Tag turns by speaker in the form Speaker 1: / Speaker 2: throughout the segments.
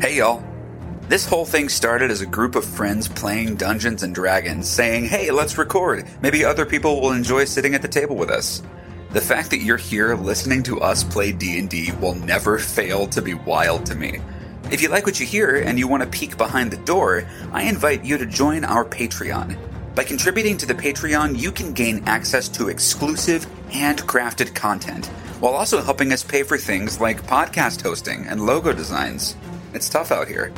Speaker 1: Hey y'all. This whole thing started as a group of friends playing Dungeons and Dragons, saying, hey, let's record. Maybe other people will enjoy sitting at the table with us. The fact that you're here listening to us play D&D will never fail to be wild to me. If you like what you hear and you want to peek behind the door, I invite you to join our Patreon. By contributing to the Patreon, you can gain access to exclusive, handcrafted content, while also helping us pay for things like podcast hosting and logo designs. It's tough out here.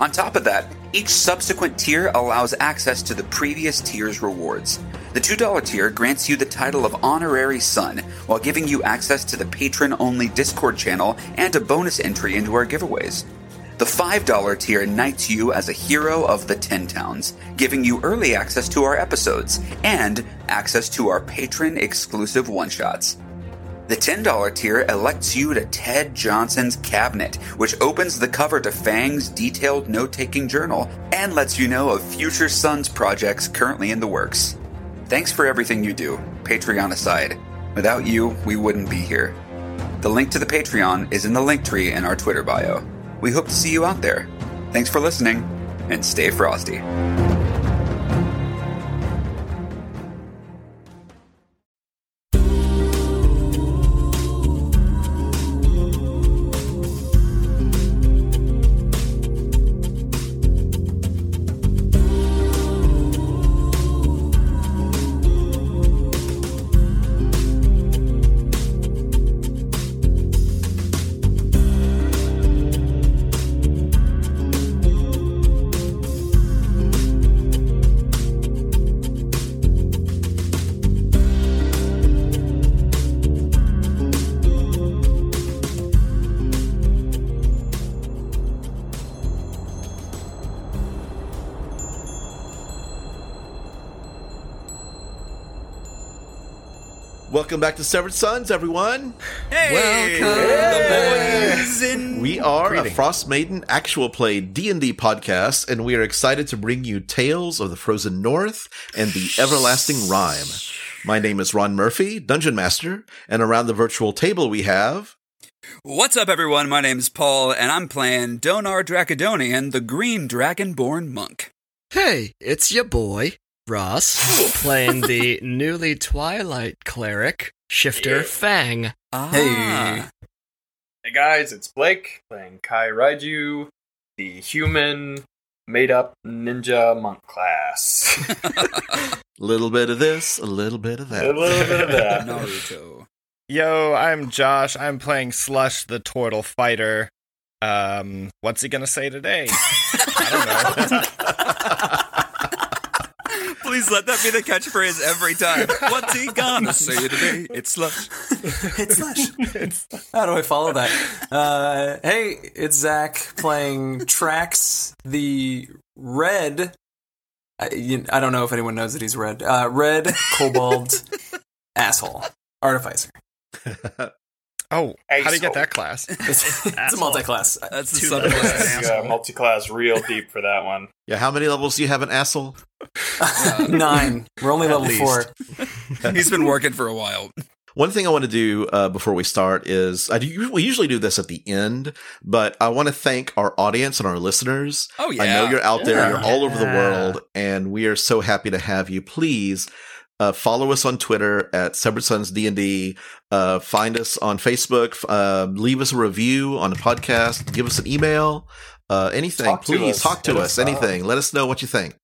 Speaker 1: On top of that, each subsequent tier allows access to the previous tier's rewards. The $2 tier grants you the title of Honorary Son while giving you access to the patron only Discord channel and a bonus entry into our giveaways. The $5 tier knights you as a hero of the 10 towns, giving you early access to our episodes and access to our patron exclusive one shots. The $10 tier elects you to Ted Johnson's cabinet, which opens the cover to Fang's detailed note taking journal and lets you know of future Suns projects currently in the works. Thanks for everything you do, Patreon aside. Without you, we wouldn't be here. The link to the Patreon is in the link tree in our Twitter bio. We hope to see you out there. Thanks for listening, and stay frosty.
Speaker 2: Welcome back to Severed Sons, everyone.
Speaker 3: Hey! The boys in.
Speaker 2: We are a Frost Maiden actual play D&D podcast, and we are excited to bring you Tales of the Frozen North and the Everlasting Rhyme. My name is Ron Murphy, Dungeon Master, and around the virtual table we have...
Speaker 1: What's up, everyone? My name's Paul, and I'm playing Donar Dracodonian, the Green Dragonborn Monk.
Speaker 4: Hey, it's your boy, Ross, playing the newly Twilight cleric, Shifter Fang.
Speaker 1: Ah.
Speaker 5: Hey guys, it's Blake playing Kai Raiju, the human made up ninja monk class.
Speaker 2: A little bit of this, a little bit of
Speaker 5: a
Speaker 2: that.
Speaker 5: little bit of that.
Speaker 1: Naruto.
Speaker 6: Yo, I'm Josh. I'm playing Slush the Turtle Fighter. Um, what's he gonna say today? I don't know.
Speaker 1: Please let that be the catchphrase every time. What's he gonna say today? It's slush.
Speaker 3: It's Slash. How do I follow that? Uh, hey, it's Zach playing Trax the Red. I, you, I don't know if anyone knows that he's red. Uh, red Kobold Asshole Artificer.
Speaker 6: Oh, how do you
Speaker 5: Asshole.
Speaker 6: get that class?
Speaker 3: It's, it's a
Speaker 6: Asshole.
Speaker 3: multi-class.
Speaker 1: That's the
Speaker 6: Two
Speaker 1: subclass.
Speaker 6: letters.
Speaker 5: You got multi-class real deep for that one.
Speaker 2: Yeah, how many levels do you have an asshole?
Speaker 3: Nine. We're only level
Speaker 6: least.
Speaker 3: four.
Speaker 1: He's been working for a while.
Speaker 2: One thing I want to do uh, before we start is I do, we usually do this at the end, but I want to thank our audience and our listeners.
Speaker 1: Oh yeah.
Speaker 2: I know you're out there,
Speaker 5: Yeah.
Speaker 2: you're all over the
Speaker 6: Yeah.
Speaker 2: world, and we are so happy to have you. Please uh, follow us on Twitter at Severed Sons D and D. Uh, find us on Facebook. f- Uh, leave us a review on the podcast. Give us an email. Uh, anything,
Speaker 5: Talk to
Speaker 2: please
Speaker 5: us.
Speaker 2: talk to
Speaker 5: Hit
Speaker 2: us.
Speaker 5: us up.
Speaker 2: anything, let us know what you think.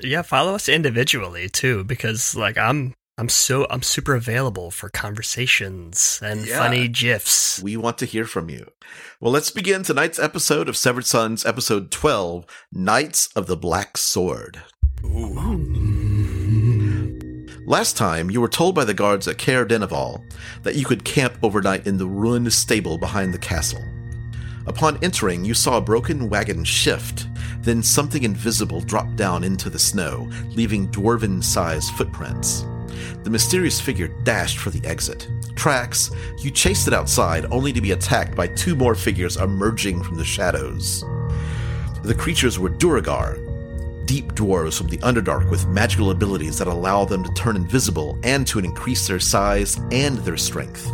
Speaker 7: Yeah, follow us individually too, because like I'm I'm so I'm super available for conversations and
Speaker 1: Yeah.
Speaker 7: funny gifs.
Speaker 2: We want to hear from you. Well, let's begin tonight's episode of Severed Sons, episode twelve, Knights of the Black Sword. Last time, you were told by the guards at Caer Denival that you could camp overnight in the ruined stable behind the castle. Upon entering, you saw a broken wagon shift, then something invisible dropped down into the snow, leaving dwarven sized footprints. The mysterious figure dashed for the exit. Tracks, you chased it outside, only to be attacked by two more figures emerging from the shadows. The creatures were Duragar, deep dwarves from the Underdark with magical abilities that allow them to turn invisible and to increase their size and their strength.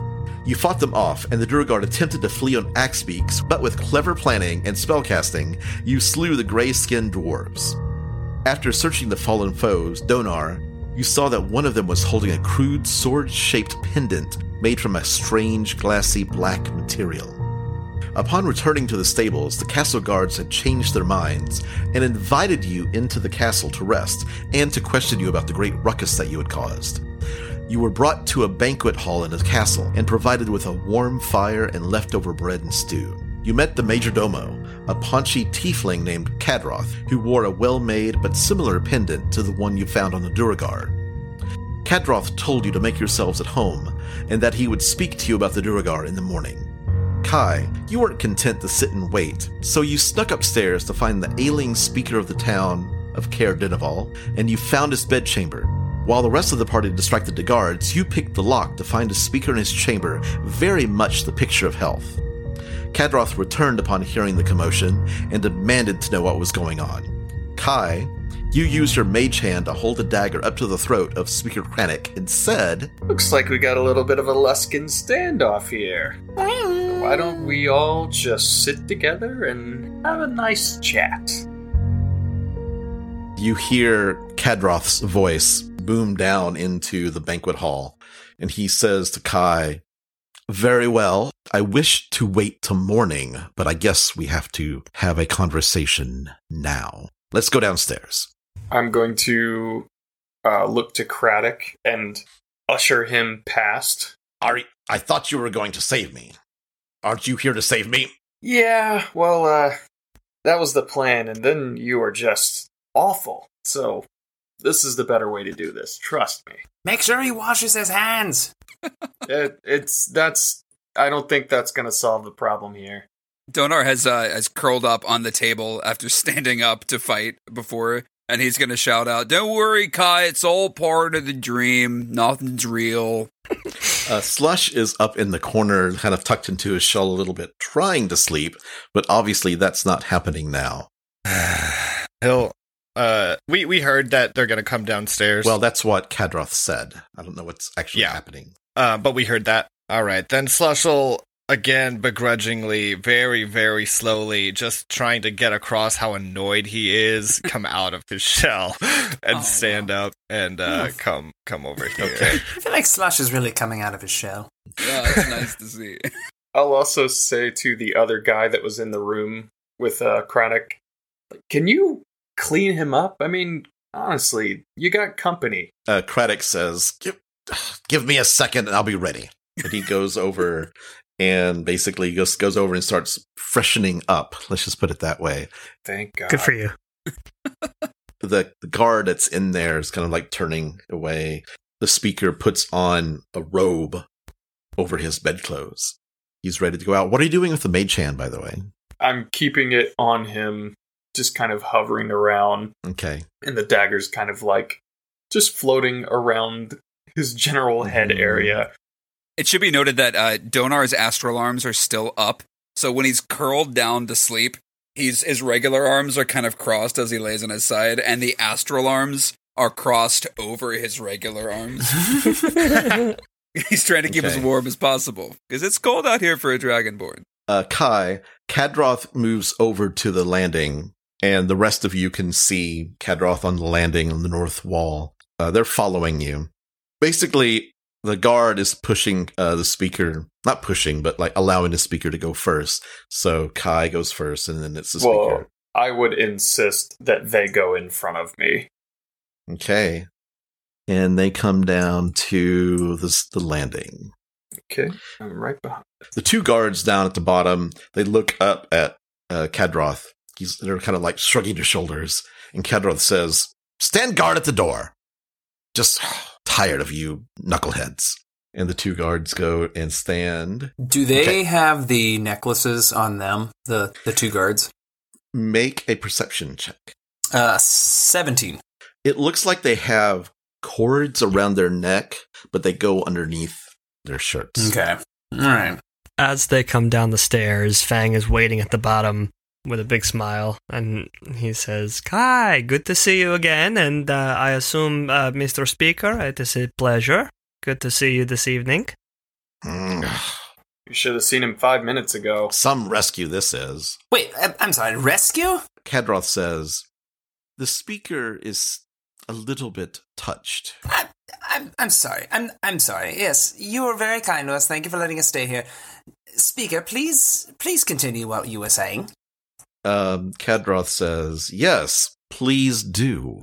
Speaker 2: You fought them off, and the Duergard attempted to flee on axe beaks, but with clever planning and spellcasting, you slew the gray skinned dwarves. After searching the fallen foes, Donar, you saw that one of them was holding a crude sword shaped pendant made from a strange glassy black material. Upon returning to the stables, the castle guards had changed their minds and invited you into the castle to rest and to question you about the great ruckus that you had caused. You were brought to a banquet hall in the castle and provided with a warm fire and leftover bread and stew. You met the majordomo, a paunchy tiefling named Cadroth, who wore a well made but similar pendant to the one you found on the Duergard. Cadroth told you to make yourselves at home and that he would speak to you about the Duergar in the morning. Kai, you weren't content to sit and wait, so you snuck upstairs to find the ailing speaker of the town of Caer Dinaval, and you found his bedchamber. While the rest of the party distracted the guards, you picked the lock to find a speaker in his chamber, very much the picture of health. Cadroth returned upon hearing the commotion and demanded to know what was going on. Kai, you used your mage hand to hold a dagger up to the throat of Speaker Kranich and said,
Speaker 5: Looks like we got a little bit of a Luskin standoff here. So why don't we all just sit together and have a nice chat?
Speaker 2: you hear Cadroth's voice boom down into the banquet hall, and he says to Kai, Very well, I wish to wait till morning, but I guess we have to have a conversation now. Let's go downstairs.
Speaker 5: I'm going to uh, look to Craddock and usher him past.
Speaker 2: Ari, I thought you were going to save me. Aren't you here to save me?
Speaker 5: Yeah, well, uh, that was the plan, and then you were just awful. So, this is the better way to do this. Trust me.
Speaker 3: Make sure he washes his hands.
Speaker 5: It, it's that's. I don't think that's going to solve the problem here.
Speaker 1: Donar has uh, has curled up on the table after standing up to fight before, and he's gonna shout out, "Don't worry, Kai. It's all part of the dream. Nothing's real."
Speaker 2: Uh, Slush is up in the corner, kind of tucked into his shell a little bit, trying to sleep, but obviously that's not happening now.
Speaker 6: He'll. Uh, we we heard that they're gonna come downstairs.
Speaker 2: Well, that's what Kadroth said. I don't know what's actually
Speaker 6: Yeah.
Speaker 2: happening.
Speaker 6: Uh, but we heard that. All right, then Slushel again begrudgingly, very very slowly, just trying to get across how annoyed he is, come out of his shell and
Speaker 1: Oh,
Speaker 6: stand up and uh, come come over here.
Speaker 2: Okay.
Speaker 3: I feel like Slush is really coming out of his shell.
Speaker 1: Yeah, it's nice to see.
Speaker 5: I'll also say to the other guy that was in the room with uh, Craddock, can you clean him up? I mean, honestly, you got company.
Speaker 2: Uh, Craddock says, give, "Give me a second, and I'll be ready." And he goes over and basically just goes over and starts freshening up. Let's just put it that way.
Speaker 5: Thank God.
Speaker 7: Good for you.
Speaker 2: the the guard that's in there is kind of like turning away. The speaker puts on a robe over his bedclothes. He's ready to go out. What are you doing with the mage hand, by the way?
Speaker 5: I'm keeping it on him, just kind of hovering around,
Speaker 2: Okay.
Speaker 5: and the dagger's kind of like just floating around his general head
Speaker 2: Mhm.
Speaker 5: area.
Speaker 1: It should be noted that uh, Donar's astral arms are still up, so when he's curled down to sleep, he's his regular arms are kind of crossed as he lays on his side, and the astral arms are crossed over his regular arms. he's trying to keep as
Speaker 2: Okay.
Speaker 1: warm as possible because it's cold out here for a dragonborn.
Speaker 2: Uh, Kai, Kadroth moves over to the landing, and the rest of you can see Kadroth on the landing on the north wall. Uh, they're following you. Basically, the guard is pushing uh, the speaker, not pushing, but like allowing the speaker to go first. So Kai goes first, and then it's the speaker.
Speaker 5: Whoa. I would insist that they go in front of me.
Speaker 2: Okay. And they come down to this, the landing.
Speaker 5: Okay, I'm right behind.
Speaker 2: The two guards down at the bottom, they look up at uh, Kadroth. He's, they're kind of like shrugging their shoulders. And Kadroth says, Stand guard at the door. Just tired of you knuckleheads. And the two guards go and stand.
Speaker 3: Do they
Speaker 2: Okay.
Speaker 3: have the necklaces on them? The the two guards.
Speaker 2: Make a perception check.
Speaker 3: Uh, seventeen.
Speaker 2: It looks like they have cords around their neck, but they go underneath their shirts.
Speaker 3: Okay. All right.
Speaker 7: As they come down the stairs, Fang is waiting at the bottom with a big smile, and he says, Kai, good to see you again, and uh, I assume, uh, Mr. Speaker, it is a pleasure. Good to see you this evening.
Speaker 2: Mm,
Speaker 5: You should have seen him five minutes ago.
Speaker 2: Some rescue this is.
Speaker 3: Wait, I- I'm sorry, rescue?
Speaker 2: Kadroth says, The speaker is a little bit touched.
Speaker 3: I, I'm, I'm sorry. I'm, I'm sorry. Yes, you were very kind to us. Thank you for letting us stay here. Speaker, please, please continue what you were saying.
Speaker 2: Um, Kadroth says, Yes, please do.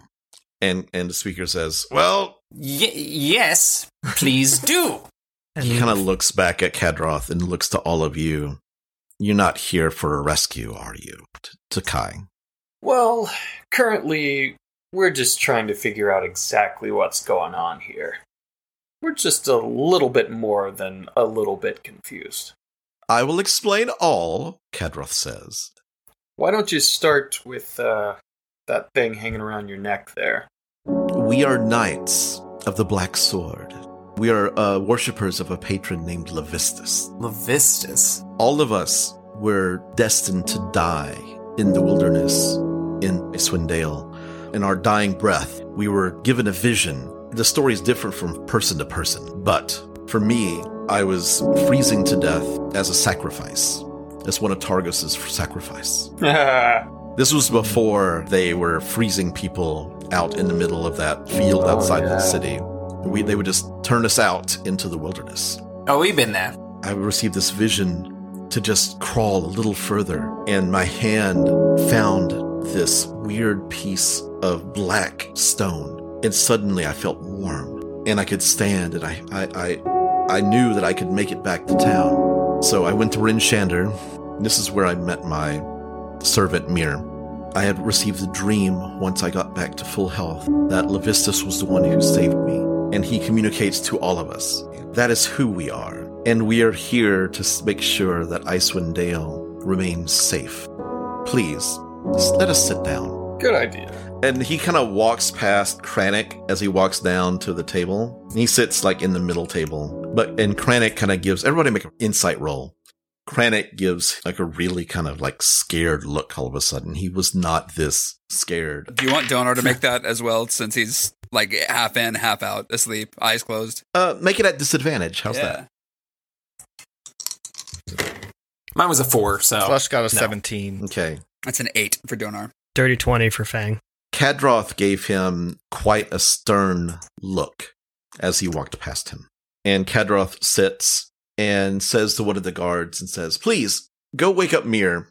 Speaker 2: And, and the speaker says, Well,
Speaker 3: Y- yes, please do.
Speaker 7: And
Speaker 2: he kind of looks back at Kadroth and looks to all of you. You're not here for a rescue, are you? T- to Kai.
Speaker 5: Well, currently, we're just trying to figure out exactly what's going on here. We're just a little bit more than a little bit confused.
Speaker 2: I will explain all, Kadroth says.
Speaker 5: Why don't you start with uh, that thing hanging around your neck there?
Speaker 2: We are knights of the Black Sword. We are uh, worshippers of a patron named Levistus.
Speaker 3: Levistus.
Speaker 2: All of us were destined to die in the wilderness in Swindale. In our dying breath, we were given a vision. The story is different from person to person, but for me, I was freezing to death as a sacrifice, as one of Targus's sacrifice. This was before they were freezing people out in the middle of that field
Speaker 5: Oh,
Speaker 2: outside
Speaker 5: yeah.
Speaker 2: the city. We, they would just turn us out into the wilderness.
Speaker 3: Oh, we've been there.
Speaker 2: I received this vision to just crawl a little further, and my hand found this weird piece of black stone. And suddenly I felt warm, and I could stand, and I, I, I, I knew that I could make it back to town. So I went to Rin Shander. and This is where I met my servant Mir. I had received a dream once I got back to full health that Levistus was the one who saved me, and he communicates to all of us. That is who we are, and we are here to s- make sure that Icewind Dale remains safe. Please, just let us sit down.
Speaker 5: Good idea.
Speaker 2: And he kind of walks past Kranich as he walks down to the table. He sits like in the middle table, but and Kranich kind of gives everybody make an insight roll. Kranich gives like a really kind of like scared look all of a sudden. He was not this scared.
Speaker 1: Do you want Donar to make that as well, since he's like half in, half out, asleep, eyes closed?
Speaker 2: Uh, make it at disadvantage. How's that?
Speaker 3: Mine was a four,
Speaker 2: Oh,
Speaker 3: so.
Speaker 6: Flush got a
Speaker 3: no.
Speaker 6: 17.
Speaker 2: Okay.
Speaker 1: That's an eight for Donar.
Speaker 7: dirty 20 for Fang.
Speaker 2: Kadroth gave him quite a stern look as he walked past him. And Kadroth sits and says to one of the guards and says, Please, go wake up Mir.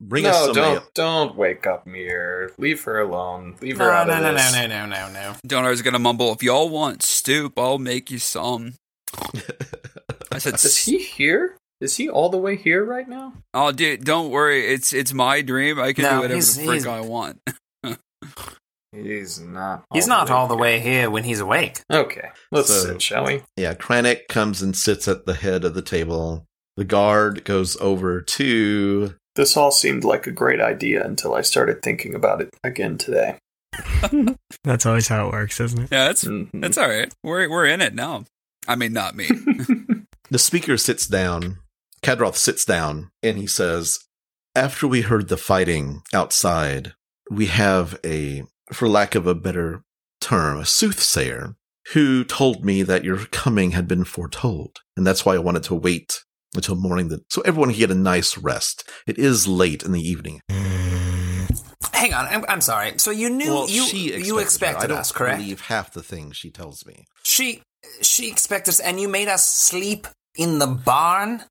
Speaker 2: Bring us
Speaker 5: no,
Speaker 2: somebody
Speaker 5: don't
Speaker 2: up.
Speaker 5: don't wake up, Mir. Leave her alone. Leave her
Speaker 3: No,
Speaker 5: out
Speaker 3: no,
Speaker 5: of
Speaker 3: no, no,
Speaker 5: this.
Speaker 3: no, no, no, no.
Speaker 1: Donar's gonna mumble, "If y'all want stoop, I'll make you some." I said,
Speaker 5: Is he here? Is he all the way here right now?
Speaker 1: "Oh, dude, don't worry. It's it's my dream. I can
Speaker 3: No,
Speaker 1: do whatever
Speaker 3: he's-
Speaker 1: the frick
Speaker 3: he's-
Speaker 1: I want."
Speaker 5: He's not.
Speaker 3: He's not all the way here when he's awake.
Speaker 5: Okay, let's
Speaker 2: So-
Speaker 5: sit, shall we?
Speaker 2: Yeah, Kranich comes and sits at the head of the table. The guard goes over to
Speaker 5: This all seemed like a great idea until I started thinking about it again today.
Speaker 7: That's always how it works, isn't it?
Speaker 1: Yeah, that's
Speaker 2: Mm-hmm.
Speaker 5: Mhm.
Speaker 1: that's all right. We're we're in it now. I mean, not me.
Speaker 2: The speaker sits down. Kadroth sits down and he says, After we heard the fighting outside, we have a, for lack of a better term, a soothsayer who told me that your coming had been foretold. And that's why I wanted to wait until morning that, so everyone can get a nice rest. It is late in the evening.
Speaker 3: Hang on, I'm, I'm sorry. So you knew you you
Speaker 2: that.
Speaker 3: expected
Speaker 2: I don't
Speaker 3: us, correct?
Speaker 2: believe half the things she tells me.
Speaker 3: She she expected us, and you made us sleep in the barn.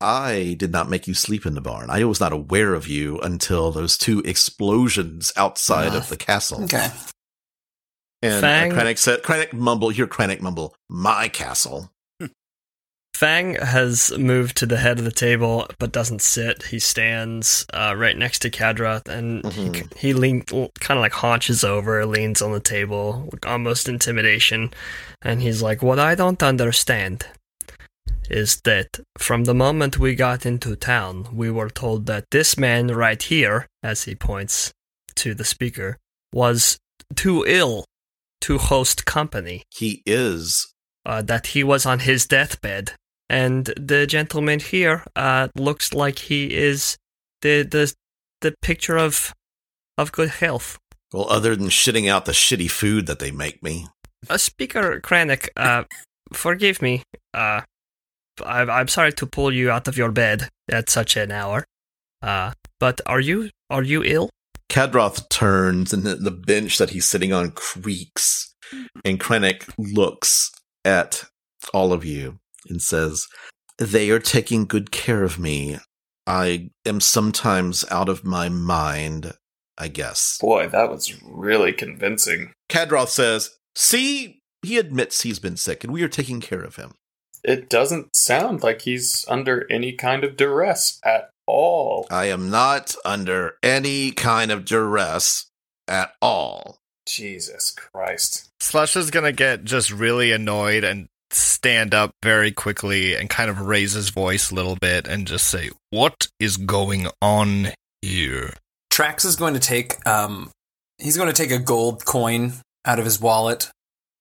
Speaker 2: I did not make you sleep in the barn. I was not aware of you until those two explosions outside of the castle.
Speaker 3: Ah, Okay.
Speaker 2: And
Speaker 7: Fang-
Speaker 2: Krennic said, Krennic mumble, hear Krennic mumble, my castle.
Speaker 7: Fang has moved to the head of the table, but doesn't sit. He stands uh, right next to Kadroth, and he,
Speaker 2: Mhm.
Speaker 7: he lean, kind of like haunches over, leans on the table, with almost intimidation. And he's like, What I don't understand is that from the moment we got into town, we were told that this man right here, as he points to the speaker, was too ill to host company
Speaker 2: He is.
Speaker 7: uh, that he was on his deathbed, and the gentleman here uh, looks like he is the the the picture of of good health.
Speaker 2: Well, other than shitting out the shitty food that they make me.
Speaker 7: Uh, Speaker Kranich, uh, forgive me, uh, I, I'm sorry to pull you out of your bed at such an hour. Uh, but are you are you ill?
Speaker 2: Cadroth turns and the, the bench that he's sitting on creaks, and Krennic looks at all of you and says, They are taking good care of me. I am sometimes out of my mind, I guess.
Speaker 5: Boy, that was really convincing.
Speaker 2: Cadroth says, See, he admits he's been sick, and we are taking care of him.
Speaker 5: It doesn't sound like he's under any kind of duress at all.
Speaker 2: I am not under any kind of duress at all.
Speaker 5: Jesus Christ.
Speaker 6: Slush is gonna get just really annoyed and stand up very quickly and kind of raise his voice a little bit and just say, What is going on here?
Speaker 3: Trax is going to take um he's going to take a gold coin out of his wallet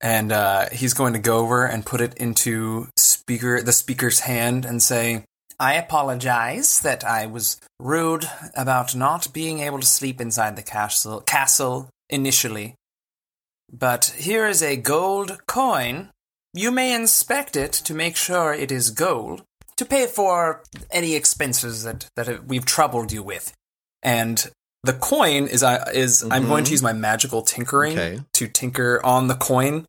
Speaker 3: and uh, he's going to go over and put it into speaker the speaker's hand and say I apologize that I was rude about not being able to sleep inside the castle castle initially. But here is a gold coin. You may inspect it to make sure it is gold to pay for any expenses that, that we've troubled you with. And the coin is I is I'm
Speaker 2: Mhm.
Speaker 3: going to use my magical tinkering
Speaker 2: Okay.
Speaker 3: to tinker on the coin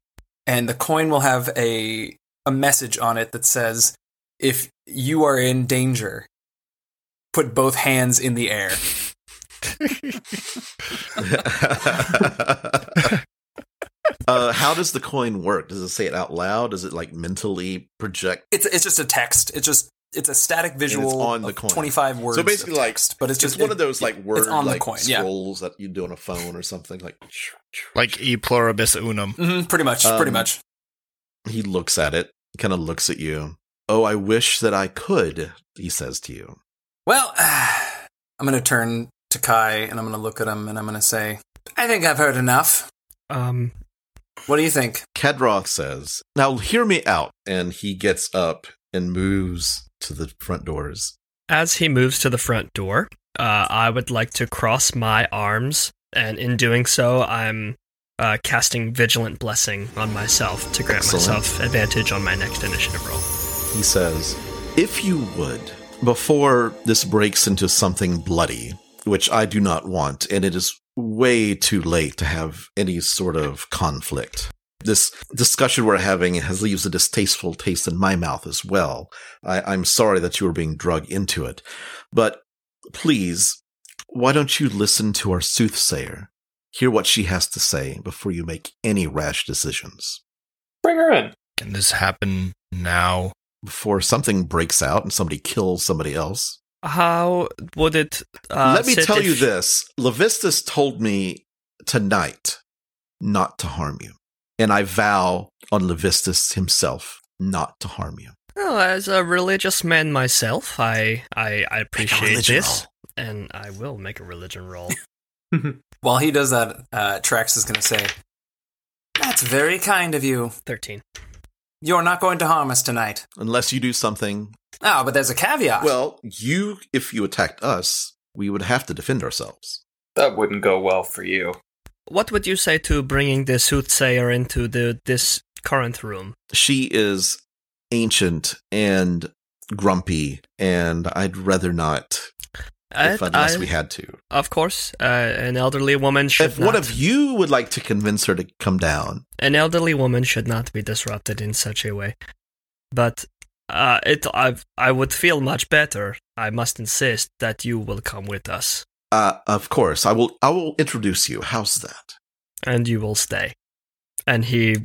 Speaker 3: and the coin will have a a message on it that says if you are in danger put both hands in the air.
Speaker 2: uh, how does the coin work? Does it say it out loud? Does it like mentally project?
Speaker 3: It's it's just a text. It's just it's a static visual
Speaker 2: on the
Speaker 3: of
Speaker 2: coin.
Speaker 3: 25 words.
Speaker 2: so basically,
Speaker 3: of
Speaker 2: like,
Speaker 3: text, but it's just
Speaker 2: one
Speaker 3: it-
Speaker 2: of those like word
Speaker 3: it's on the
Speaker 2: like
Speaker 3: coin, yeah.
Speaker 2: scrolls that you do on a phone or something. Like
Speaker 6: Like e pluribus unum.
Speaker 3: Mhm, pretty much, pretty
Speaker 2: Um,
Speaker 3: much.
Speaker 2: he looks at it, kind of looks at you. Oh, I wish that I could. He says to you.
Speaker 3: Well, I'm going to turn to Kai and I'm going to look at him and I'm going to say, "I think I've heard enough.
Speaker 7: Um,
Speaker 3: What do you think?"
Speaker 2: Kedroth says, "Now hear me out," and he gets up and moves to the front doors.
Speaker 7: as he moves to the front door, uh, I would like to cross my arms, and in doing so, I'm uh, casting Vigilant Blessing on myself to grant
Speaker 2: Excellent.
Speaker 7: myself advantage on my next initiative roll.
Speaker 2: He says, If you would, before this breaks into something bloody, which I do not want, and it is way too late to have any sort of conflict. This discussion we're having has leaves a distasteful taste in my mouth as well. I, I'm sorry that you were being drugged into it. But please, why don't you listen to our soothsayer? Hear what she has to say before you make any rash decisions.
Speaker 5: Bring her in.
Speaker 6: Can this happen now?
Speaker 2: before something breaks out and somebody kills somebody else.
Speaker 7: How would it? Uh,
Speaker 2: Let me
Speaker 7: sit
Speaker 2: tell
Speaker 7: if-
Speaker 2: you this Levistus told me tonight not to harm you. And I vow on Levistus himself not to harm you.
Speaker 7: Well, as a religious man myself, I I, I appreciate
Speaker 2: religion
Speaker 7: this,
Speaker 2: roll.
Speaker 7: and I will make a religion roll.
Speaker 3: While he does that, uh, Trax is going to say, "That's very kind of you.
Speaker 7: Thirteen.
Speaker 3: You're not going to harm us tonight."
Speaker 2: Unless you do something.
Speaker 3: Oh, but there's a
Speaker 7: Ah.
Speaker 3: caveat.
Speaker 2: Well, you, if you attacked us, we would have to defend ourselves.
Speaker 5: That wouldn't go well for you.
Speaker 7: What would you say to bringing the soothsayer into the this current room?
Speaker 2: She is ancient and grumpy, and I'd rather not if,
Speaker 7: Uh,
Speaker 2: unless
Speaker 7: I-
Speaker 2: we had to.
Speaker 7: Of course, uh, an elderly woman should
Speaker 2: if
Speaker 7: not.
Speaker 2: one of you would like to convince her to come down,
Speaker 7: an elderly woman should not be disrupted in such a way. But uh, it, I, I would feel much better. I must insist that you will come with us,
Speaker 2: uh, of course, I will. I will introduce you. How's that?
Speaker 7: and you will stay. And he,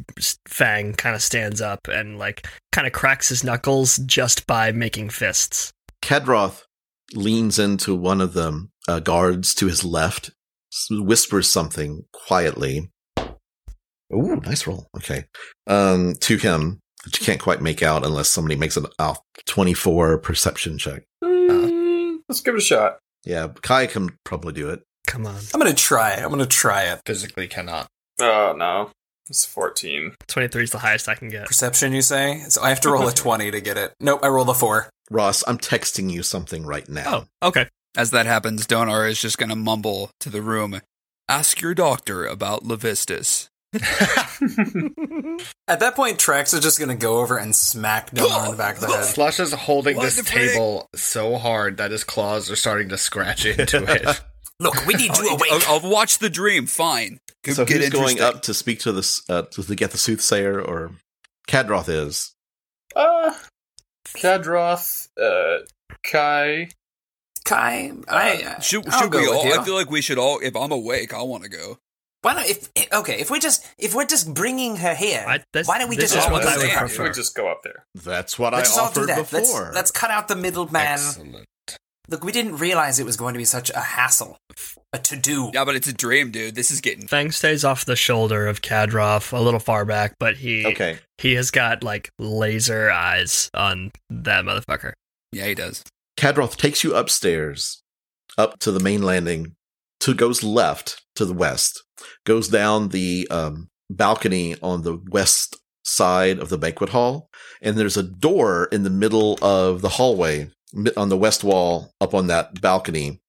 Speaker 7: Fang, kind of stands up and like kind of cracks his knuckles just by making fists.
Speaker 2: Kedroth leans into one of the uh, guards to his left, s- whispers something quietly. Ooh, nice roll. Okay, um, to him, but you can't quite make out unless somebody makes an off twenty-four perception check.
Speaker 5: Mm, let's give it a shot.
Speaker 2: Yeah, Kai can probably do it.
Speaker 7: Come on,
Speaker 3: I'm going to try. it. I'm going to try it.
Speaker 6: Physically cannot.
Speaker 5: Oh, no. It's 14.
Speaker 7: twenty three is the highest I can get.
Speaker 3: Perception, you say? So I have to roll a 20 to get it. Nope, I rolled a 4.
Speaker 2: Ross, I'm texting you something right now.
Speaker 7: Oh, okay.
Speaker 1: As that happens, Donar is just going to mumble to the room, Ask your doctor about Levistus.
Speaker 3: At that point, Trax is just gonna go over and smack Donar in the back of the head.
Speaker 6: Slush is holding
Speaker 1: What
Speaker 6: this
Speaker 1: the frick?
Speaker 6: table so hard that his claws are starting to scratch into it.
Speaker 3: Look, we need you awake.
Speaker 1: I'll, I'll watch the dream. Fine. Could
Speaker 2: so
Speaker 1: get
Speaker 2: who's going
Speaker 1: interesting.
Speaker 2: up to speak to this uh, to, to get the soothsayer or Cadroth is?
Speaker 5: Uh, Kadroth, uh, Kai.
Speaker 3: Kai, I, uh,
Speaker 1: Should,
Speaker 3: I'll
Speaker 1: should
Speaker 3: go
Speaker 1: we
Speaker 3: with
Speaker 1: all?
Speaker 3: you.
Speaker 1: I feel like we should all. If I'm awake, I want to go.
Speaker 8: Why not? If
Speaker 3: eh,
Speaker 8: okay, if we're just if we're just bringing her here,
Speaker 7: I- this-
Speaker 8: why don't we
Speaker 7: this
Speaker 8: just
Speaker 1: is
Speaker 8: all
Speaker 1: what
Speaker 8: do
Speaker 1: I would
Speaker 8: that?
Speaker 1: prefer.
Speaker 5: Oh, We just go up there.
Speaker 2: That's what
Speaker 8: Let's
Speaker 2: I
Speaker 8: just all do
Speaker 2: offered
Speaker 8: that.
Speaker 2: before.
Speaker 8: Let's let's cut out the middleman.
Speaker 6: Excellent.
Speaker 8: Look, we didn't realize it was going to be such a hassle, a to do.
Speaker 1: Yeah, but it's a dream, dude. This is getting.
Speaker 7: Fang stays off the shoulder of Kadroff, a little far back, but he
Speaker 2: okay.
Speaker 7: he has got like laser eyes on that motherfucker.
Speaker 1: Yeah, he does.
Speaker 2: Cadroth takes you upstairs, up to the main landing, to goes left to the west, goes down the um, balcony on the west side of the banquet hall, and there's a door in the middle of the hallway mi- on the west wall up on that balcony.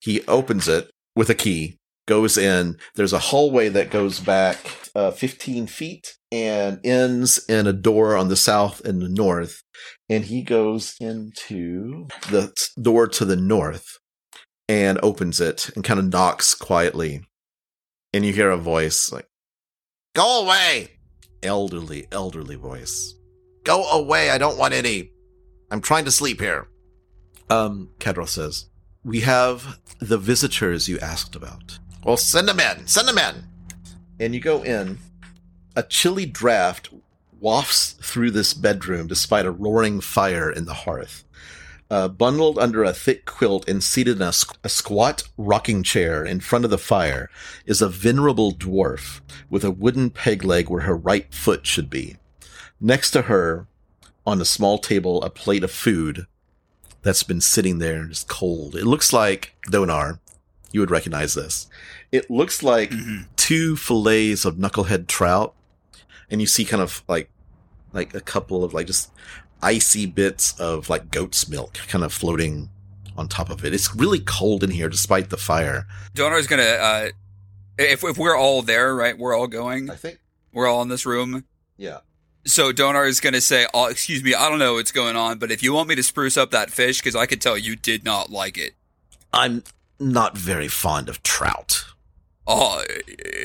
Speaker 2: He opens it with a key, goes in. There's a hallway that goes back uh, 15 feet and ends in a door on the south and the north and he goes into the t- door to the north and opens it and kind of knocks quietly. And you hear a voice like, Go away! Elderly, elderly voice. Go away! I don't want any. I'm trying to sleep here. Um, Kedril says, We have the visitors you asked about. Well, send them in! Send them in! And you go in. A chilly draft wafts through this bedroom despite a roaring fire in the hearth. Uh, bundled under a thick quilt and seated in a, squ- a squat rocking chair in front of the fire is a venerable dwarf with a wooden peg leg where her right foot should be. Next to her, on a small table, a plate of food that's been sitting there and is cold. It looks like Donar. You would recognize this. It looks like two fillets of knucklehead trout and you see kind of like like a couple of like just icy bits of like goat's milk kind of floating on top of it. It's really cold in here despite the fire.
Speaker 1: Donar's gonna. Uh, if if we're all there, right? We're all going.
Speaker 2: think
Speaker 1: We're all in this room.
Speaker 2: yeah.
Speaker 1: So Donar is gonna say, oh, "Excuse me, I don't know what's going on, but if you want me to spruce up that fish, because I could tell you did not like it.
Speaker 2: I'm not very fond of trout.
Speaker 1: Oh,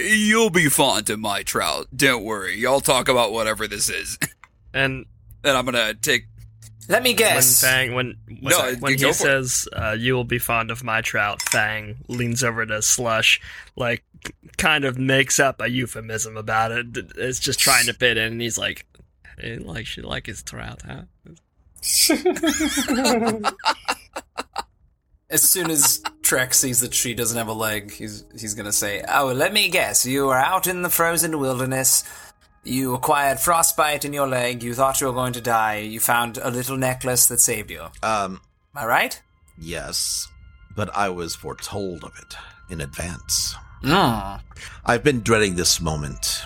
Speaker 1: you'll be fond of my trout. Don't worry. Y'all talk about whatever this is,
Speaker 7: And
Speaker 1: and I'm gonna take.
Speaker 8: Let me guess.
Speaker 7: when Fang when when,
Speaker 1: No,
Speaker 7: when
Speaker 1: go
Speaker 7: he
Speaker 1: for it.
Speaker 7: says uh, you will be fond of my trout, Fang leans over to Slush, like kind of makes up a euphemism about it. It's just trying to fit in, and he's like, "Eh, like she like his trout, huh?
Speaker 3: As soon as Trax sees that she doesn't have a leg, he's he's gonna say,
Speaker 8: Oh, let me guess. You were out in the frozen wilderness. You acquired frostbite in your leg. You thought you were going to die. You found a little necklace that saved you. Am
Speaker 2: Um
Speaker 8: I right?
Speaker 2: yes, but I was foretold of it in advance.
Speaker 8: Mm.
Speaker 2: I've been dreading this moment.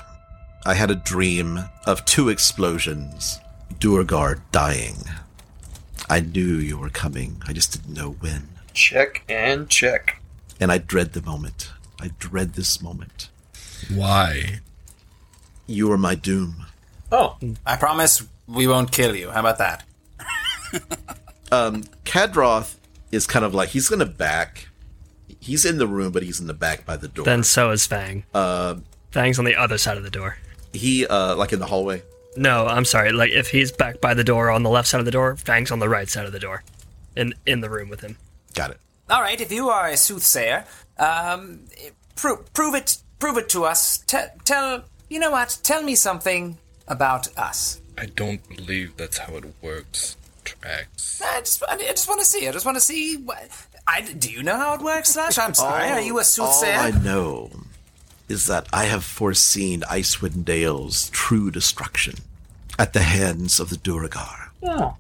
Speaker 2: I had a dream of two explosions, Duergard dying. I knew you were coming. I just didn't know when.
Speaker 5: Check and check.
Speaker 2: and I dread the moment. I dread this moment.
Speaker 6: Why?
Speaker 2: You are my doom.
Speaker 5: Oh,
Speaker 3: "I promise we won't kill you. How about that?"
Speaker 2: Cadroth is kind of like he's gonna back. He's in the room, but he's in the back by the door.
Speaker 7: Then so is Fang.
Speaker 1: Uh,
Speaker 7: Fang's on the other side of the door.
Speaker 2: he uh like in the hallway.
Speaker 7: No, I'm sorry. Like if he's back by the door on the left side of the door, Fang's on the right side of the door, in in the room with him.
Speaker 2: Got it.
Speaker 8: All right, if you are a soothsayer, um, pro- prove it, prove it to us. Te- tell, you know what? Tell me something about us.
Speaker 6: I don't believe that's how it works. Tracks.
Speaker 8: I just, I just want to see. I just want to see. What, I, do you know how it works, Slash? I'm sorry. are you a soothsayer?
Speaker 2: All I know is that I have foreseen Icewind Dale's true destruction at the hands of the Duragar.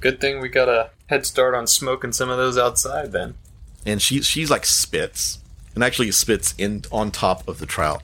Speaker 5: good thing we got a head start on smoking some of those outside then.
Speaker 2: and she she's like spits and actually spits in on top of the trout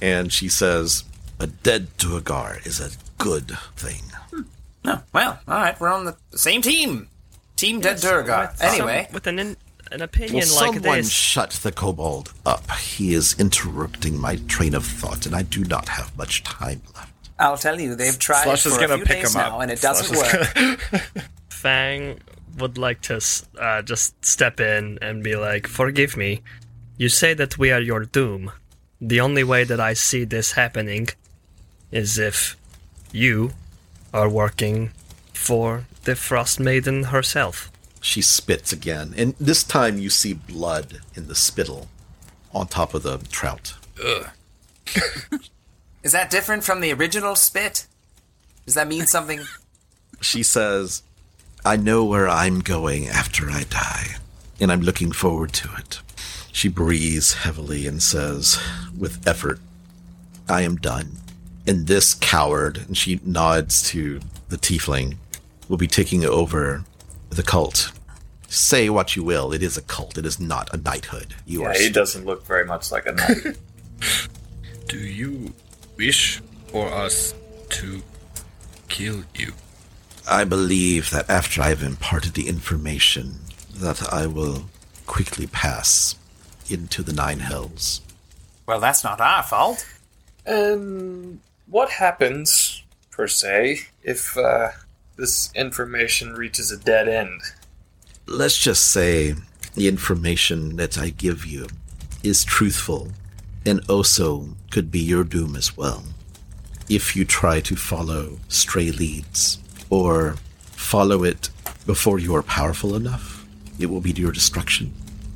Speaker 2: and she says a dead Duergar is a good thing
Speaker 3: Uh,
Speaker 8: No. Well, all right. We're on the same team. Team Dead Durga. Anyway,
Speaker 7: with an in, an opinion
Speaker 2: Will
Speaker 7: like
Speaker 2: someone
Speaker 7: this.
Speaker 2: shut the kobold up? He is interrupting my train of thought, and I do not have much time left.
Speaker 8: I'll tell you, they've tried
Speaker 6: Slush
Speaker 8: for
Speaker 6: is
Speaker 8: a
Speaker 6: gonna
Speaker 8: few
Speaker 6: pick
Speaker 8: days
Speaker 6: him up.
Speaker 8: now, and it
Speaker 6: Slush
Speaker 8: doesn't
Speaker 6: is
Speaker 8: work.
Speaker 7: Fang would like to uh, just step in and be like, "Forgive me. You say that we are your doom. The only way that I see this happening is if you are working for the Frost Maiden herself."
Speaker 2: She spits again, and this time you see blood in the spittle on top of the trout.
Speaker 8: Is that different from the original spit? Does that mean something?
Speaker 2: She says, I know where I'm going after I die, and I'm looking forward to it. She breathes heavily and says, with effort, I am done. And this coward, and she nods to the tiefling, will be taking over the cult. Say what you will, it is a cult. It is not a knighthood. You
Speaker 5: Yeah,
Speaker 2: are
Speaker 5: he doesn't look very much like a knight.
Speaker 6: Do you wish for us to kill you?
Speaker 2: I believe that after I've imparted the information, that I will quickly pass into the Nine Hells.
Speaker 8: Well, that's not our fault.
Speaker 5: um, what happens, per se, if uh, this information reaches a dead end?
Speaker 2: Let's just say the information that I give you is truthful and also could be your doom as well. If you try to follow stray leads or follow it before you are powerful enough, it will be to your destruction.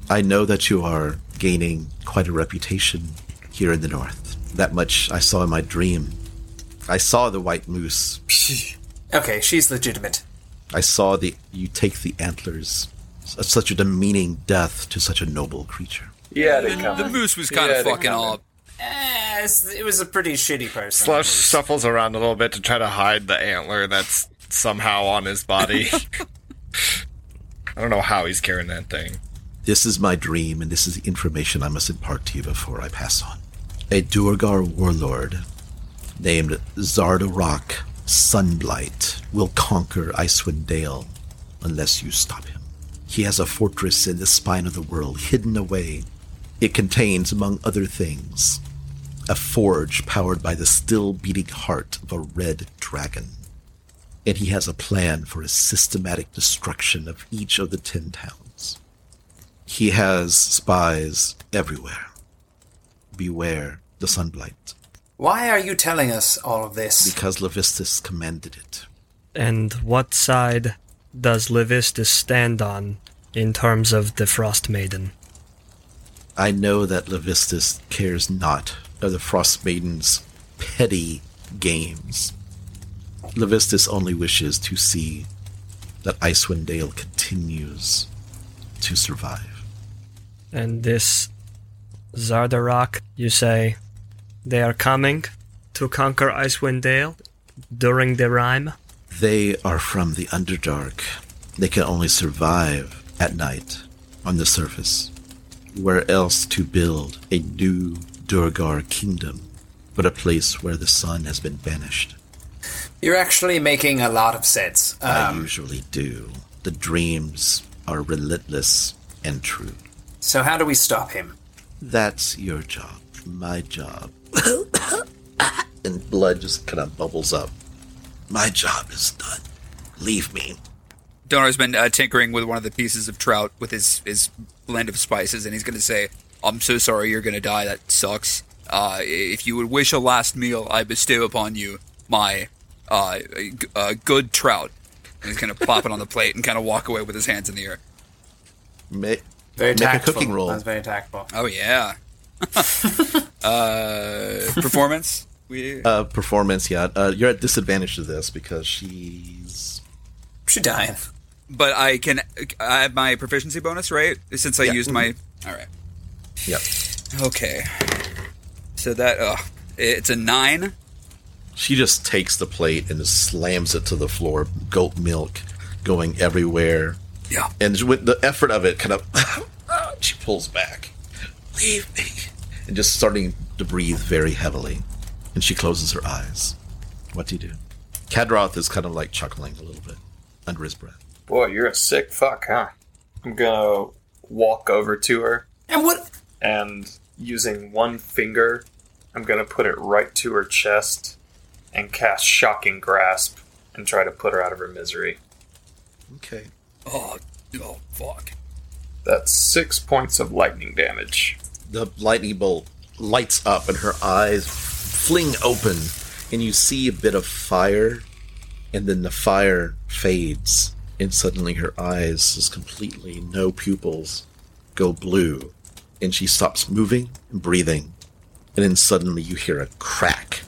Speaker 2: I know that you are gaining quite a reputation here in the north. That much I saw in my dream. I saw the white moose.
Speaker 8: Okay, she's legitimate.
Speaker 2: I saw the you take the antlers. Su- Such a demeaning death to such a noble creature.
Speaker 5: Yeah, they
Speaker 1: The,
Speaker 5: come.
Speaker 1: the moose was kind
Speaker 5: Yeah,
Speaker 1: of
Speaker 5: they
Speaker 1: fucking
Speaker 5: come in.
Speaker 1: up.
Speaker 8: Eh, it was a pretty shitty person.
Speaker 6: Slush shuffles around a little bit to try to hide the antler that's somehow on his body. I don't know how he's carrying that thing.
Speaker 2: This is my dream, and this is the information I must impart to you before I pass on. A Durgar warlord named Zardarok Sunblight will conquer Icewind Dale unless you stop him. He has a fortress in the spine of the world hidden away. It contains, among other things, a forge powered by the still beating heart of a red dragon. And he has a plan for a systematic destruction of each of the ten towns. He has spies everywhere. Beware the sunblight,
Speaker 8: Why are you telling us all of this?
Speaker 2: because Levistus commanded it.
Speaker 7: And what side does Levistus stand on in terms of the Frost Maiden?
Speaker 2: I know that Levistus cares not of the Frost Maiden's petty games. Levistus only wishes to see that Icewind Dale continues to survive.
Speaker 7: And this Zardarok, you say, they are coming to conquer Icewind Dale during the rhyme?
Speaker 2: They are from the Underdark. They can only survive at night on the surface. Where else to build a new Durgar kingdom but a place where the sun has been banished?
Speaker 8: You're actually making a lot of sense.
Speaker 2: I
Speaker 8: Um,
Speaker 2: usually do. The dreams are relentless and true.
Speaker 8: so how do we stop him?
Speaker 2: That's your job. My job. and blood just kind of bubbles up. My job is done. Leave me.
Speaker 1: Donar's been uh, tinkering with one of the pieces of trout with his his blend of spices, and he's going to say, "I'm so sorry, you're going to die. That sucks. Uh, if you would wish a last meal, I bestow upon you my uh, g- uh, good trout." And he's going to plop it on the plate and kind of walk away with his hands in the air.
Speaker 2: Ma-
Speaker 8: Very
Speaker 2: Make a
Speaker 8: tactful.
Speaker 2: cooking roll.
Speaker 8: That was very tactful.
Speaker 1: Oh yeah. uh, performance. We
Speaker 2: uh, performance yet. Uh, you're at disadvantage to this because she's.
Speaker 8: She dying.
Speaker 1: but I can I have my proficiency bonus, right? Since I
Speaker 2: Yeah. Mm-hmm.
Speaker 1: used my all right.
Speaker 2: Yep.
Speaker 1: Okay. So that uh it's a 9.
Speaker 2: She just takes the plate and just slams it to the floor, goat milk going everywhere.
Speaker 1: Yeah.
Speaker 2: And with the effort of it, kind of. she pulls back. Leave me. And just starting to breathe very heavily. And she closes her eyes. What do you do? Kadroth is kind of like chuckling a little bit under his breath.
Speaker 5: Boy, you're a sick fuck, huh? I'm gonna walk over to her
Speaker 8: And what?
Speaker 5: and using one finger, I'm going to put it right to her chest and cast Shocking Grasp and try to put her out of her misery.
Speaker 2: Okay.
Speaker 1: Oh, oh, fuck.
Speaker 5: That's six points of lightning damage.
Speaker 2: the lightning bolt lights up and her eyes fling open and you see a bit of fire and then the fire fades and suddenly her eyes is completely no pupils go blue and she stops moving and breathing and then suddenly you hear a crack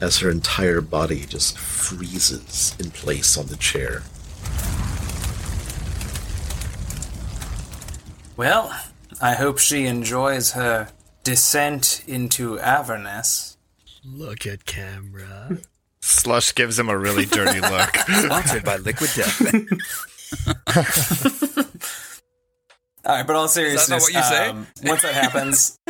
Speaker 2: as her entire body just freezes in place on the chair
Speaker 8: Well, I hope she enjoys her descent into Avernus.
Speaker 7: Look at camera.
Speaker 6: Slush gives him a really dirty look.
Speaker 1: Sponsored by Liquid Death.
Speaker 3: All right, but all
Speaker 1: Is that not
Speaker 3: seriousness,
Speaker 1: what you say?
Speaker 3: um, once that happens,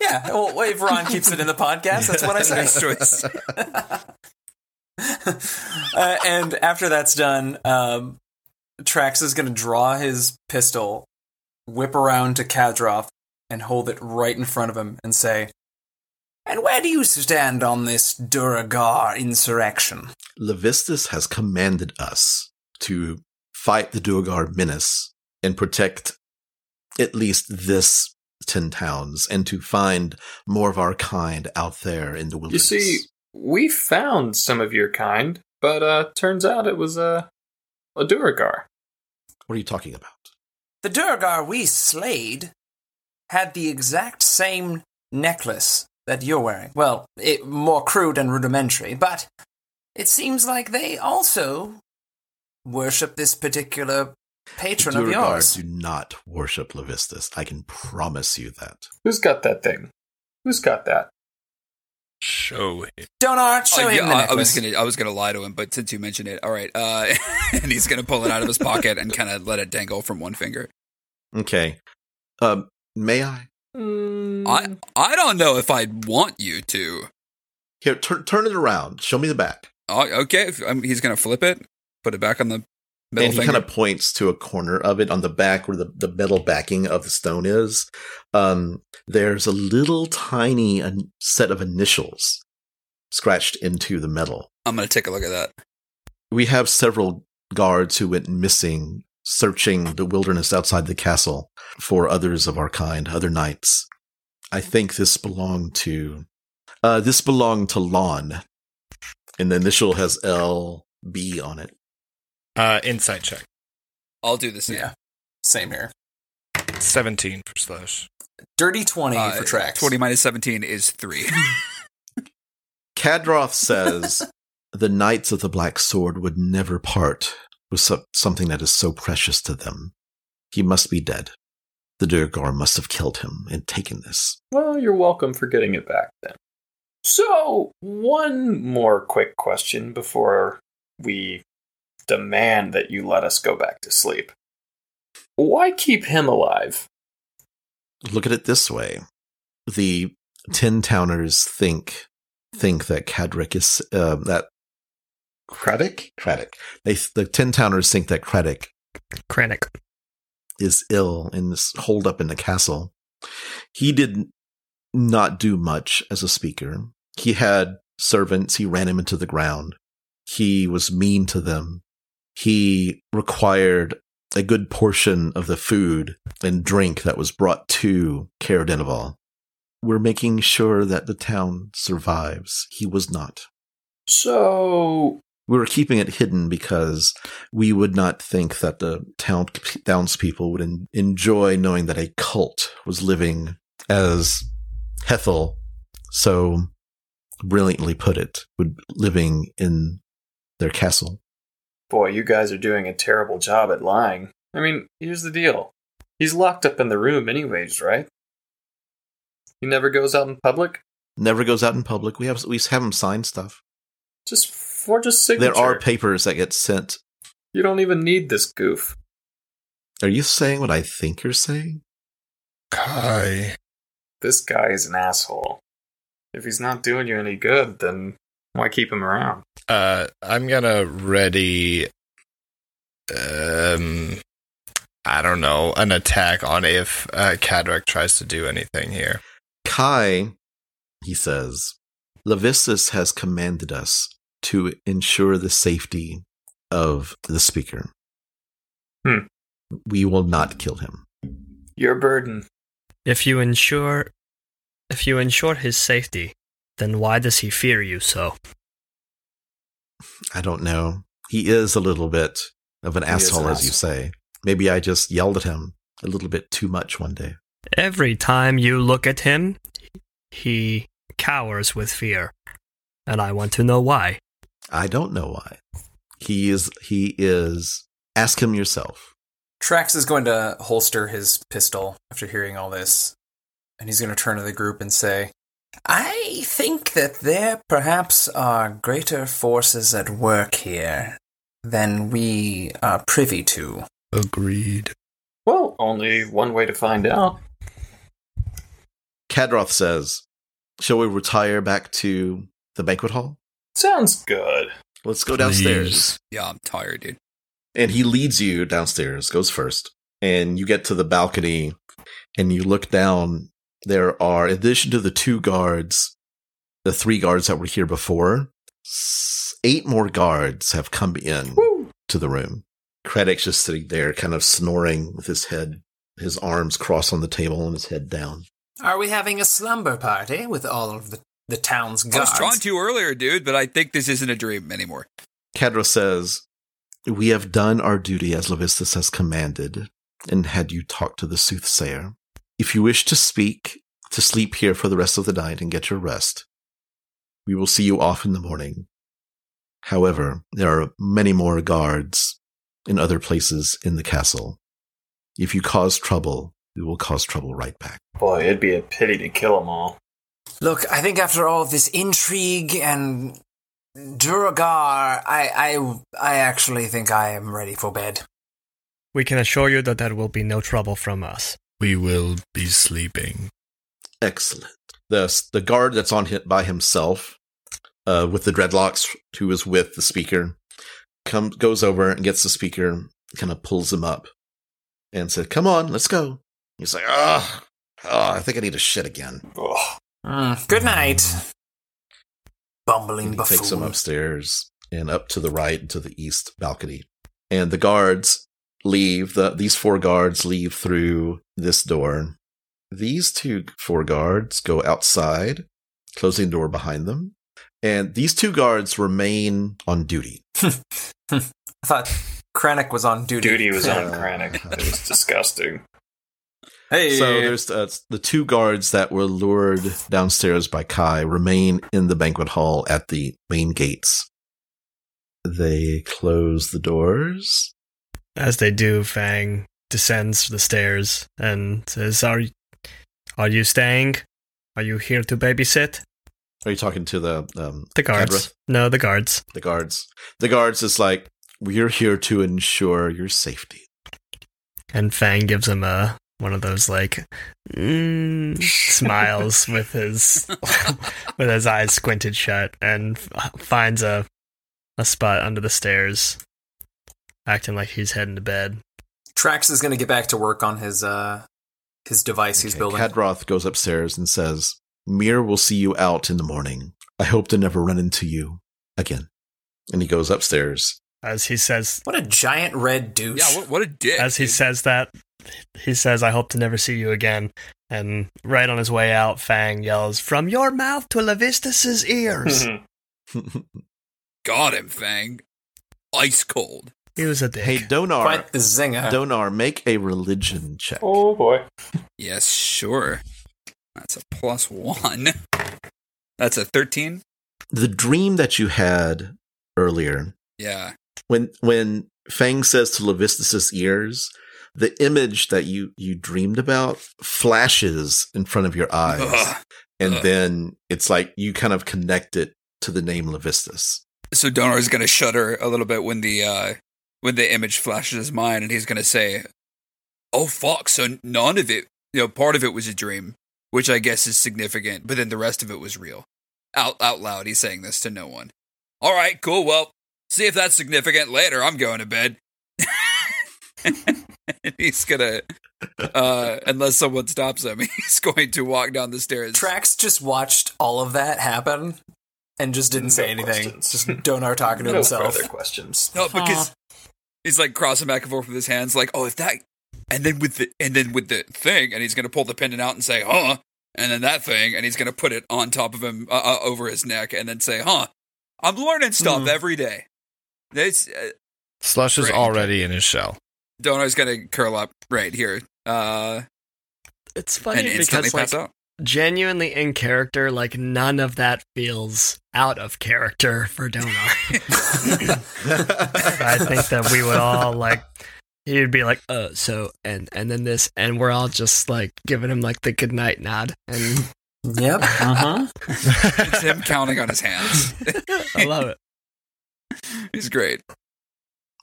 Speaker 3: yeah. Well, if Ron keeps it in the podcast, that's what I say.
Speaker 1: Next choice.
Speaker 3: uh, and after that's done, um, Trax is going to draw his pistol, whip around to Kadroff, and hold it right in front of him and say,
Speaker 8: And where do you stand on this Duragar insurrection?
Speaker 2: Levistus has commanded us to fight the Duergar menace and protect at least this ten towns and to find more of our kind out there in the
Speaker 5: You
Speaker 2: wilderness.
Speaker 5: see, we found some of your kind, but uh, turns out it was uh, a Duragar.
Speaker 2: what are you talking about?
Speaker 8: The Duragar we slayed had the exact same necklace that you're wearing. Well, it, more crude and rudimentary, but it seems like they also worship this particular patron of
Speaker 2: Duergar
Speaker 8: yours.
Speaker 2: do not worship Levistus. I can promise you that.
Speaker 5: Who's got that thing? Who's got that?
Speaker 6: Show him.
Speaker 8: Donar, show
Speaker 1: Oh,
Speaker 8: him
Speaker 1: yeah,
Speaker 8: the
Speaker 1: I, I was
Speaker 8: necklace.
Speaker 1: gonna I was gonna lie to him, but since you mentioned it, all right. Uh, and he's gonna pull it out of his pocket and kind of let it dangle from one finger.
Speaker 2: Okay. Um, may I?
Speaker 1: I
Speaker 8: Mm.
Speaker 1: I don't know if I'd want you to.
Speaker 2: Here, turn turn it around. Show me the back.
Speaker 1: Oh, okay, if- um, he's gonna flip it, put it back on the middle
Speaker 2: and he
Speaker 1: finger.
Speaker 2: kind of points to a corner of it on the back where the, the metal backing of the stone is. Um, there's a little tiny an- set of initials scratched into the metal.
Speaker 1: I'm gonna take a look at that.
Speaker 2: We have several guards who went missing searching the wilderness outside the castle for others of our kind, other knights. I think this belonged to uh, this belonged to Lon. And the initial has L B on it.
Speaker 6: Uh, insight check.
Speaker 1: I'll do the same.
Speaker 3: Yeah. Same here.
Speaker 6: 17 for Slush.
Speaker 3: Dirty 20
Speaker 1: Uh,
Speaker 3: for Trax.
Speaker 1: Twenty minus seventeen is three.
Speaker 2: Kadroth says the Knights of the Black Sword would never part with so- something that is so precious to them. He must be dead. The Durgar must have killed him and taken this.
Speaker 5: Well, you're welcome for getting it back then. So, one more quick question before we demand that you let us go back to sleep. Why keep him alive?
Speaker 2: Look at it this way: the Ten Towners think think that Cadric is uh, that Craddock. Craddock. They the Ten Towners think that Craddock
Speaker 7: Kranich.
Speaker 2: is ill and is holed up in the castle. He did not do much as a speaker. He had servants. He ran him into the ground. He was mean to them. He required a good portion of the food and drink that was brought to Caradenival. We're making sure that the town survives. He was not.
Speaker 5: So,
Speaker 2: We were keeping it hidden because we would not think that the town townspeople would en- enjoy knowing that a cult was living as Hethel so brilliantly put it, would living in their castle.
Speaker 5: boy, you guys are doing a terrible job at lying. I mean, here's the deal he's locked up in the room, anyways, right? He never goes out in public.
Speaker 2: Never goes out in public. We have we have them sign stuff.
Speaker 5: Just forge a signature.
Speaker 2: There are papers that get sent.
Speaker 5: you don't even need this goof.
Speaker 2: Are you saying what I think you're saying?
Speaker 6: Kai.
Speaker 5: this guy is an asshole. If he's not doing you any good, then why keep him around?
Speaker 6: Uh, I'm gonna ready um, I don't know, an attack on if uh, Cadric tries to do anything here.
Speaker 2: Kai, he says, Levisus has commanded us to ensure the safety of the speaker.
Speaker 5: Hmm.
Speaker 2: We will not kill him.
Speaker 5: Your burden.
Speaker 7: If you ensure if you ensure his safety, then why does he fear you so?
Speaker 2: I don't know. He is a little bit of an
Speaker 5: He is
Speaker 2: asshole,
Speaker 5: an
Speaker 2: as you say. Maybe I just yelled at him a little bit too much one day.
Speaker 7: Every time you look at him, he cowers with fear. And I want to know why.
Speaker 2: I don't know why. He is. He is. Ask him yourself.
Speaker 3: Trax is going to holster his pistol after hearing all this, and he's going to turn to the group and say,
Speaker 8: I think that there perhaps are greater forces at work here than we are privy to.
Speaker 6: Agreed.
Speaker 5: Well, only one way to find out.
Speaker 2: Cadroth says, "Shall we retire back to the banquet hall?
Speaker 5: Sounds good.
Speaker 2: Let's go downstairs."
Speaker 1: Yeah, I'm tired, dude.
Speaker 2: and he leads you downstairs goes first and you get to the balcony and you look down there are in addition to the two guards the three guards that were here before s- eight more guards have come in
Speaker 5: Woo.
Speaker 2: to the room Craddock's just sitting there kind of snoring with his head his arms crossed on the table and his head down
Speaker 8: Are we having a slumber party with all of the, the town's
Speaker 1: I
Speaker 8: guards?
Speaker 1: was trying to earlier, dude, but I think this isn't a dream anymore.
Speaker 2: Cadro says we have done our duty as Levistus has commanded and had you talk to the soothsayer if you wish to speak, to sleep here for the rest of the night and get your rest. We will see you off in the morning. However, there are many more guards in other places in the castle. If you cause trouble, we will cause trouble right back.
Speaker 5: Boy, it'd be a pity to kill them all.
Speaker 8: Look, I think after all this intrigue and Duragar, I, I, I actually think I am ready for bed.
Speaker 7: We can assure you that there will be no trouble from us.
Speaker 6: We will be sleeping.
Speaker 2: Excellent. The the guard that's on him by himself, uh, with the dreadlocks, who is with the speaker, comes goes over and gets the speaker, kind of pulls him up, and said, "Come on, let's go." He's like, "Ah, ah, I think I need a shit again."
Speaker 5: Ugh.
Speaker 8: Mm, good night, bumbling
Speaker 2: And he takes him
Speaker 8: buffoon.
Speaker 2: upstairs and up to the right and to the east balcony. And the guards leave. The these four guards leave through this door. These two four guards go outside, closing the door behind them. And these two guards remain on duty.
Speaker 3: I thought Kranich was on duty.
Speaker 5: Duty was on
Speaker 2: Yeah.
Speaker 5: Kranich. It was disgusting.
Speaker 3: Hey,
Speaker 2: So there's uh, the two guards that were lured downstairs by Kai remain in the banquet hall at the main gates. They close the doors.
Speaker 7: As they do, Fang descends the stairs and says, "Are are you staying? Are you here to babysit
Speaker 2: Are you talking to the um,
Speaker 7: the guards?
Speaker 2: Cadra?
Speaker 7: No, the guards.
Speaker 2: The guards. The guards is like, we're here to ensure your safety.
Speaker 7: And Fang gives him a one of those like mm, smiles with his with his eyes squinted shut, and f- finds a a spot under the stairs, acting like he's heading to bed.
Speaker 3: Trax is going to get back to work on his uh his device he's
Speaker 2: Okay,
Speaker 3: building.
Speaker 2: Cadroth goes upstairs and says, Mir will see you out in the morning. I hope to never run into you again. And he goes upstairs.
Speaker 7: As he says,
Speaker 3: what a giant red douche!
Speaker 1: Yeah, what, what a dick.
Speaker 7: as he
Speaker 1: dude.
Speaker 7: says that, he says, "I hope to never see you again." And right on his way out, Fang yells, "From your mouth to Levistus's ears."
Speaker 5: Mm-hmm.
Speaker 1: got him, Fang. Ice cold.
Speaker 7: he was a dick.
Speaker 2: hey, Donar,
Speaker 3: Quite the zinger.
Speaker 2: Donar, make a religion check.
Speaker 5: oh boy.
Speaker 1: Yes, sure. That's a plus one. That's a 13?
Speaker 2: The dream that you had earlier
Speaker 1: Yeah.
Speaker 2: when when Fang says to Levistus's ears, the image that you you dreamed about flashes in front of your eyes,
Speaker 1: Ugh.
Speaker 2: and
Speaker 1: Ugh.
Speaker 2: then it's like you kind of connect it to the name Levistus.
Speaker 1: So Donor's going to shudder a little bit when the uh, when the image flashes his mind and he's going to say, "Oh fuck, so none of it, you know, part of it was a dream, which I guess is significant, but then the rest of it was real." Out out loud he's saying this to no one. All right, cool. Well, see if that's significant later. I'm going to bed. and he's gonna, uh, unless someone stops him, he's going to walk down the stairs.
Speaker 3: Trax just watched all of that happen and just didn't say
Speaker 5: No
Speaker 3: anything.
Speaker 5: questions.
Speaker 3: Just Donar talking to
Speaker 5: No
Speaker 3: himself.
Speaker 5: further questions.
Speaker 1: no, because he's like crossing back and forth with his hands, like, oh, if that, and then with the, and then with the thing, and he's gonna pull the pendant out and say, huh, and then that thing, and he's gonna put it on top of him, uh, uh, over his neck, and then say, huh, I'm learning stuff
Speaker 3: Mhm.
Speaker 1: every day. It's, uh,
Speaker 6: Slush is
Speaker 1: Right.
Speaker 6: already in his shell.
Speaker 1: Donar's gonna curl up right here, uh,
Speaker 7: It's funny
Speaker 1: and instantly
Speaker 7: because like
Speaker 1: pass out.
Speaker 7: genuinely in character, like none of that feels out of character for Donar. I think that we would all like he'd be like, uh, so and and then this, and we're all just like giving him like the goodnight nod, and
Speaker 8: Yep. Uh huh.
Speaker 1: It's him counting on his hands.
Speaker 7: I love it.
Speaker 1: He's great.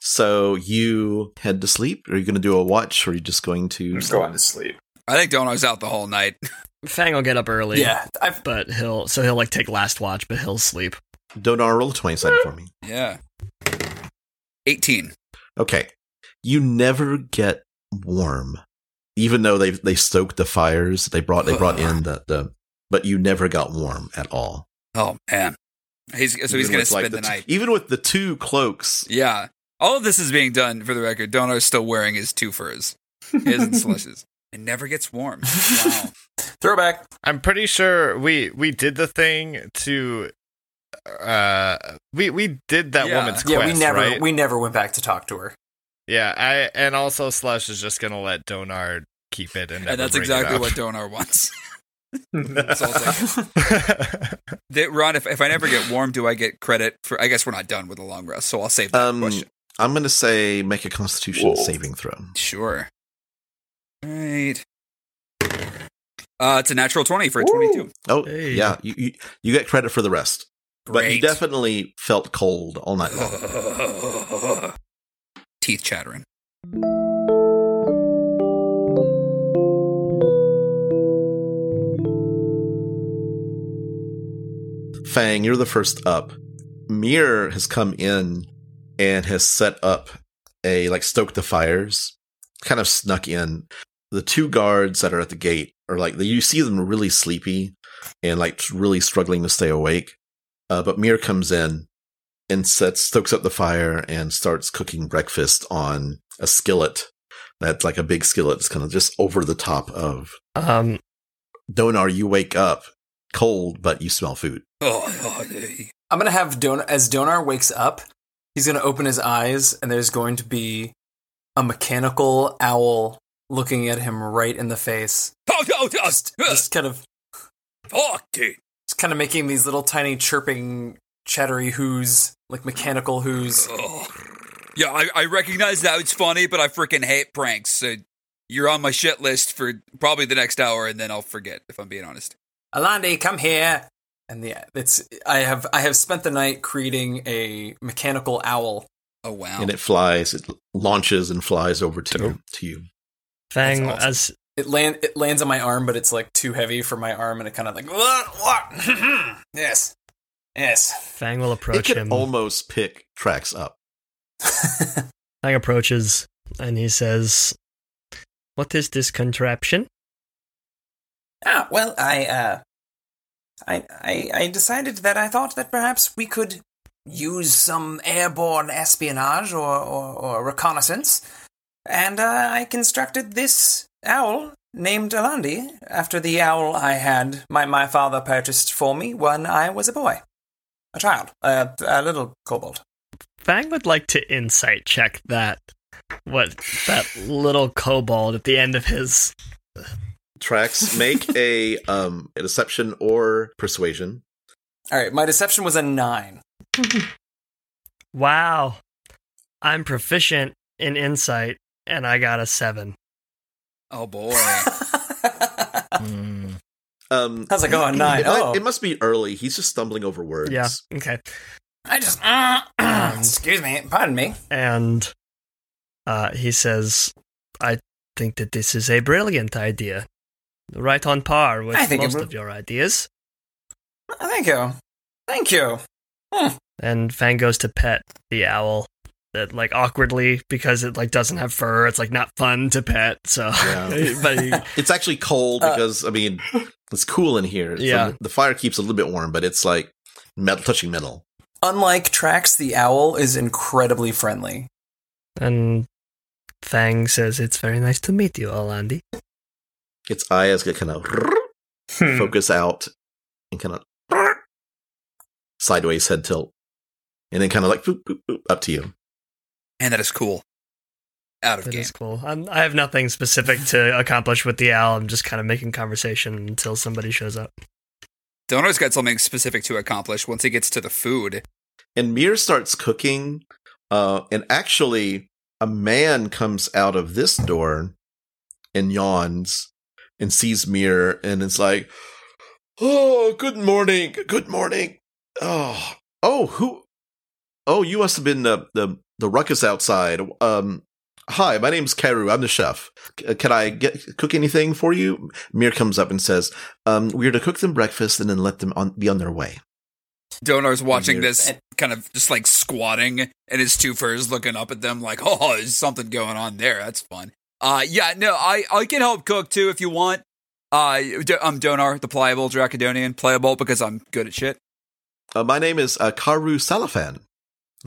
Speaker 2: So you head to sleep? Are you going to do a watch? Or are you just going to?
Speaker 5: I'm going to sleep.
Speaker 1: I think Donar's out the whole night.
Speaker 7: Fang will get up early,
Speaker 3: Yeah. I've,
Speaker 7: but he'll so he'll like take last watch, but he'll sleep.
Speaker 2: Donar roll a twenty side for me.
Speaker 1: Yeah. 18.
Speaker 2: Okay. You never get warm, even though they they stoked the fires. They brought they brought in the, the but you never got warm at all.
Speaker 1: Oh, man. He's So he's going
Speaker 2: Even
Speaker 1: to
Speaker 2: with,
Speaker 1: spend the,
Speaker 2: like, t-
Speaker 1: night.
Speaker 2: even with the two cloaks.
Speaker 1: yeah. All of this is being done for the record. Donar's still wearing his two furs, his and Celeste's. It never gets warm. Wow.
Speaker 3: throwback.
Speaker 6: I'm pretty sure we we did the thing to uh we we did that
Speaker 1: Yeah.
Speaker 6: woman's
Speaker 3: Yeah,
Speaker 6: quest,
Speaker 3: we never
Speaker 6: right?
Speaker 3: we never went back to talk to her.
Speaker 6: yeah, I and also Slush is just gonna let Donar keep it and,
Speaker 1: and that's exactly what Donar wants.
Speaker 5: Hmm.
Speaker 6: that's
Speaker 1: all it's That- Ron, if, if I never get warm, do I get credit for. I guess we're not done with the long rest, so I'll save that
Speaker 2: Um,
Speaker 1: question.
Speaker 2: I'm going to say make a Constitution
Speaker 5: Whoa.
Speaker 2: saving throw.
Speaker 1: Sure. Right. Uh, it's a natural 20 for a
Speaker 5: Woo.
Speaker 1: 22.
Speaker 2: Oh
Speaker 7: Hey.
Speaker 2: yeah, you, you you get credit for the rest, but
Speaker 1: Great.
Speaker 2: you definitely felt cold all night long.
Speaker 1: Teeth chattering.
Speaker 2: Fang, you're the first up. Mir has come in and has set up a like stoked the fires, kind of snuck in. The two guards that are at the gate are like you see them really sleepy and like really struggling to stay awake. Uh, but Mir comes in and sets stokes up the fire and starts cooking breakfast on a skillet that's like a big skillet. It's kind of just over the top of
Speaker 7: Um,
Speaker 2: Donar. You wake up cold, but you smell food.
Speaker 1: Oh, oh, eh.
Speaker 3: I'm gonna have Don as Donar wakes up, he's gonna open his eyes and there's going to be a mechanical owl looking at him right in the face.
Speaker 1: oh, oh, oh,
Speaker 3: Just, just kind of
Speaker 1: fuck, dude.
Speaker 3: just kind of making these little tiny chirping chattery whoos, like mechanical whoos.
Speaker 1: Oh. Yeah, I, I recognize that it's funny, but I freaking hate pranks. So you're on my shit list for probably the next hour, and then I'll forget if I'm being honest.
Speaker 3: Alandi, come here. And the it's I have I have spent the night creating a mechanical owl.
Speaker 1: Oh wow.
Speaker 2: and it flies it launches and flies over to
Speaker 6: Dope.
Speaker 2: to you
Speaker 7: Fang
Speaker 3: That's awesome.
Speaker 7: as
Speaker 3: It land it lands on my arm, but it's like too heavy for my arm, and it kind of like what? what? yes, yes.
Speaker 7: Fang will
Speaker 2: it
Speaker 7: approach
Speaker 2: can
Speaker 7: him.
Speaker 2: almost pick tracks up
Speaker 7: Fang approaches and he says, "What is this contraption?"
Speaker 8: Ah, well, I, uh, I, I, I decided that I thought that perhaps we could use some airborne espionage or, or, or reconnaissance, and uh, I constructed this owl named Alandi after the owl I had my, my father purchased for me when I was a boy, a child, a, a little kobold.
Speaker 7: Fang would like to insight check that what that little kobold at the end of his
Speaker 2: tracks make a um a deception or persuasion
Speaker 3: All right, my deception was a nine.
Speaker 7: wow. I'm proficient in insight, and I got a seven.
Speaker 1: oh boy.
Speaker 6: Mm.
Speaker 2: um
Speaker 3: How's it going? Nine.
Speaker 2: it, might-
Speaker 3: Oh.
Speaker 2: it must be early he's just stumbling over words
Speaker 7: Yeah. Okay.
Speaker 8: I just uh, excuse me,
Speaker 3: Pardon me.
Speaker 7: and uh, he says, "I think that this is a brilliant idea, right on par with
Speaker 8: I think it
Speaker 7: most
Speaker 8: will-
Speaker 7: of your ideas."
Speaker 3: Thank you, thank you.
Speaker 7: And Fang goes to pet the owl that like awkwardly because it like doesn't have fur. It's like not fun to pet. So,
Speaker 2: Yeah.
Speaker 7: but he-
Speaker 2: It's actually cold
Speaker 3: Uh,
Speaker 2: because I mean it's cool in here. It's-
Speaker 7: Yeah.
Speaker 2: the fire keeps a little bit warm, but it's like metal touching metal.
Speaker 3: Unlike Trax, the owl is incredibly friendly.
Speaker 7: and Fang says it's very nice to meet you, Alandi.
Speaker 2: Its eyes get kind of
Speaker 7: Hmm.
Speaker 2: focus out and kind of sideways head tilt, and then kind of like boop, boop, boop, up to you.
Speaker 1: and that is cool. Out of
Speaker 7: That
Speaker 1: game.
Speaker 7: is cool. I'm, I have nothing specific to accomplish with the owl. I'm just kind of making conversation until somebody shows up.
Speaker 1: Donor's got something specific to accomplish once he gets to the food.
Speaker 2: And Mir starts cooking, uh, and actually a man comes out of this door and yawns and sees Mir and it's like, "Oh, good morning, good morning." Oh, oh, who? Oh, you must have been the the the ruckus outside. Um, hi, my name's Karu. I'm the chef. C- uh, can I get cook anything for you? Mir comes up and says, um, "We're to cook them breakfast and then let them on be on their way."
Speaker 1: Donar's watching
Speaker 2: Weird.
Speaker 1: this, kind of just like squatting, and his two furs looking up at them like, "Oh, there's something going on there. That's fun." Uh, yeah, no, I I can help cook too if you want. Uh, D- I'm Donar, the pliable Dracodonian, playable because I'm good at shit.
Speaker 2: Uh, my name is uh, Karu Salafan.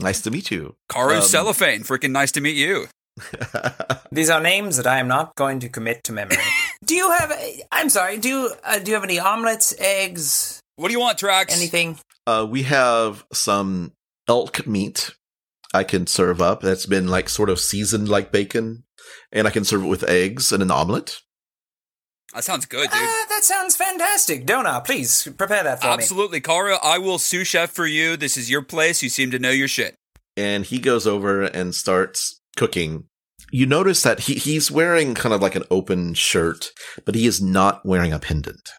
Speaker 2: Nice to meet you.
Speaker 1: Karu
Speaker 2: Um,
Speaker 1: Cellophane, freaking nice to meet you.
Speaker 8: These are names that I am not going to commit to memory. do you have? a- I'm sorry. Do you, uh, do you have any omelets, eggs,
Speaker 1: What do you want, Trax?
Speaker 8: anything?
Speaker 2: uh, we have some elk meat I can serve up that's been like sort of seasoned like bacon, and I can serve it with eggs and an omelet.
Speaker 1: That sounds good, dude.
Speaker 8: Ah, that sounds fantastic. Dona, please prepare that for me.
Speaker 1: Absolutely, Karu. I will sous chef for you. This is your place. You seem to know your shit.
Speaker 2: And he goes over and starts cooking. You notice that he, he's wearing kind of like an open shirt, but he is not wearing a pendant.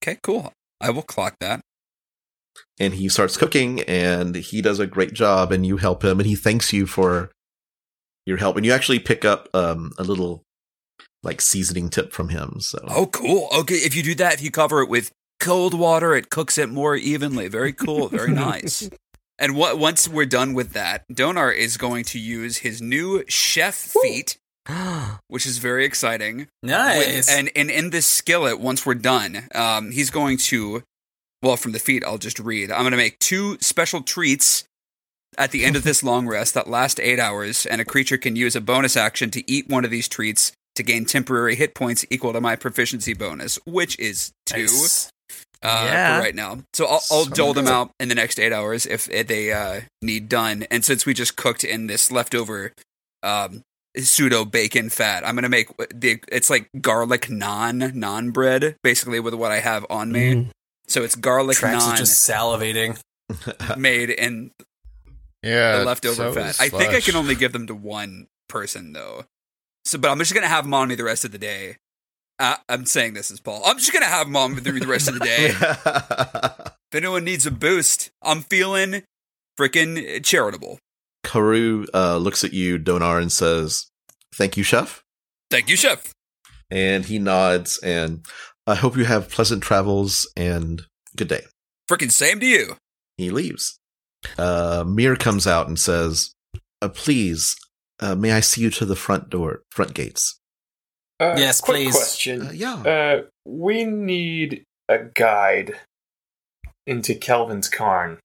Speaker 1: Okay, cool. I will clock that.
Speaker 2: And he starts cooking and he does a great job, and you help him, and he thanks you for your help. And you actually pick up um, a little like seasoning tip from him. So
Speaker 1: Oh, cool. Okay, if you do that, if you cover it with cold water, it cooks it more evenly. Very cool. Very nice. And what once we're done with that, Donar is going to use his new chef feat, which is very exciting.
Speaker 8: Nice.
Speaker 1: With- and and in this skillet, once we're done, um, he's going to, well, from the feet, I'll just read. I'm going to make two special treats at the end of this long rest that last eight hours, and a creature can use a bonus action to eat one of these treats to gain temporary hit points equal to my proficiency bonus, which is two
Speaker 8: Nice.
Speaker 1: uh,
Speaker 7: Yeah.
Speaker 1: for right now. So I'll, I'll dole them out in the next eight hours if they uh, need done. And since we just cooked in this leftover um, pseudo bacon fat, I'm gonna make the it's like garlic naan naan bread basically with what I have on me.
Speaker 7: Mm.
Speaker 1: So it's garlic
Speaker 3: Trax
Speaker 1: naan
Speaker 3: is just salivating.
Speaker 1: made in
Speaker 6: Yeah,
Speaker 1: the leftover fat. I think I can only give them to one person though. So, but I'm just gonna have them on me the rest of the day. Uh, I'm saying this as Paul. I'm just gonna have them on me the rest of the day. If anyone needs a boost, I'm feeling freaking charitable.
Speaker 2: Karu uh, looks at you, Donar, and says, "Thank you, chef."
Speaker 1: Thank you, chef.
Speaker 2: And he nods, and I hope you have pleasant travels and good day.
Speaker 1: Freaking same to you.
Speaker 2: He leaves. Uh, Mir comes out and says, uh, "Please, uh, may I see you to the front door, front gates?"
Speaker 5: Uh,
Speaker 8: Yes,
Speaker 5: quick
Speaker 8: please.
Speaker 2: Uh,
Speaker 5: Question.
Speaker 2: yeah.
Speaker 5: Uh, we need a guide into Kelvin's Karn.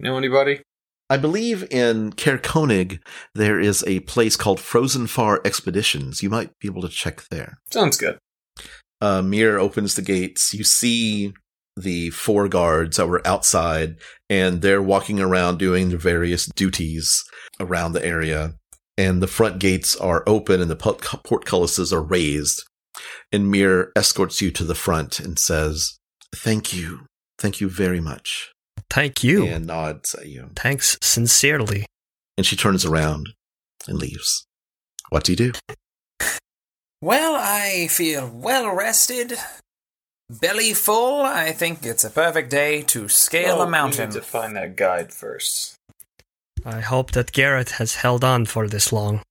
Speaker 5: Know anybody?
Speaker 2: I believe in Kerr Koenig there is a place called Frozen Far Expeditions. You might be able to check there.
Speaker 5: Sounds good.
Speaker 2: uh, Mir opens the gates. You see the four guards that were outside, and they're walking around doing their various duties around the area. And the front gates are open, and the port- portcullises are raised. And Mir escorts you to the front and says, "Thank you, thank you very much,"
Speaker 7: Thank you.
Speaker 2: and nods at you.
Speaker 7: Thanks sincerely.
Speaker 2: And she turns around and leaves. What do you do?
Speaker 8: Well, I feel well rested, belly full. I think it's a perfect day to scale
Speaker 5: Well,
Speaker 8: a
Speaker 5: Oh, we
Speaker 8: mountain.
Speaker 5: need to find that guide first.
Speaker 7: I hope that Garrett has held on for this long.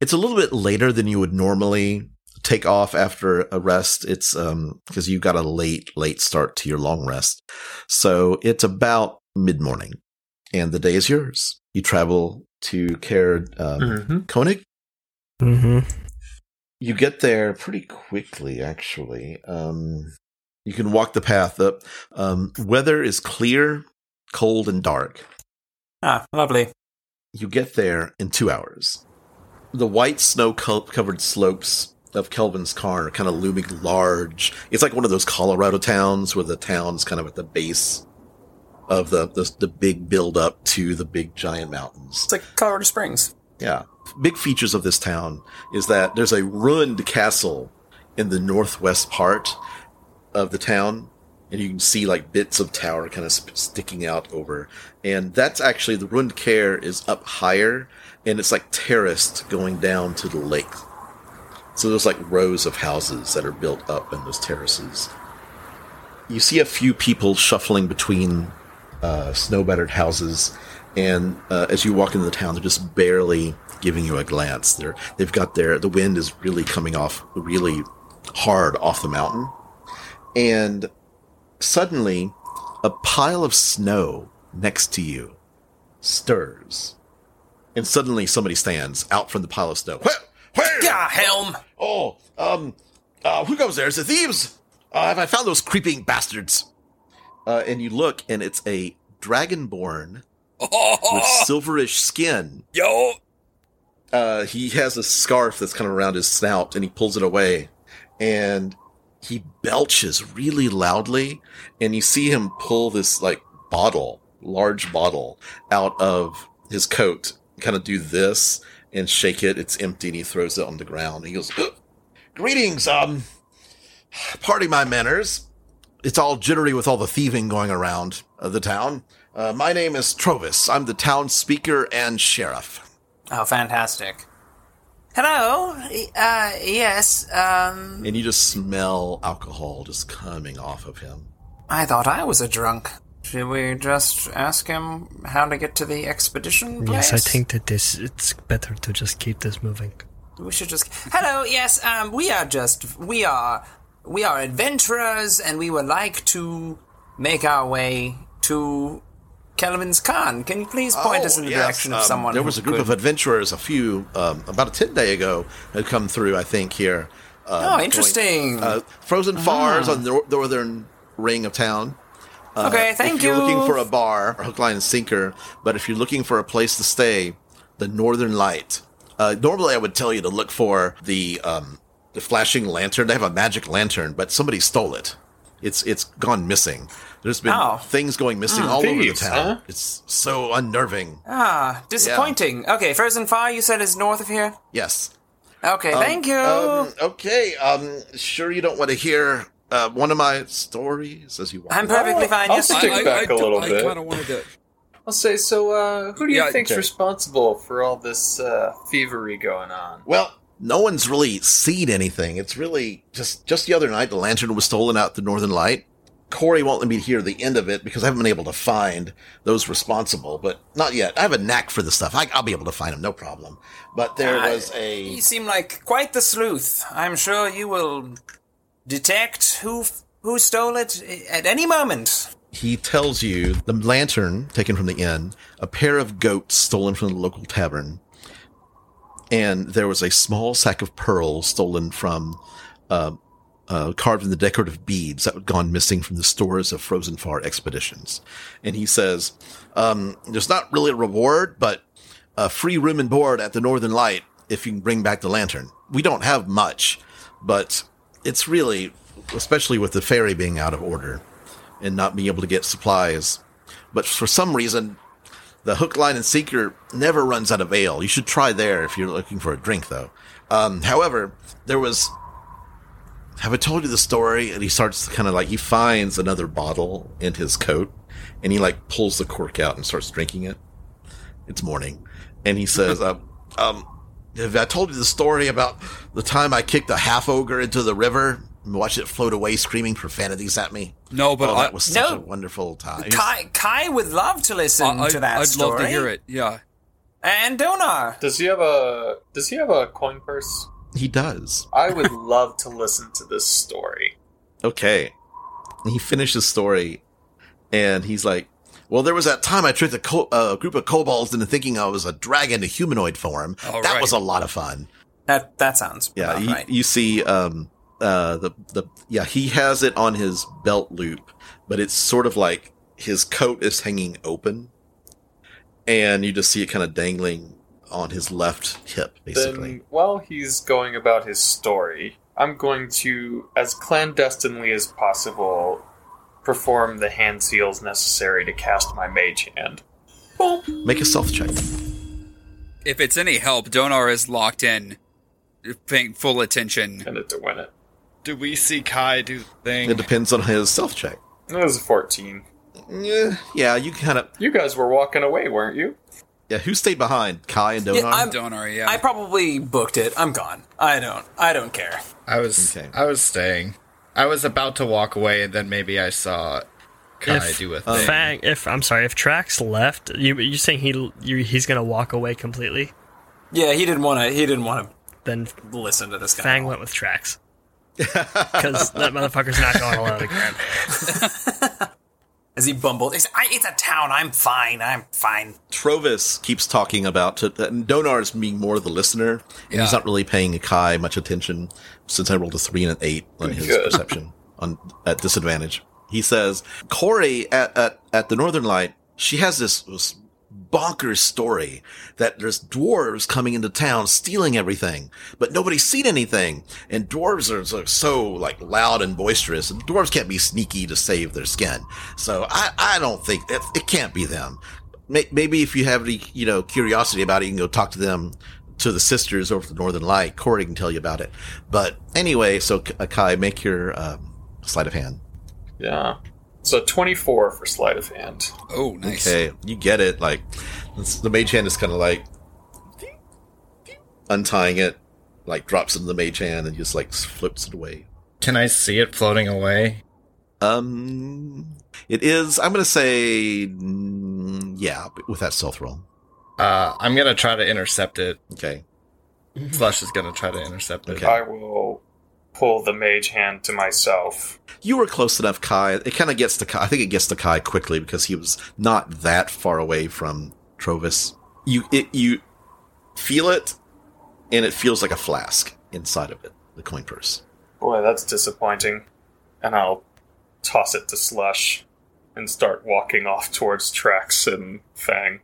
Speaker 2: it's a little bit later than you would normally take off after a rest. It's um because you got a late late start to your long rest, so it's about mid morning, and the day is yours. You travel to Care um,
Speaker 5: Mhm.
Speaker 2: Koenig.
Speaker 7: Mm-hmm.
Speaker 2: You get there pretty quickly, actually. Um, you can walk the path up. Um, weather is clear, cold, and dark.
Speaker 3: Ah, lovely.
Speaker 2: You get there in two hours. The white snow co- covered slopes of Kelvin's car are kind of looming large. It's like one of those Colorado towns where the town's kind of at the base of the, the, the big build up to the big giant mountains.
Speaker 3: It's like Colorado Springs.
Speaker 2: Yeah. Big features of this town is that there's a ruined castle in the northwest part of the town, and you can see like bits of tower kind of sp- sticking out over. And that's actually the ruined care is up higher, and it's like terraced going down to the lake. So there's like rows of houses that are built up in those terraces. You see a few people shuffling between uh, snow battered houses. And uh, as you walk into the town, they're just barely giving you a glance. They're, they've got their, the wind is really coming off really hard off the mountain. And suddenly, a pile of snow next to you stirs. And suddenly, somebody stands out from the pile of snow. Where? Where?
Speaker 8: Gah, Helm!
Speaker 2: Oh, um, uh, who goes there? Is it thieves? Uh, have I found those creeping bastards? Uh, and you look, and it's a dragonborn with silverish skin.
Speaker 1: yo,
Speaker 2: Uh, he has a scarf that's kind of around his snout, and he pulls it away, and he belches really loudly, and you see him pull this like bottle, large bottle, out of his coat, kind of do this and shake it. It's empty, and he throws it on the ground. He goes, "Greetings, um, party my manners. It's all jittery with all the thieving going around uh, the town. Uh, my name is Trovis. I'm the town speaker and sheriff."
Speaker 8: Oh, fantastic. Hello. Uh, yes. Um,
Speaker 2: and you just smell alcohol just coming off of him.
Speaker 8: I thought I was a drunk. Should we just ask him how to get to the expedition place?
Speaker 7: Yes, I think that this it's better to just keep this moving.
Speaker 8: we should just. Hello. Yes. Um, we are just. We are. We are adventurers, and we would like to make our way to Kelvin's Khan. Can you please point us in the direction of someone?
Speaker 2: Oh, um, There
Speaker 8: who
Speaker 2: was a group
Speaker 8: could-
Speaker 2: of adventurers a few um, about a ten day ago had come through. I think here. Uh,
Speaker 8: Oh, interesting. Ah.
Speaker 2: Going, uh, frozen Fars on the nor- northern ring of town.
Speaker 8: okay, thank
Speaker 2: if you're
Speaker 8: you.
Speaker 2: looking for a bar, or hook, line, and sinker. But if you're looking for a place to stay, the Northern Light. Uh, normally, I would tell you to look for the um, the flashing lantern. They have a magic lantern, but somebody stole it. It's it's gone missing. There's been
Speaker 8: Oh.
Speaker 2: things going missing all
Speaker 5: thieves,
Speaker 2: over the town. It's so unnerving.
Speaker 8: ah, disappointing. Okay, Frozen Fire. You said is north of here.
Speaker 2: Yes.
Speaker 8: Okay, thank you.
Speaker 2: Um, okay. Um, sure, you don't want to hear uh, one of my stories as you walk.
Speaker 8: I'm perfectly
Speaker 5: I'll-
Speaker 8: fine.
Speaker 5: Oh, I'll
Speaker 8: yes,
Speaker 5: stick
Speaker 8: I-
Speaker 5: back
Speaker 1: a
Speaker 5: a little bit.
Speaker 1: kind of wanted to.
Speaker 5: I'll say, so uh, who do you
Speaker 1: Yeah,
Speaker 5: think's
Speaker 2: okay.
Speaker 5: responsible for all this uh, thievery going on?
Speaker 2: Well, no one's really seen anything. It's really just just the other night the lantern was stolen out the northern light. Corey won't let me hear the end of it because I haven't been able to find those responsible, but not yet. I have a knack for this stuff. I, I'll be able to find them, no problem. But there
Speaker 8: I-
Speaker 2: was a
Speaker 8: You seem like quite the sleuth. I'm sure you will detect who who stole it at any moment.
Speaker 2: he tells you the lantern taken from the inn, a pair of goats stolen from the local tavern, and there was a small sack of pearls stolen from, uh, uh, carved in the decorative beads that had gone missing from the stores of Frozen Far expeditions. And he says, um, "There's not really a reward, but a free room and board at the Northern Light if you can bring back the lantern. We don't have much, but it's really, especially with the ferry being out of order." and not being able to get supplies. But for some reason, the hook, line, and sinker never runs out of ale. You should try there if you're looking for a drink, though. Um, however, there was. Have I told you the story? And he starts to kind of like he finds another bottle in his coat, and he like pulls the cork out and starts drinking it. It's morning, and he says, uh, "Um, have I told you the story about the time I kicked a half ogre into the river and watched it float away, screaming profanities at me?"
Speaker 1: Uh, No, but
Speaker 2: oh,
Speaker 1: I,
Speaker 2: that was such
Speaker 8: No.
Speaker 2: a wonderful time.
Speaker 8: Kai Kai would love to listen
Speaker 1: I,
Speaker 8: to that
Speaker 1: would
Speaker 8: story.
Speaker 1: love to hear it. Yeah.
Speaker 8: And Donar.
Speaker 5: Does he have a Does he have a coin purse?
Speaker 2: He does.
Speaker 5: I would love to listen to this story.
Speaker 2: Okay. And He finishes story, and he's like, Well, there was that time I tricked a co- uh, group of kobolds into thinking I was a dragon in a humanoid form.
Speaker 1: All
Speaker 2: that
Speaker 1: right.
Speaker 2: was a lot of fun.
Speaker 8: That that sounds
Speaker 2: Yeah,
Speaker 8: about
Speaker 2: you,
Speaker 8: right.
Speaker 2: you see, um, uh, the the yeah, he has it on his belt loop, but it's sort of like his coat is hanging open, and you just see it kind of dangling on his left hip, basically.
Speaker 5: Then, while he's going about his story, I'm going to, as clandestinely as possible, perform the hand seals necessary to cast my mage hand.
Speaker 2: Make a stealth check.
Speaker 1: If it's any help, Donar is locked in, paying full attention.
Speaker 5: Intended to win it.
Speaker 6: Do we see Kai do the
Speaker 2: It
Speaker 6: thing?
Speaker 2: depends on his stealth check.
Speaker 5: That was a 14.
Speaker 2: Yeah, yeah, you kind of
Speaker 5: You guys were walking away, weren't you?
Speaker 2: yeah. Who stayed behind? Kai and Donar.
Speaker 8: Yeah, I'm-
Speaker 1: Donar, yeah.
Speaker 8: I probably booked it. I'm gone. I don't. I don't care.
Speaker 6: I was
Speaker 2: Okay.
Speaker 6: I was staying. I was about to walk away, and then maybe I saw Kai
Speaker 7: If-
Speaker 3: uh,
Speaker 6: do a thing.
Speaker 7: Fang, if I'm sorry, if Trax left, you you saying he you, he's gonna walk away completely?
Speaker 8: Yeah, he didn't want to. He didn't want
Speaker 7: Then
Speaker 8: to listen to this guy.
Speaker 7: Fang went with Trax because that motherfucker's not going alone again.
Speaker 8: As he bumbled, he's, I, "It's a town. I'm fine. I'm fine."
Speaker 2: Trovis keeps talking about to, uh, Donar is being more the listener, and
Speaker 1: Yeah.
Speaker 2: he's not really paying Kai much attention since I rolled a three and an eight on his
Speaker 5: Good.
Speaker 2: perception on at disadvantage. He says, "Corey at at, at the Northern Light, she has this, this bonkers story that there's dwarves coming into town stealing everything, but nobody's seen anything. And dwarves are so, so like loud and boisterous, and dwarves can't be sneaky to save their skin. So I I don't think it, it can't be them." May- maybe if you have any, you know, curiosity about it, you can go talk to them, to the sisters over at the Northern Light. Corey can tell you about it. But anyway, so K- Kai, make your um, sleight of hand.
Speaker 5: Yeah. So 24 for sleight of hand.
Speaker 1: oh, nice.
Speaker 2: Okay, you get it. Like it's- the mage hand is kind of like untying it, like drops into the mage hand and just like floats it away.
Speaker 6: Can I see it floating away?
Speaker 2: Um, it is. I'm gonna say mm, yeah with that stealth roll.
Speaker 6: Uh, I'm gonna try to intercept it.
Speaker 2: Okay.
Speaker 6: Flush is gonna try to intercept it.
Speaker 2: Okay.
Speaker 5: I will pull the mage hand to myself.
Speaker 2: You were close enough, Kai. It kind of gets to Kai. I think it gets to Kai quickly because he was not that far away from Trovis. You it, you feel it, and it feels like a flask inside of it, the coin purse.
Speaker 5: Boy, that's disappointing. And I'll toss it to Slush and start walking off towards Trax and Fang.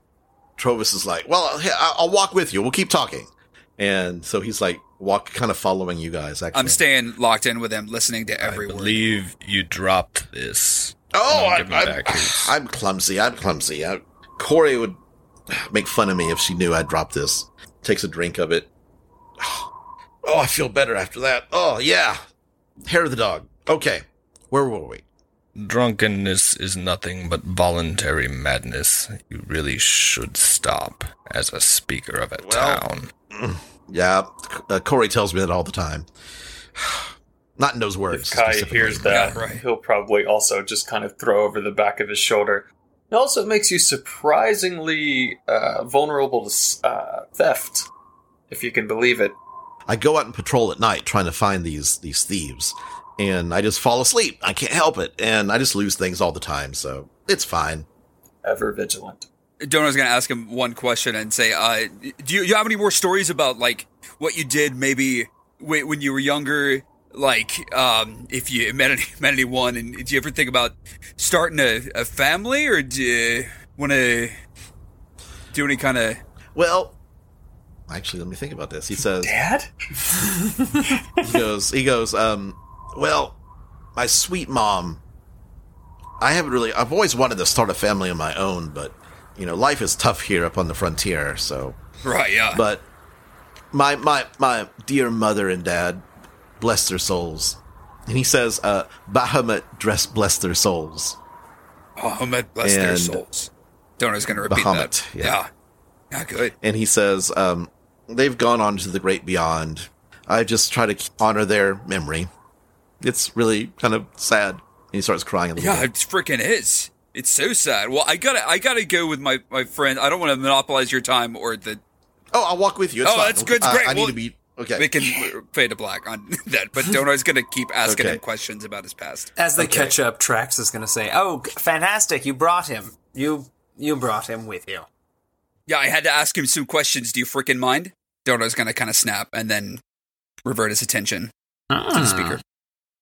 Speaker 2: Trovis is like, "Well, hey, I- I'll walk with you. We'll keep talking." And so he's like, walk, kind of following you guys. Actually,
Speaker 1: I'm staying locked in with him, listening to
Speaker 6: I
Speaker 1: every word.
Speaker 6: believe you dropped this.
Speaker 2: Oh,
Speaker 6: I'll
Speaker 2: I,
Speaker 6: give it
Speaker 2: am
Speaker 6: back. It's-
Speaker 2: I'm clumsy. I'm clumsy. I, Corey would make fun of me if she knew I dropped this. Takes a drink of it. Oh, I feel better after that. Oh, yeah. Hair of the dog. Okay. Where were we?
Speaker 6: Drunkenness is nothing but voluntary madness. You really should stop as a speaker of a
Speaker 2: Well-
Speaker 6: town.
Speaker 2: Yeah. Uh, Corey tells me that all the time. Not in those words.
Speaker 5: If Kai
Speaker 2: specifically.
Speaker 5: hears that,
Speaker 1: Yeah, right.
Speaker 5: he'll probably also just kind of throw over the back of his shoulder. It also makes you surprisingly uh, vulnerable to s- uh, theft, if you can believe it.
Speaker 2: I go out and patrol at night trying to find these these thieves, and I just fall asleep. I can't help it, and I just lose things all the time. So it's fine.
Speaker 5: Ever vigilant.
Speaker 1: Donar's going to ask him one question and say, uh, do, you, you have any more stories about, like, what you did maybe wh- when you were younger? Like, um, if you met, any, met anyone, and do you ever think about starting a, a family, or do you want to do any kind of...
Speaker 2: Well, actually, let me think about this. He says.
Speaker 5: Dad?
Speaker 2: he goes he goes um well my sweet mom i haven't really i've always wanted to start a family of my own but you know life is tough here up on the frontier so
Speaker 1: Right, yeah.
Speaker 2: but my my my dear mother and dad bless their souls and he says uh bahamut dress bless their souls
Speaker 1: Bahamut Oh, bless their
Speaker 2: And-
Speaker 1: souls. Donar's going to repeat that.
Speaker 2: Bahamut, yeah.
Speaker 1: yeah. Not good.
Speaker 2: and he says um they've gone on to the great beyond i just try to honor their memory it's really kind of sad and he starts crying a little
Speaker 1: Yeah,
Speaker 2: bit
Speaker 1: it freaking is. It's so sad. Well, I gotta, I gotta go with my my friend. I don't want to monopolize your time or the.
Speaker 2: Oh, I'll walk with you. It's
Speaker 1: Oh,
Speaker 2: fine.
Speaker 1: that's good. It's
Speaker 2: I-
Speaker 1: great.
Speaker 2: I, need
Speaker 1: Well,
Speaker 2: to be okay.
Speaker 1: We can fade to black on that, but Donar's gonna keep asking
Speaker 2: Okay.
Speaker 1: him questions about his past.
Speaker 8: As they catch up, Trax is going to say, "Oh, g- fantastic! You brought him."
Speaker 3: You you brought him with you.
Speaker 1: Yeah, I had to ask him some questions. Do you freaking mind? Dodo's gonna kind of snap and then revert his attention to the speaker.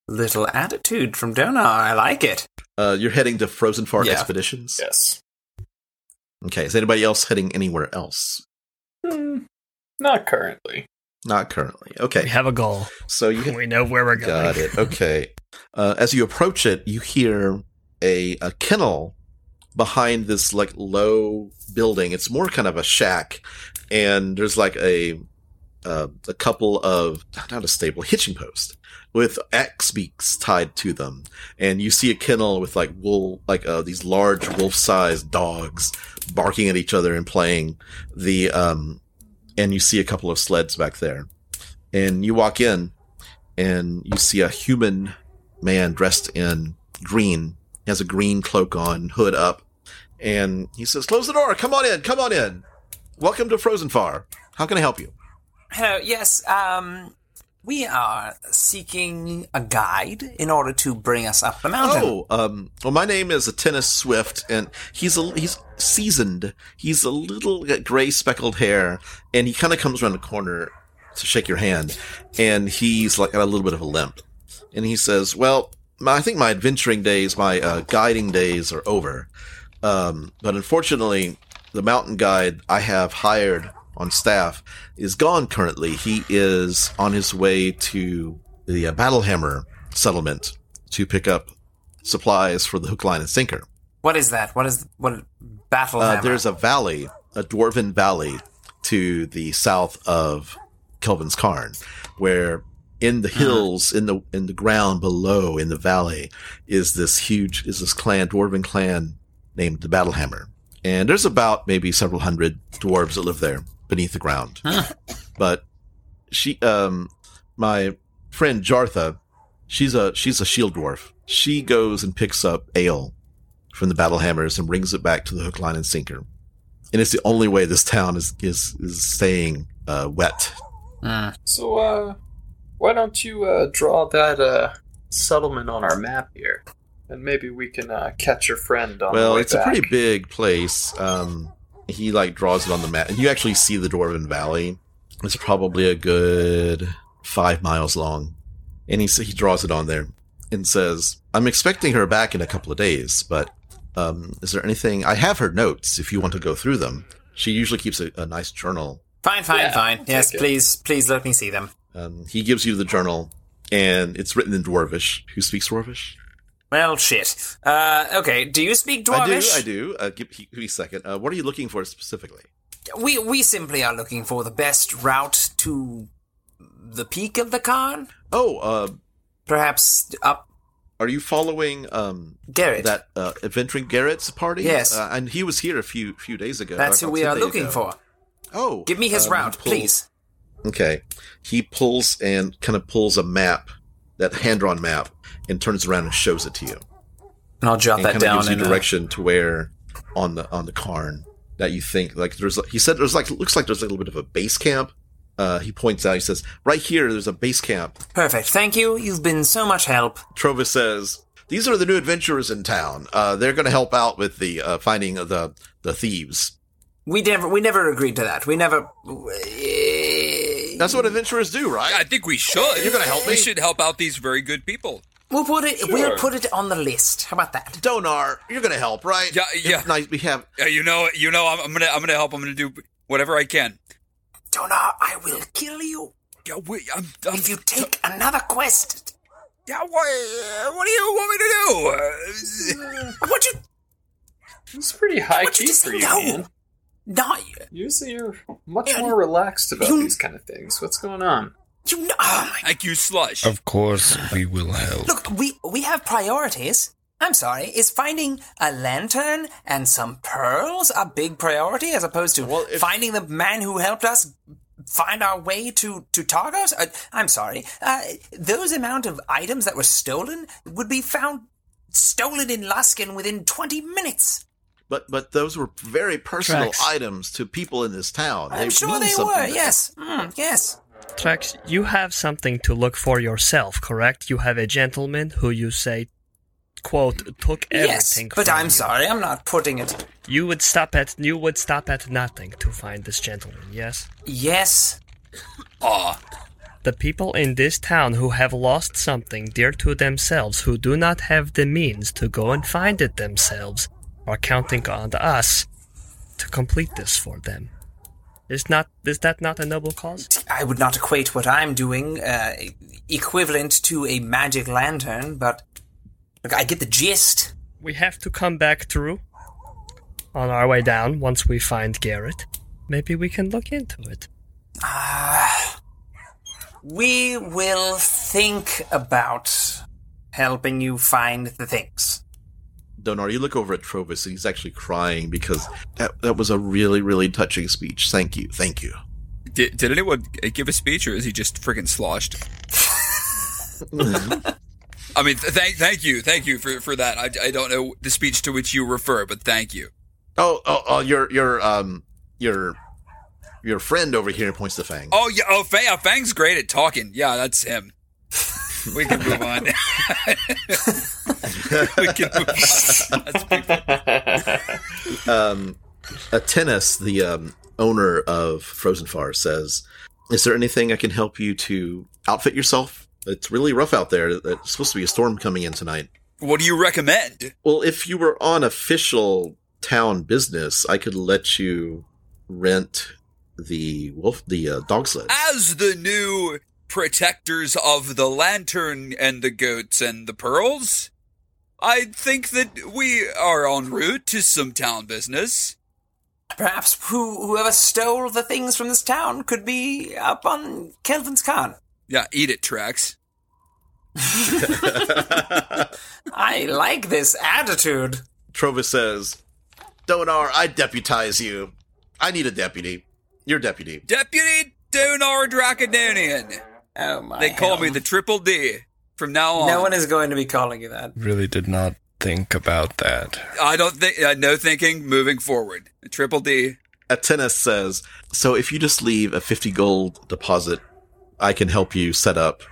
Speaker 3: Little attitude from Donar. I like it.
Speaker 2: Uh, you're heading to Frozen Far
Speaker 5: Yeah.
Speaker 2: Expeditions.
Speaker 5: Yes.
Speaker 2: Okay. Is anybody else heading anywhere else?
Speaker 5: Hmm, not currently.
Speaker 2: Not currently.
Speaker 7: We
Speaker 2: Okay.
Speaker 7: have a goal.
Speaker 2: So you
Speaker 7: We know where we're going.
Speaker 2: Got it. Okay. Uh, as you approach it, you hear a, a kennel behind this like low building. It's more kind of a shack, and there's like a uh, a couple of not a stable hitching post with axe beaks tied to them, and you see a kennel with like wool like uh, these large wolf sized dogs barking at each other and playing the um, and you see a couple of sleds back there, and you walk in and you see a human man dressed in green. He has a green cloak on, hood up, and he says, "Close the door. Come on in. Come on in. Welcome to Frozen Far. How can I help you?"
Speaker 3: Hello, yes, um, we are seeking a guide in order to bring us up the mountain.
Speaker 2: Oh, um, well, my name is Tennis Swift, and he's a he's seasoned. He's a little got gray speckled hair, and he kind of comes around the corner to shake your hand, and he's like got a little bit of a limp, and he says, "Well, my, I think my adventuring days, my uh, guiding days, are over, um, but unfortunately, the mountain guide I have hired." On staff is gone currently. He is on his way to the uh, Battlehammer settlement to pick up supplies for the hook, line, and sinker.
Speaker 3: What is that? What is what battle?
Speaker 2: Uh,
Speaker 3: hammer?
Speaker 2: there's a valley, a dwarven valley to the south of Kelvin's Carn, where in the hills, in the in the ground below, in the valley, is this huge is this clan, dwarven clan named the Battlehammer. And there's about maybe several hundred dwarves that live there beneath the ground. But she um my friend Jartha, she's a she's a shield dwarf. She goes and picks up ale from the battle hammers and brings it back to the hook, line, and sinker. And it's the only way this town is is, is staying uh, wet.
Speaker 3: Hmm.
Speaker 5: So, uh, why don't you uh, draw that uh, settlement on our map here, and maybe we can uh, catch your friend on. the
Speaker 2: well,
Speaker 5: way
Speaker 2: it's
Speaker 5: back.
Speaker 2: a pretty big place. Um, he like draws it on the map, and you actually see the Dwarven Valley. It's probably a good five miles long, and he s- he draws it on there and says, "I'm expecting her back in a couple of days, but um, is there anything? I have her notes if you want to go through them. She usually keeps a, a nice journal
Speaker 3: fine, fine,
Speaker 5: Yeah,
Speaker 3: fine. Yes,
Speaker 5: take it.
Speaker 3: please, please let me see them.
Speaker 2: Um, he gives you the journal, and it's written in Dwarvish. Who speaks Dwarvish?
Speaker 3: Well, shit. Uh, okay. Do you speak Dwarvish?
Speaker 2: I do. I do. Uh, give, he- give me a second. Uh, what are you looking for specifically?
Speaker 3: We we simply are looking for the best route to the peak of the Khan.
Speaker 2: Oh, uh,
Speaker 3: Perhaps up
Speaker 2: are you following um,
Speaker 3: Garrett.
Speaker 2: that uh, adventuring Garrett's party?
Speaker 3: Yes.
Speaker 2: Uh, and he was here a few few days ago.
Speaker 3: That's
Speaker 2: uh,
Speaker 3: who we
Speaker 2: ten
Speaker 3: are
Speaker 2: days
Speaker 3: looking
Speaker 2: ago.
Speaker 3: for.
Speaker 2: Oh,
Speaker 3: Give me his
Speaker 2: um, he
Speaker 3: route,
Speaker 2: pulls-
Speaker 3: please.
Speaker 2: Okay. He pulls and kind of pulls a map, that hand drawn map, and turns around and shows it to you.
Speaker 3: And I'll jot
Speaker 2: and
Speaker 3: that
Speaker 2: kind of
Speaker 3: down
Speaker 2: gives you
Speaker 3: in a-
Speaker 2: direction to where on the on the Karn that you think like there's he said there's like looks like there's a little bit of a base camp. Uh, he points out he says right here there's a base camp.
Speaker 3: Perfect. Thank you. You've been so much help.
Speaker 2: Trovis says these are the new adventurers in town. Uh, they're going to help out with the uh, finding of the the thieves.
Speaker 3: We never we never agreed to that. We never. We'll
Speaker 2: That's what adventurers do, right?
Speaker 1: I think we should.
Speaker 2: You're gonna help me?
Speaker 1: We should help out these very good people.
Speaker 3: put it. We'll put it on the list. How about that?
Speaker 2: Donar, you're going to help, right?
Speaker 1: Yeah, yeah.
Speaker 2: Nice. We have
Speaker 1: Yeah, you know, you know, I'm, I'm gonna, I'm gonna help. I'm gonna do whatever I can.
Speaker 3: Donar, I will kill you
Speaker 1: Yeah, we, I'm, I'm,
Speaker 3: if you take another quest.
Speaker 1: yeah, what, what do you want me to do? Uh,
Speaker 3: What you?
Speaker 5: It's pretty high
Speaker 3: What you
Speaker 5: key
Speaker 3: just
Speaker 5: for you,
Speaker 3: know?
Speaker 5: man.
Speaker 3: Not
Speaker 5: Usually, you're much more relaxed about
Speaker 3: you-
Speaker 5: these kind of things. What's going on?
Speaker 3: you. Know, oh my
Speaker 1: Thank you, slush.
Speaker 6: Of course, we will help.
Speaker 3: Look, we we have priorities. I'm sorry. Is finding a lantern and some pearls a big priority as opposed to finding the man who helped us find our way to to Targos? Uh, I'm sorry. Uh, those amount of items that were stolen would be found stolen in Luskin within 20 minutes.
Speaker 2: but but those were very personal
Speaker 7: Tracks.
Speaker 2: items to people in this town.
Speaker 3: I'm sure
Speaker 2: mean
Speaker 3: they
Speaker 2: something
Speaker 3: were.
Speaker 2: to-
Speaker 3: Yes. Mm, yes.
Speaker 7: Trax, you have something to look for yourself, correct? You have a gentleman who you say quote took
Speaker 3: Yes,
Speaker 7: everything.
Speaker 3: but
Speaker 7: from
Speaker 3: I'm
Speaker 7: you.
Speaker 3: sorry, I'm not putting it.
Speaker 7: You would stop at you would stop at nothing to find this gentleman. Yes,
Speaker 3: Yes,
Speaker 7: the people in this town who have lost something dear to themselves, who do not have the means to go and find it themselves, are counting on us to complete this for them. Is not is that not a noble cause?
Speaker 3: I would not equate what I'm doing uh, equivalent to a magic lantern, but look, I get the gist.
Speaker 7: We have to come back through on our way down once we find Garrett. Maybe we can look into it.
Speaker 3: Uh, We will think about helping you find the things.
Speaker 2: Donar, you look over at Trovis and he's actually crying because that, that was a really, really touching speech. Thank you. Thank you.
Speaker 1: Did, did anyone give a speech, or is he just freaking sloshed? I mean, th- thank thank you, thank you for, for that. I, I don't know the speech to which you refer, but thank you.
Speaker 2: Oh, oh, oh your, your, um, your, your friend over here points to Fang.
Speaker 1: Oh yeah, oh Fang, oh, Fang's great at talking. Yeah, that's him. We can move on. we can move on. That's big-
Speaker 2: um, a tennis, the um, owner of Frozen Forest, says, "Is there anything I can help you to outfit yourself? It's really rough out there. It's supposed to be a storm coming in tonight.
Speaker 1: what do you recommend?
Speaker 2: Well, if you were on official town business, I could let you rent the wolf, the uh, dog sled.
Speaker 1: As the new protectors of the lantern and the goats and the pearls, I think that we are en route to some town business.
Speaker 3: Perhaps who, whoever stole the things from this town could be up on Kelvin's Khan.
Speaker 1: Yeah, eat it, Trax.
Speaker 3: I like this attitude.
Speaker 2: Trovis says, "Donar, I deputize you. I need a deputy. Your deputy."
Speaker 1: Deputy Donar Dracodonian.
Speaker 3: Oh my!
Speaker 1: They call
Speaker 3: hell.
Speaker 1: me the Triple D. From now on,
Speaker 3: No one is going to be calling you that.
Speaker 6: Really did not think about that.
Speaker 1: I don't think uh, no thinking moving forward. Triple D.
Speaker 2: Atenas says, so if you just leave a 50 gold deposit, I can help you set up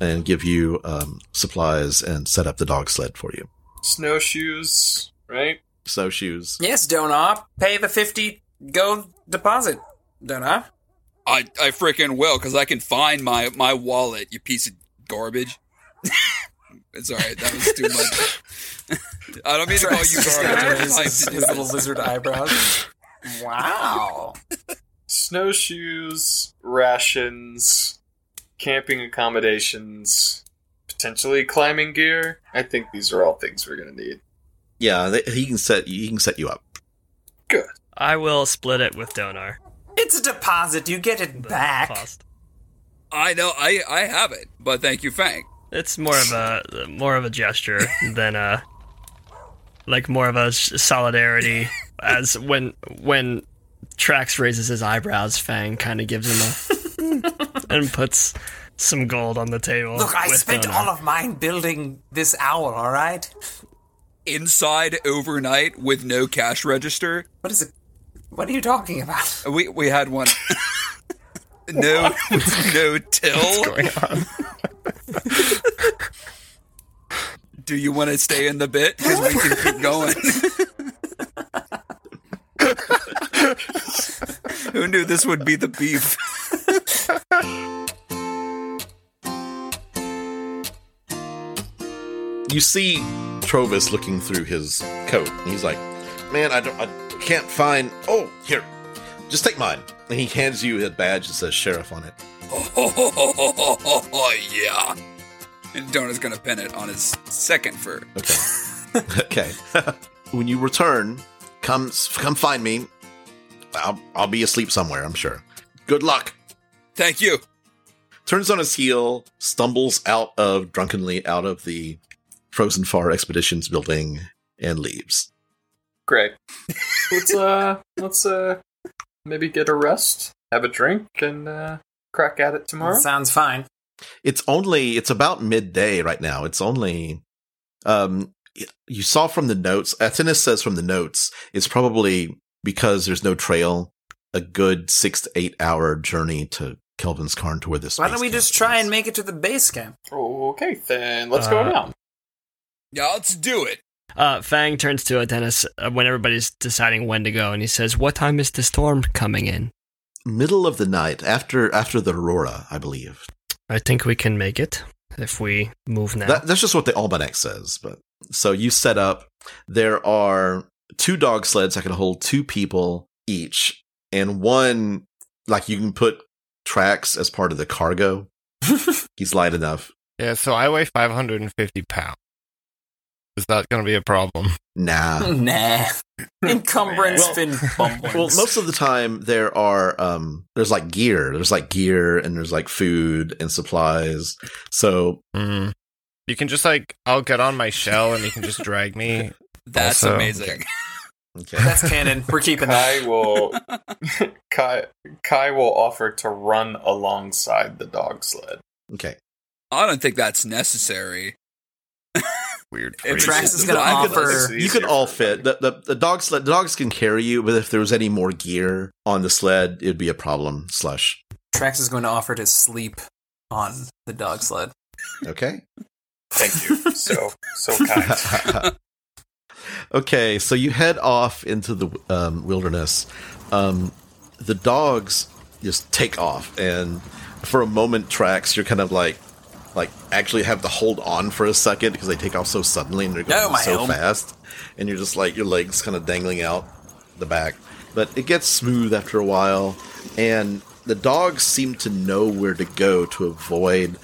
Speaker 2: and give you um, supplies and set up the dog sled for you.
Speaker 5: Snowshoes, right?
Speaker 2: Snowshoes.
Speaker 3: Yes, Donar, pay the fifty gold deposit. Donar,
Speaker 1: I I freaking will because I can find my my wallet. You piece of garbage. it's all right. That was too much. I don't mean to call you garbage. I
Speaker 3: his, his little lizard eyebrows. Wow.
Speaker 5: Snowshoes, rations, camping accommodations, potentially climbing gear. I think these are all things we're gonna need.
Speaker 2: Yeah, they, he can set he can set you up.
Speaker 5: Good.
Speaker 7: I will split it with Donar.
Speaker 3: It's a deposit. You get it
Speaker 7: the
Speaker 3: back.
Speaker 7: cost.
Speaker 1: I know. I I have it. But thank you, Fang.
Speaker 7: It's more of a more of a gesture than a like more of a s- solidarity. as when when Trax raises his eyebrows, Fang kind of gives him a and puts some gold on the table.
Speaker 3: Look, I
Speaker 7: with
Speaker 3: spent
Speaker 7: Donar.
Speaker 3: all of mine building this owl, all right?
Speaker 1: Inside overnight with no cash register.
Speaker 3: What is it? What are you talking about?
Speaker 1: We we had one. no no till. Do you want to stay in the bit? Because we can keep going. Who knew this would be the beef?
Speaker 2: You see Trovis looking through his coat, and he's like, "Man, I don't, I can't find. Oh, here, just take mine." And he hands you a badge that says sheriff on it.
Speaker 1: Oh, yeah. And Donut's going to pin it on his second fur.
Speaker 2: Okay. okay. when you return, come come find me. I'll I'll be asleep somewhere, I'm sure. Good luck.
Speaker 1: Thank you.
Speaker 2: Turns on his heel, stumbles out of drunkenly out of the Frozen Far Expeditions building and leaves.
Speaker 5: Great. let's uh let's uh maybe get a rest, have a drink, and uh crack at it tomorrow.
Speaker 3: Sounds fine.
Speaker 2: It's only it's about midday right now. It's only um you saw from the notes, Athenas says from the notes, it's probably because there's no trail, a good six to eight hour journey to Kelvin's Carn to where this
Speaker 3: Why don't
Speaker 2: base
Speaker 3: we
Speaker 2: camp
Speaker 3: just try
Speaker 2: is.
Speaker 3: and make it to the base camp?
Speaker 5: Okay, then let's go
Speaker 7: Uh,
Speaker 5: now.
Speaker 1: Yeah, let's do it.
Speaker 7: Uh, Fang turns to Adenis uh, when everybody's deciding when to go, and he says, "What time is the storm coming in?"
Speaker 2: Middle of the night, after after the aurora, I believe.
Speaker 7: I think we can make it if we move now.
Speaker 2: That, that's just what the almanac says. But so you set up. There are two dog sleds that can hold two people each, and one like you can put tracks as part of the cargo. He's light enough.
Speaker 6: Yeah, so I weigh 550 pounds. Is that going to be a problem?
Speaker 3: Oh,
Speaker 2: Nah.
Speaker 8: Nah. Encumbrance
Speaker 5: Well-
Speaker 8: fin bumblings.
Speaker 2: well, most of the time there are um there's like gear. There's like gear and there's like food and supplies. So
Speaker 6: Mm. You can just like, I'll get on my shell and you can just drag me.
Speaker 1: That's
Speaker 6: Also-
Speaker 1: amazing.
Speaker 2: okay.
Speaker 8: That's canon. We're keeping that.
Speaker 5: Kai will Kai Kai will offer to run alongside the dog sled.
Speaker 2: okay.
Speaker 1: I don't think that's necessary.
Speaker 6: Weird.
Speaker 1: It's
Speaker 6: phrase.
Speaker 8: Trax is going to
Speaker 1: I could-
Speaker 8: offer.
Speaker 2: You could all fit. The, the the dog sled the dogs can carry you, but if there was any more gear on the sled, it'd be a problem. Slush.
Speaker 8: Trax is going to offer to sleep on the dog sled.
Speaker 2: Okay.
Speaker 5: Thank you. So so kind.
Speaker 2: okay, so you head off into the um, wilderness. Um, the dogs just take off, and for a moment, tracks you're kind of like, like actually have to hold on for a second because they take off so suddenly and they're going
Speaker 8: Oh, my
Speaker 2: so
Speaker 8: helm.
Speaker 2: fast, and you're just like your legs kind of dangling out the back. But it gets smooth after a while, and the dogs seem to know where to go to avoid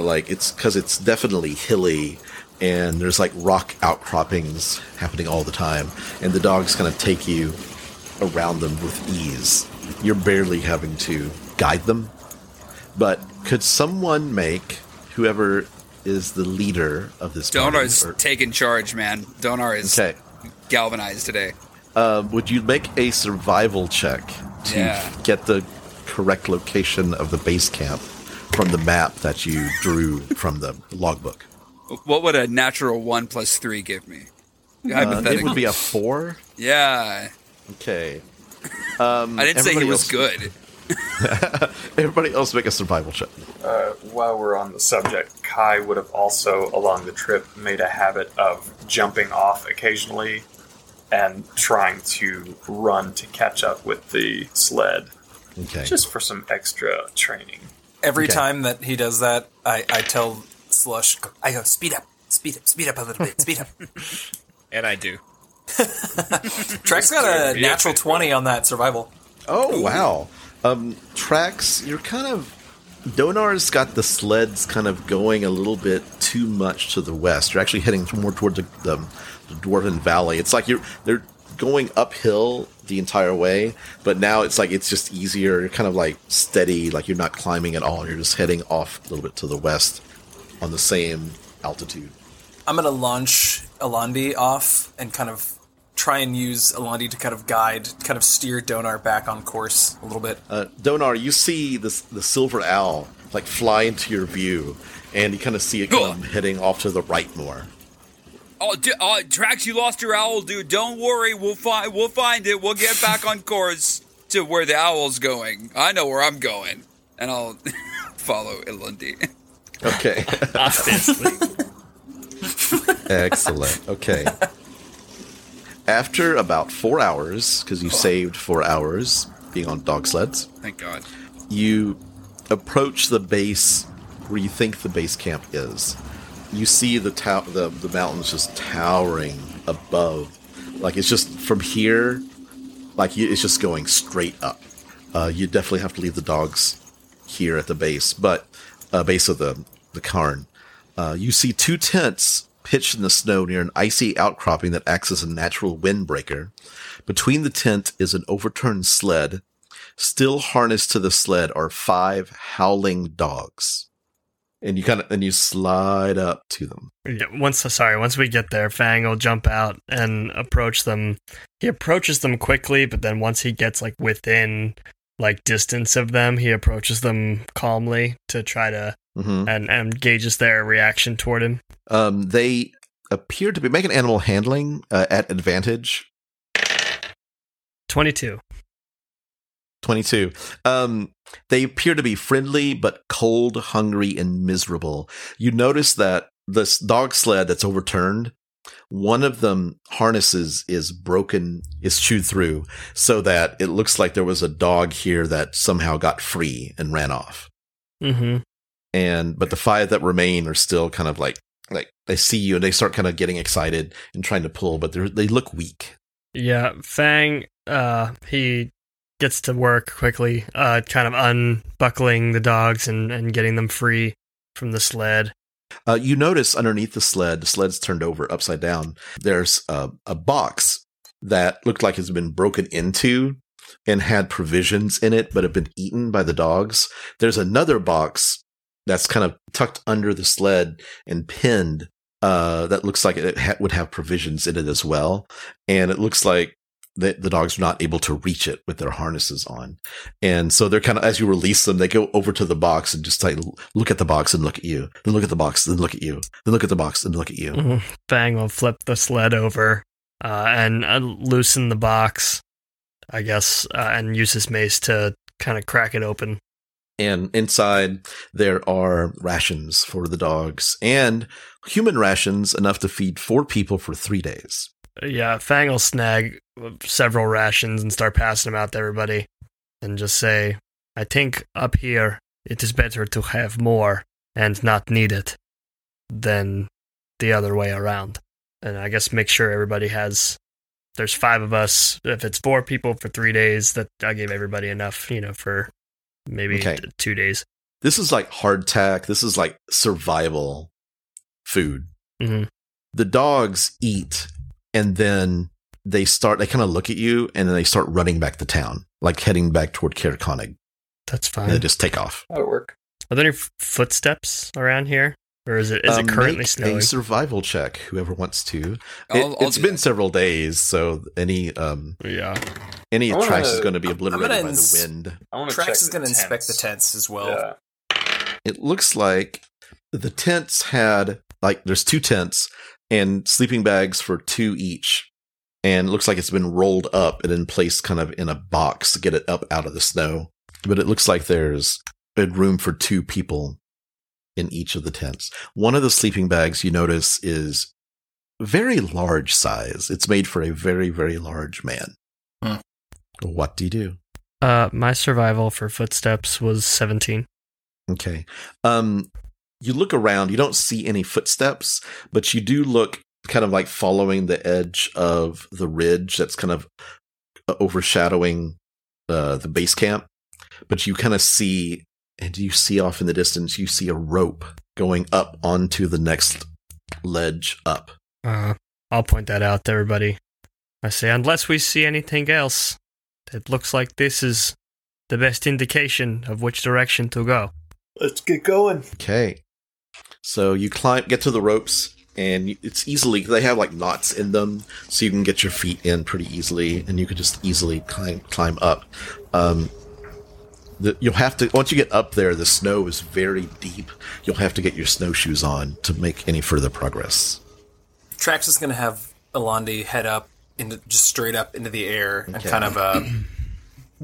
Speaker 2: like it's because it's definitely hilly and there's like rock outcroppings happening all the time and the dogs kind of take you around them with ease you're barely having to guide them but could someone make whoever is the leader of this party,
Speaker 1: Donar's
Speaker 2: or-
Speaker 1: taking charge, man. Donar is
Speaker 2: okay
Speaker 1: galvanized today.
Speaker 2: um, would you make a survival check to
Speaker 1: Yeah.
Speaker 2: get the correct location of the base camp from the map that you drew from the logbook
Speaker 1: What would a natural one plus three give me?
Speaker 2: Uh,
Speaker 1: Hypothetically,
Speaker 2: it would be a four
Speaker 1: yeah.
Speaker 2: Okay.
Speaker 1: I didn't say he
Speaker 2: everybody
Speaker 1: was
Speaker 2: else-
Speaker 1: good.
Speaker 2: Everybody else make a survival check.
Speaker 5: Uh, while we're on the subject, Kai would have also, along the trip, made a habit of jumping off occasionally and trying to run to catch up with the sled,
Speaker 2: Okay.
Speaker 5: just for some extra training.
Speaker 8: Every
Speaker 2: Okay.
Speaker 8: time that he does that, I, I tell Slush, I go, speed up, speed up, speed up a little bit, speed up.
Speaker 6: And I do.
Speaker 8: Trax got a natural 20 on that survival.
Speaker 2: oh wow. Um, tracks. You're kind of. Donar's got the sleds kind of going a little bit too much to the west. You're actually heading more toward the, the, the Dwarven Valley. It's like you're they're going uphill the entire way, but now it's like it's just easier. You're kind of like steady, like you're not climbing at all. You're just heading off a little bit to the west on the same altitude.
Speaker 8: I'm going to launch Alandi off and kind of try and use Alandi to kind of guide, kind of steer Donar back on course a little bit.
Speaker 2: Uh, Donar, you see this the silver owl like fly into your view, and you kind of see it kind of heading off to the right more.
Speaker 1: Oh, d- oh, Trax, you lost your owl, dude. Don't worry, we'll find we'll find it. We'll get back on course to where the owl's going. I know where I'm going, and I'll follow Ilundi.
Speaker 2: Okay,
Speaker 7: Obviously.
Speaker 2: excellent. Okay. After about four hours, because you saved four hours being on dog sleds,
Speaker 1: Thank God.
Speaker 2: you approach the base where you think the base camp is. You see the tow- the, the mountains just towering above. Like it's just from here, like you, it's just going straight up. Uh, you definitely have to leave the dogs here at the base, but uh, base of the the cairn. Uh, you see two tents pitched in the snow near an icy outcropping that acts as a natural windbreaker. Between the tent is an overturned sled still harnessed to the sled are five howling dogs and you kind of and you slide up to them
Speaker 7: Yeah, once sorry, once we get there, Fang will jump out and approach them. He approaches them quickly, but then once he gets like within like distance of them, he approaches them calmly to try to
Speaker 2: mm-hmm.
Speaker 7: and, and gauges their reaction toward him.
Speaker 2: um, they appear to be making animal handling uh, at advantage
Speaker 7: Twenty two.
Speaker 2: 22 um, they appear to be friendly but cold hungry and miserable you notice that this dog sled that's overturned, one of them harnesses is broken, is chewed through, so that it looks like there was a dog here that somehow got free and ran off.
Speaker 7: Mm-hmm.
Speaker 2: And but the five that remain are still kind of like like they see you and they start kind of getting excited and trying to pull, but they are they look weak.
Speaker 7: Yeah, Fang. Uh, he gets to work quickly, uh, kind of unbuckling the dogs and and getting them free from the sled.
Speaker 2: Uh, you notice underneath the sled, the sled's turned over upside down. There's a, a box that looked like it's been broken into and had provisions in it, but have been eaten by the dogs. There's another box that's kind of tucked under the sled and pinned uh, that looks like it ha- would have provisions in it as well. And it looks like the, the dogs are not able to reach it with their harnesses on. And so they're kind of, as you release them, they go over to the box and just like look at the box and look at you, then look at the box, then look at you, then look at the box and look at you.
Speaker 7: Mhm. Fang will flip the sled over uh, and uh, loosen the box, I guess, uh, and use his mace to kind of crack it open.
Speaker 2: And inside there are rations for the dogs and human rations enough to feed four people for three days.
Speaker 7: Yeah, Fang will snag several rations and start passing them out to everybody and just say, I think up here it is better to have more and not need it than the other way around. And I guess make sure everybody has. There's five of us. If it's four people for three days, that I gave everybody enough, you know, for maybe
Speaker 2: Okay.
Speaker 7: t- two days.
Speaker 2: This is like hardtack. This is like survival food.
Speaker 7: hmm
Speaker 2: the dogs eat and then they start they kind of look at you and then they start running back to town like heading back toward Karakonig
Speaker 7: That's
Speaker 2: and they
Speaker 7: fine.
Speaker 2: just take off
Speaker 5: That'll work.
Speaker 7: Are there any f- footsteps around here, or is it is
Speaker 2: Um,
Speaker 7: it currently
Speaker 2: make
Speaker 7: snowing?
Speaker 2: a survival check whoever wants to
Speaker 1: I'll-
Speaker 2: it,
Speaker 1: I'll
Speaker 2: has
Speaker 1: do
Speaker 2: been
Speaker 1: that.
Speaker 2: several days so any um
Speaker 6: Yeah.
Speaker 2: any
Speaker 5: I wanna-
Speaker 2: trash is going to be
Speaker 5: I'm
Speaker 2: obliterated
Speaker 8: gonna
Speaker 2: by the
Speaker 8: ins-
Speaker 2: wind
Speaker 5: I want to check
Speaker 8: Trax is going to inspect the tents as well.
Speaker 5: Yeah.
Speaker 2: it looks like the tents had like there's two tents and sleeping bags for two each and it looks like it's been rolled up and then placed kind of in a box to get it up out of the snow but it looks like there's a room for two people in each of the tents one of the sleeping bags you notice is very large size it's made for a very very large man
Speaker 8: Hmm.
Speaker 2: what do you do
Speaker 7: Uh, my survival for footsteps was 17.
Speaker 2: Okay. Um you look around, you don't see any footsteps, but you do look kind of like following the edge of the ridge that's kind of uh, overshadowing uh, the base camp. But you kind of see and you see off in the distance you see a rope going up onto the next ledge up.
Speaker 7: Uh, I'll point that out to everybody. I say, unless we see anything else, it looks like this is the best indication of which direction to go.
Speaker 5: Let's get going.
Speaker 2: Okay. So you climb, get to the ropes, and it's easily they have like knots in them, so you can get your feet in pretty easily, and you can just easily climb climb up. Um, the, you'll have to once you get up there, the snow is very deep. You'll have to get your snowshoes on to make any further progress.
Speaker 8: Trax is going to have Alandi head up into just straight up into the air and kind of uh,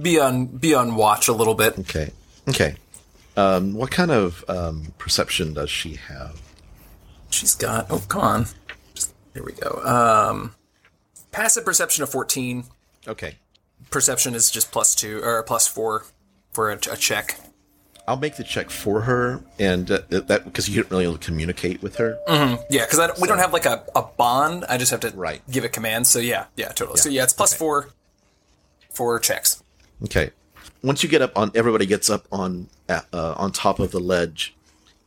Speaker 8: be on be on watch a little bit.
Speaker 2: Okay. Okay. Um, what kind of um, perception does she have?
Speaker 8: She's got oh come on, just, here we go. Um, passive perception of fourteen.
Speaker 2: Okay.
Speaker 8: Perception is just plus two or plus four for a, a check.
Speaker 2: I'll make the check for her, and uh, that because you didn't really communicate with her.
Speaker 8: Yeah, because we don't have like a, a bond. I just have to
Speaker 2: Right.
Speaker 8: give it commands. So yeah, yeah, totally. So yeah, it's plus four for checks.
Speaker 2: Okay. Once you get up on, everybody gets up on uh, on top of the ledge.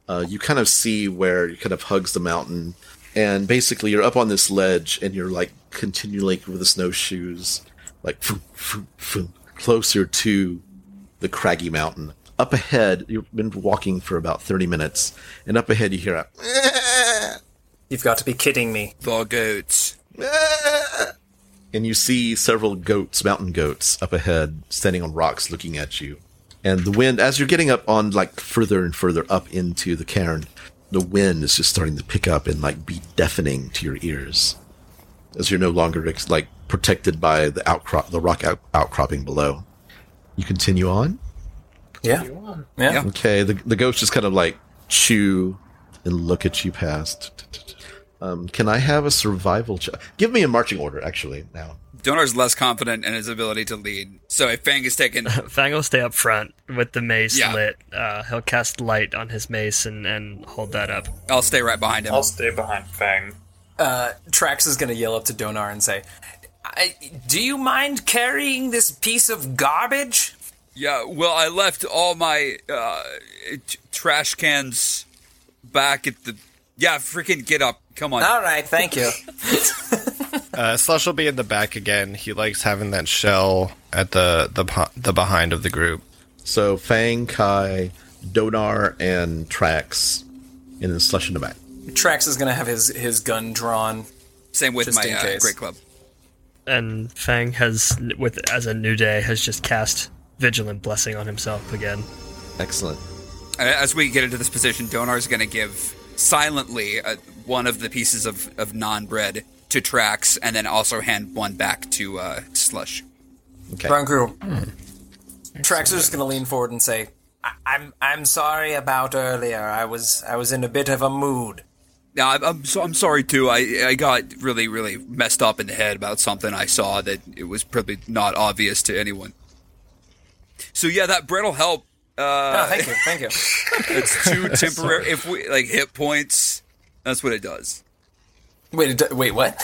Speaker 2: Uh, you kind of see where it kind of hugs the mountain, and basically you're up on this ledge, and you're like continually with the snowshoes, like phoom, phoom, phoom, closer to the craggy mountain. Up ahead, you've been walking for about thirty minutes, and up ahead you hear a
Speaker 8: You've got to be kidding me.
Speaker 1: The goats.
Speaker 2: and you see several goats, mountain goats, up ahead, standing on rocks, looking at you. And the wind, as you're getting up on like further and further up into the cairn, the wind is just starting to pick up and like be deafening to your ears, as you're no longer ex- like protected by the outcrop, the rock out- outcropping below. You continue on.
Speaker 8: Yeah.
Speaker 5: Go on.
Speaker 8: Yeah.
Speaker 1: Yeah.
Speaker 2: Okay, the the goats just kind of like chew and look at you past. Um, can I have a survival check? Give me a marching order, actually, now.
Speaker 1: Donor's less confident in his ability to lead. So if Fang is taken,
Speaker 7: Fang will stay up front with the mace
Speaker 1: Yeah.
Speaker 7: lit. Uh, he'll cast light on his mace and, and hold that up.
Speaker 1: I'll stay right behind him.
Speaker 5: I'll stay behind Fang.
Speaker 3: Uh, Trax is gonna yell up to Donar and say,
Speaker 8: I, do you mind carrying this piece of garbage?
Speaker 1: Yeah, well, I left all my uh, t- trash cans back at the. Yeah, freaking get up. Come on.
Speaker 3: Ah,
Speaker 8: All right, thank you.
Speaker 6: Uh, Slush will be in the back again. He likes having that shell at the the po- the behind of the group.
Speaker 2: So Fang, Kai, Donar, and Trax, and then Slush in the back.
Speaker 3: Trax is gonna have his, his gun drawn.
Speaker 1: Same with
Speaker 3: Just
Speaker 1: my
Speaker 3: in
Speaker 1: uh,
Speaker 3: case.
Speaker 1: great club.
Speaker 7: And Fang has, with as a new day, has just cast vigilant blessing on himself again.
Speaker 2: Excellent.
Speaker 1: Uh, As we get into this position, Donar's going to give silently uh, one of the pieces of, of non bread to Trax and then also hand one back to uh, Slush.
Speaker 2: Okay.
Speaker 3: Brown crew.
Speaker 8: Trax is just going to lean forward and say, I- "I'm I'm sorry about earlier. I was I was in a bit of a mood.
Speaker 1: Now, I'm, I'm, so, I'm sorry, too. I, I got really, really messed up in the head about something I saw that it was probably not obvious to anyone. So, yeah, that bread will help.
Speaker 3: Uh,
Speaker 8: Oh, thank you, thank you.
Speaker 1: It's two temporary, if we like hit points, that's what it does.
Speaker 3: Wait, it d- wait, what?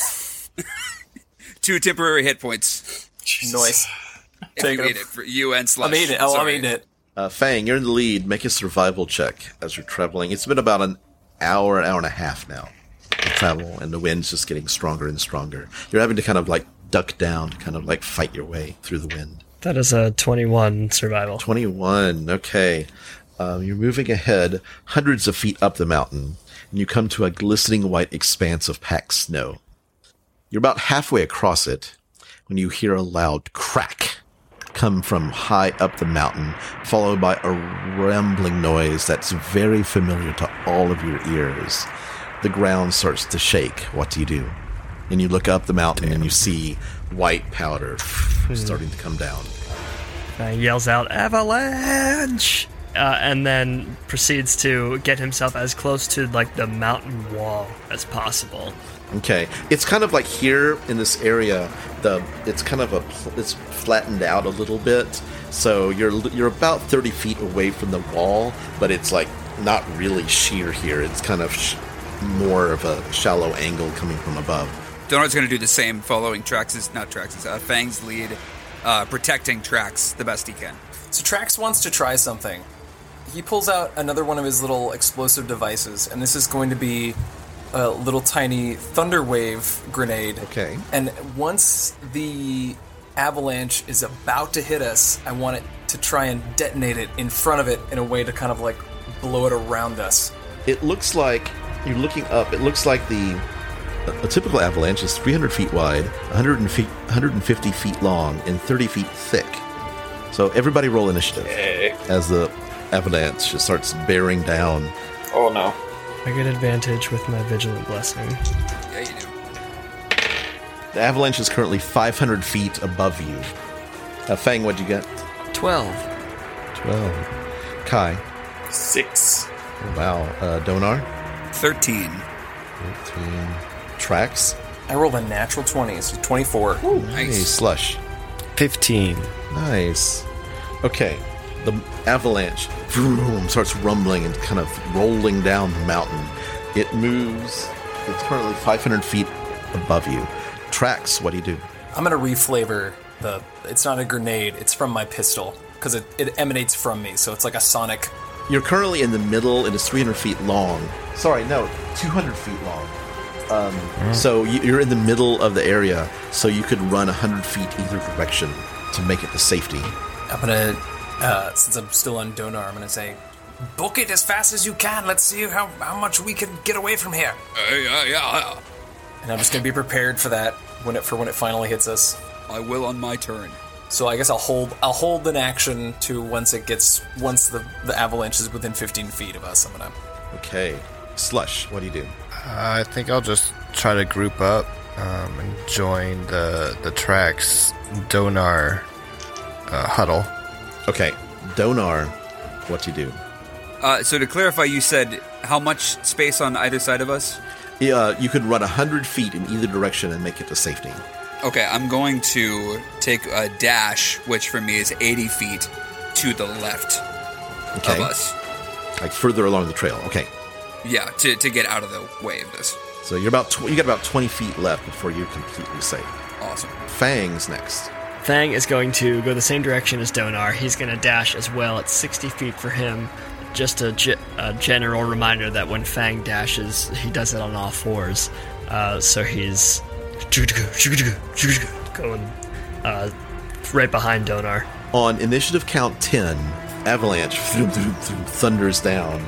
Speaker 1: Two temporary hit points.
Speaker 3: Noise.
Speaker 1: If
Speaker 3: Take
Speaker 1: you
Speaker 3: it.
Speaker 1: eat it for you and Slush.
Speaker 3: I'm eating it. Oh,
Speaker 1: Sorry.
Speaker 3: I'm eating it.
Speaker 2: Uh, Fang, you're in the lead. Make a survival check as you're traveling. It's been about an hour, hour and a half now to travel, and the wind's just getting stronger and stronger. You're having to kind of like duck down to kind of like fight your way through the wind.
Speaker 7: That is a 21 survival.
Speaker 2: 21. Okay. Um, you're moving ahead hundreds of feet up the mountain, and you come to a glistening white expanse of packed snow. You're about halfway across it when you hear a loud crack come from high up the mountain, followed by a rumbling noise that's very familiar to all of your ears. The ground starts to shake. What do you do? And you look up the mountain and you see white powder starting to come down.
Speaker 7: Fang Uh, yells out, Avalanche! Uh, and then proceeds to get himself as close to like the mountain wall as possible.
Speaker 2: Okay, it's kind of like here in this area. The it's kind of a pl- it's flattened out a little bit, so you're l- you're about thirty feet away from the wall, but it's like not really sheer here. It's kind of sh- more of a shallow angle coming from above.
Speaker 1: Donard's going to do the same, following Trax's, not Trax's, uh, Fang's lead, uh, protecting Trax the best he can.
Speaker 3: So Trax wants to try something. He pulls out another one of his little explosive devices, and this is going to be a little tiny thunder wave grenade.
Speaker 2: Okay.
Speaker 3: And once the avalanche is about to hit us, I want it to try and detonate it in front of it in a way to kind of like blow it around us.
Speaker 2: It looks like you're looking up. It looks like the a typical avalanche is 300 feet wide, 100 and feet, 150 feet long, and 30 feet thick. So everybody roll initiative as the avalanche just starts bearing down.
Speaker 5: Oh no.
Speaker 7: I get advantage with my vigilant blessing.
Speaker 1: Yeah, you do.
Speaker 2: The avalanche is currently 500 feet above you. Uh, Fang, what'd you get?
Speaker 4: 12.
Speaker 2: 12. Kai.
Speaker 5: Six.
Speaker 2: Wow. Uh, Donar.
Speaker 1: 13.
Speaker 2: 13. Tracks.
Speaker 3: I rolled a natural 20, so 24.
Speaker 2: Nice. Slush.
Speaker 6: 15.
Speaker 2: Nice. Okay. The avalanche vroom, starts rumbling and kind of rolling down the mountain. It moves. It's currently 500 feet above you. Tracks, what do you do?
Speaker 3: I'm gonna reflavor the. It's not a grenade. It's from my pistol because it, it emanates from me, so it's like a sonic.
Speaker 2: You're currently in the middle. It is 300 feet long. Sorry, no, 200 feet long. Um, So you- you're in the middle of the area, so you could run 100 feet either direction to make it to safety.
Speaker 3: I'm gonna, uh, since I'm still on Donar, I'm gonna say,
Speaker 8: Book it as fast as you can. Let's see how how much we can get away from here.
Speaker 1: Uh, yeah, yeah,
Speaker 3: and I'm just gonna be prepared for that when it for when it finally hits us.
Speaker 1: I will on my turn.
Speaker 3: So I guess I'll hold I'll hold an action to once it gets once the the avalanche is within 15 feet of us. I'm gonna.
Speaker 2: Okay. Slush, what do you do?
Speaker 6: Uh, I think I'll just try to group up um, and join the the tracks Donar uh, huddle.
Speaker 2: Okay. Donar, what do you do?
Speaker 1: Uh, so to clarify, you said
Speaker 9: How much space on either side of us?
Speaker 2: Uh, you could run 100 feet in either direction and make it to safety.
Speaker 9: Okay, I'm going to take a dash, which for me is 80 feet to the left
Speaker 2: Okay.
Speaker 9: of us.
Speaker 2: Like further along the trail. Okay.
Speaker 9: Yeah, to, to get out of the way of this.
Speaker 2: So you're about tw- you got about 20 feet left before you're completely safe.
Speaker 9: Awesome.
Speaker 2: Fangs next.
Speaker 7: Thang is going to go the same direction as Donar. He's going to dash as well at 60 feet for him. Just a, ge- a general reminder that when Fang dashes, he does it on all fours. Uh, so he's going uh, right behind Donar.
Speaker 2: On initiative count 10, Avalanche thunders down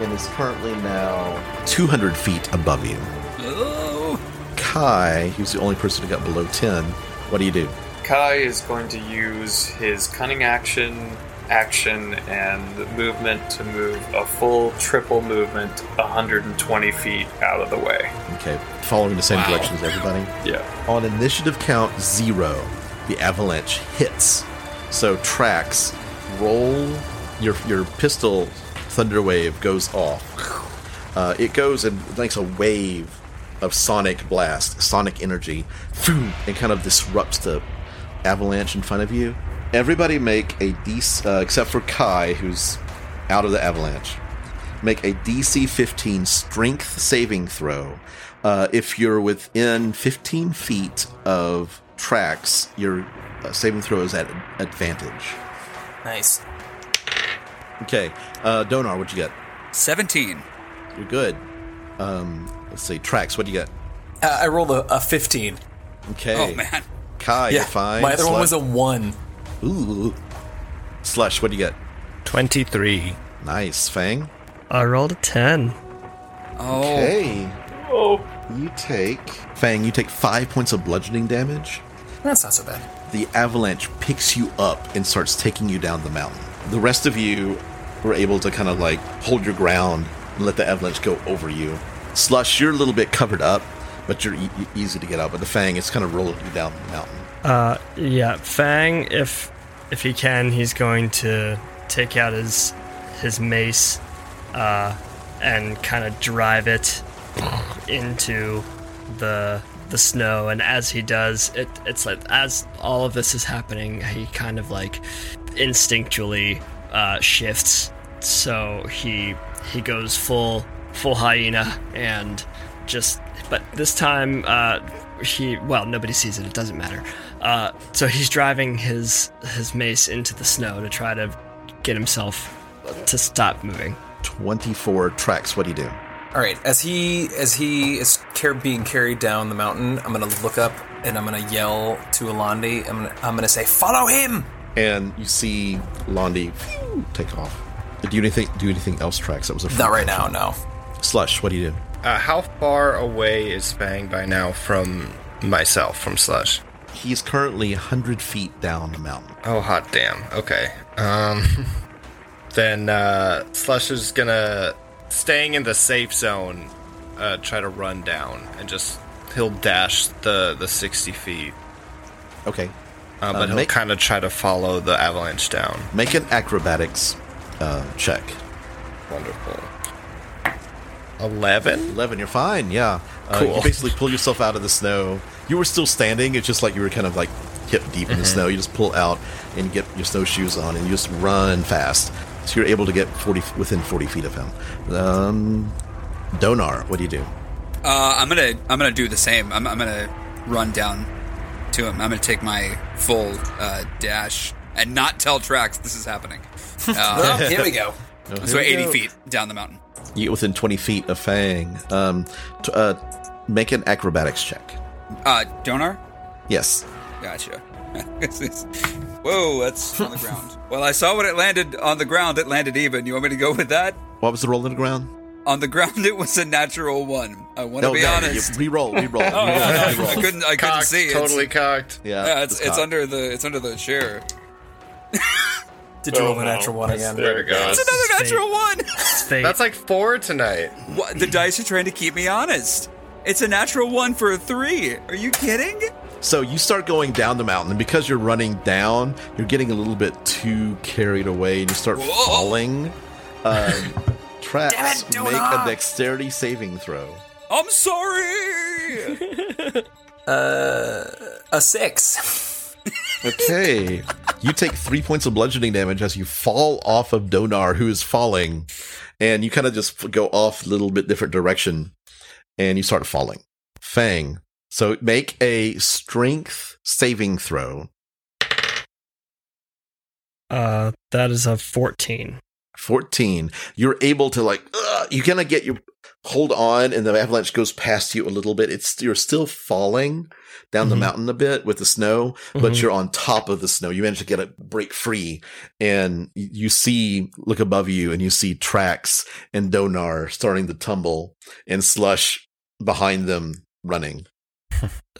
Speaker 2: and is currently now 200 feet above you.
Speaker 9: Oh,
Speaker 2: Kai, who's the only person who got below 10, what do you do?
Speaker 5: Kai is going to use his cunning action, action, and movement to move a full triple movement 120 feet out of the way.
Speaker 2: Okay, following the same
Speaker 9: Wow.
Speaker 2: direction as everybody.
Speaker 5: Yeah.
Speaker 2: On initiative count zero, the avalanche hits. So tracks roll. Your your pistol thunderwave goes off. Uh, it goes and makes a wave of sonic blast, sonic energy, boom, and kind of disrupts the avalanche in front of you. Everybody make a DC, uh, except for Kai, who's out of the avalanche make a DC 15 strength saving throw. Uh, if you're within 15 feet of tracks, your uh, saving throw is at advantage.
Speaker 8: Nice.
Speaker 2: Okay, uh, Donar, what you got?
Speaker 9: 17.
Speaker 2: You're good. Um, let's see, tracks, what do you got?
Speaker 3: Uh, I rolled a, a 15.
Speaker 2: Okay,
Speaker 9: Oh, man.
Speaker 2: Kai, you're fine.
Speaker 3: My other one was a
Speaker 2: Slush-
Speaker 3: 1.
Speaker 2: Ooh. Slush, what do you got?
Speaker 10: 23.
Speaker 2: Nice, Fang.
Speaker 7: I rolled a 10.
Speaker 9: Oh,
Speaker 2: Hey. Oh. You take Fang. You take five points of bludgeoning damage.
Speaker 8: That's not so bad.
Speaker 2: the avalanche picks you up and starts taking you down the mountain. The rest of you were able to kind of like hold your ground and let the avalanche go over you. Slush, you're a little bit covered up, but you're e- e- easy to get out. But the fang is kind of rolling you down the mountain.
Speaker 7: Uh, yeah, Fang, if if he can, he's going to take out his his mace uh, and kind of drive it into the the snow. And as he does, it it's like as all of this is happening, he kind of like instinctually uh, shifts. So he he goes full full hyena and just but this time uh he well nobody sees it it doesn't matter uh so he's driving his his mace into the snow to try to get himself to stop moving
Speaker 2: 24 tracks. What do you do?
Speaker 3: All right, as he as he is car- being carried down the mountain, I'm going to look up and I'm going to yell to Alandi. I'm going to I'm going to say, "Follow him!"
Speaker 2: And you see Londi phew, take off. Do you anything? Do anything else? Tracks. That was a free
Speaker 3: Not right now,
Speaker 2: action.
Speaker 3: no.
Speaker 2: Slush. What do you do?
Speaker 6: Uh, how far away is Fang by now from myself, from Slush?
Speaker 2: He's currently 100 feet down the mountain.
Speaker 6: Oh, hot damn. Okay. Um, then uh, Slush is gonna, staying in the safe zone, uh, try to run down and just he'll dash the the sixty feet,
Speaker 2: Okay.
Speaker 6: uh,
Speaker 2: Uh,
Speaker 6: but he'll
Speaker 2: make-
Speaker 6: kind of try to follow the avalanche down.
Speaker 2: Make an acrobatics uh, check.
Speaker 6: Wonderful. Eleven.
Speaker 2: 11 you're fine yeah uh, you
Speaker 6: Cool.
Speaker 2: basically pull yourself out of the snow you were still standing it's just like you were kind of like hip deep in the snow you just pull out and get your snowshoes on and you just run fast so you're able to get 40 f- within 40 feet of him um donar what do you do
Speaker 9: Uh, I'm gonna I'm gonna do the same. I'm, I'm gonna run down to him. I'm gonna take my full uh, dash and not tell tracks this is happening. Uh,
Speaker 8: Oh, here we go.
Speaker 9: so 80 feet down the mountain.
Speaker 2: you get within 20 feet of fang um t- uh make an acrobatics check
Speaker 9: Uh, Donar,
Speaker 2: yes
Speaker 9: gotcha. Whoa, that's on the ground. Well, I saw when it landed on the ground. It landed even. You want me to go with that?
Speaker 2: what was the roll on the ground
Speaker 9: On the ground, it was a natural one. I want to be honest. Oh,
Speaker 2: you re-roll re-roll, re-roll, re-roll.
Speaker 9: I couldn't. I couldn't
Speaker 6: Cocked,
Speaker 9: see. It's-
Speaker 6: totally cocked.
Speaker 2: yeah,
Speaker 9: Yeah, it's,
Speaker 2: Uh, the
Speaker 9: it's
Speaker 2: top.
Speaker 9: under the it's under the chair.
Speaker 3: Did
Speaker 1: Oh,
Speaker 3: you roll a natural one again?
Speaker 5: There it goes.
Speaker 9: Another
Speaker 7: fake.
Speaker 9: natural one.
Speaker 7: it's fate
Speaker 6: That's like four tonight.
Speaker 9: What? The dice are trying to keep me honest. It's a natural one for a three. Are you kidding?
Speaker 2: So you start going down the mountain, and because you're running down, you're getting a little bit too carried away, and you start
Speaker 9: Whoa.
Speaker 2: falling. Um, Trax,
Speaker 8: Damn it,
Speaker 2: make a
Speaker 8: Donar!
Speaker 2: dexterity saving throw.
Speaker 1: I'm sorry.
Speaker 3: Uh, a six.
Speaker 2: Okay. you take three points of bludgeoning damage as you fall off of Donar, who is falling, and you kind of just go off a little bit different direction, and you start falling. Fang. So make a strength saving throw.
Speaker 7: Uh, that is a 14.
Speaker 2: 14. You're able to like ugh, you kind of get your hold on, and the avalanche goes past you a little bit. It's you're still falling down the
Speaker 7: Mhm.
Speaker 2: mountain a bit with the snow, but
Speaker 7: Mhm.
Speaker 2: you're on top of the snow. You manage to get a break free, and y- you see, look above you, and you see tracks and Donar starting to tumble and slush behind them running.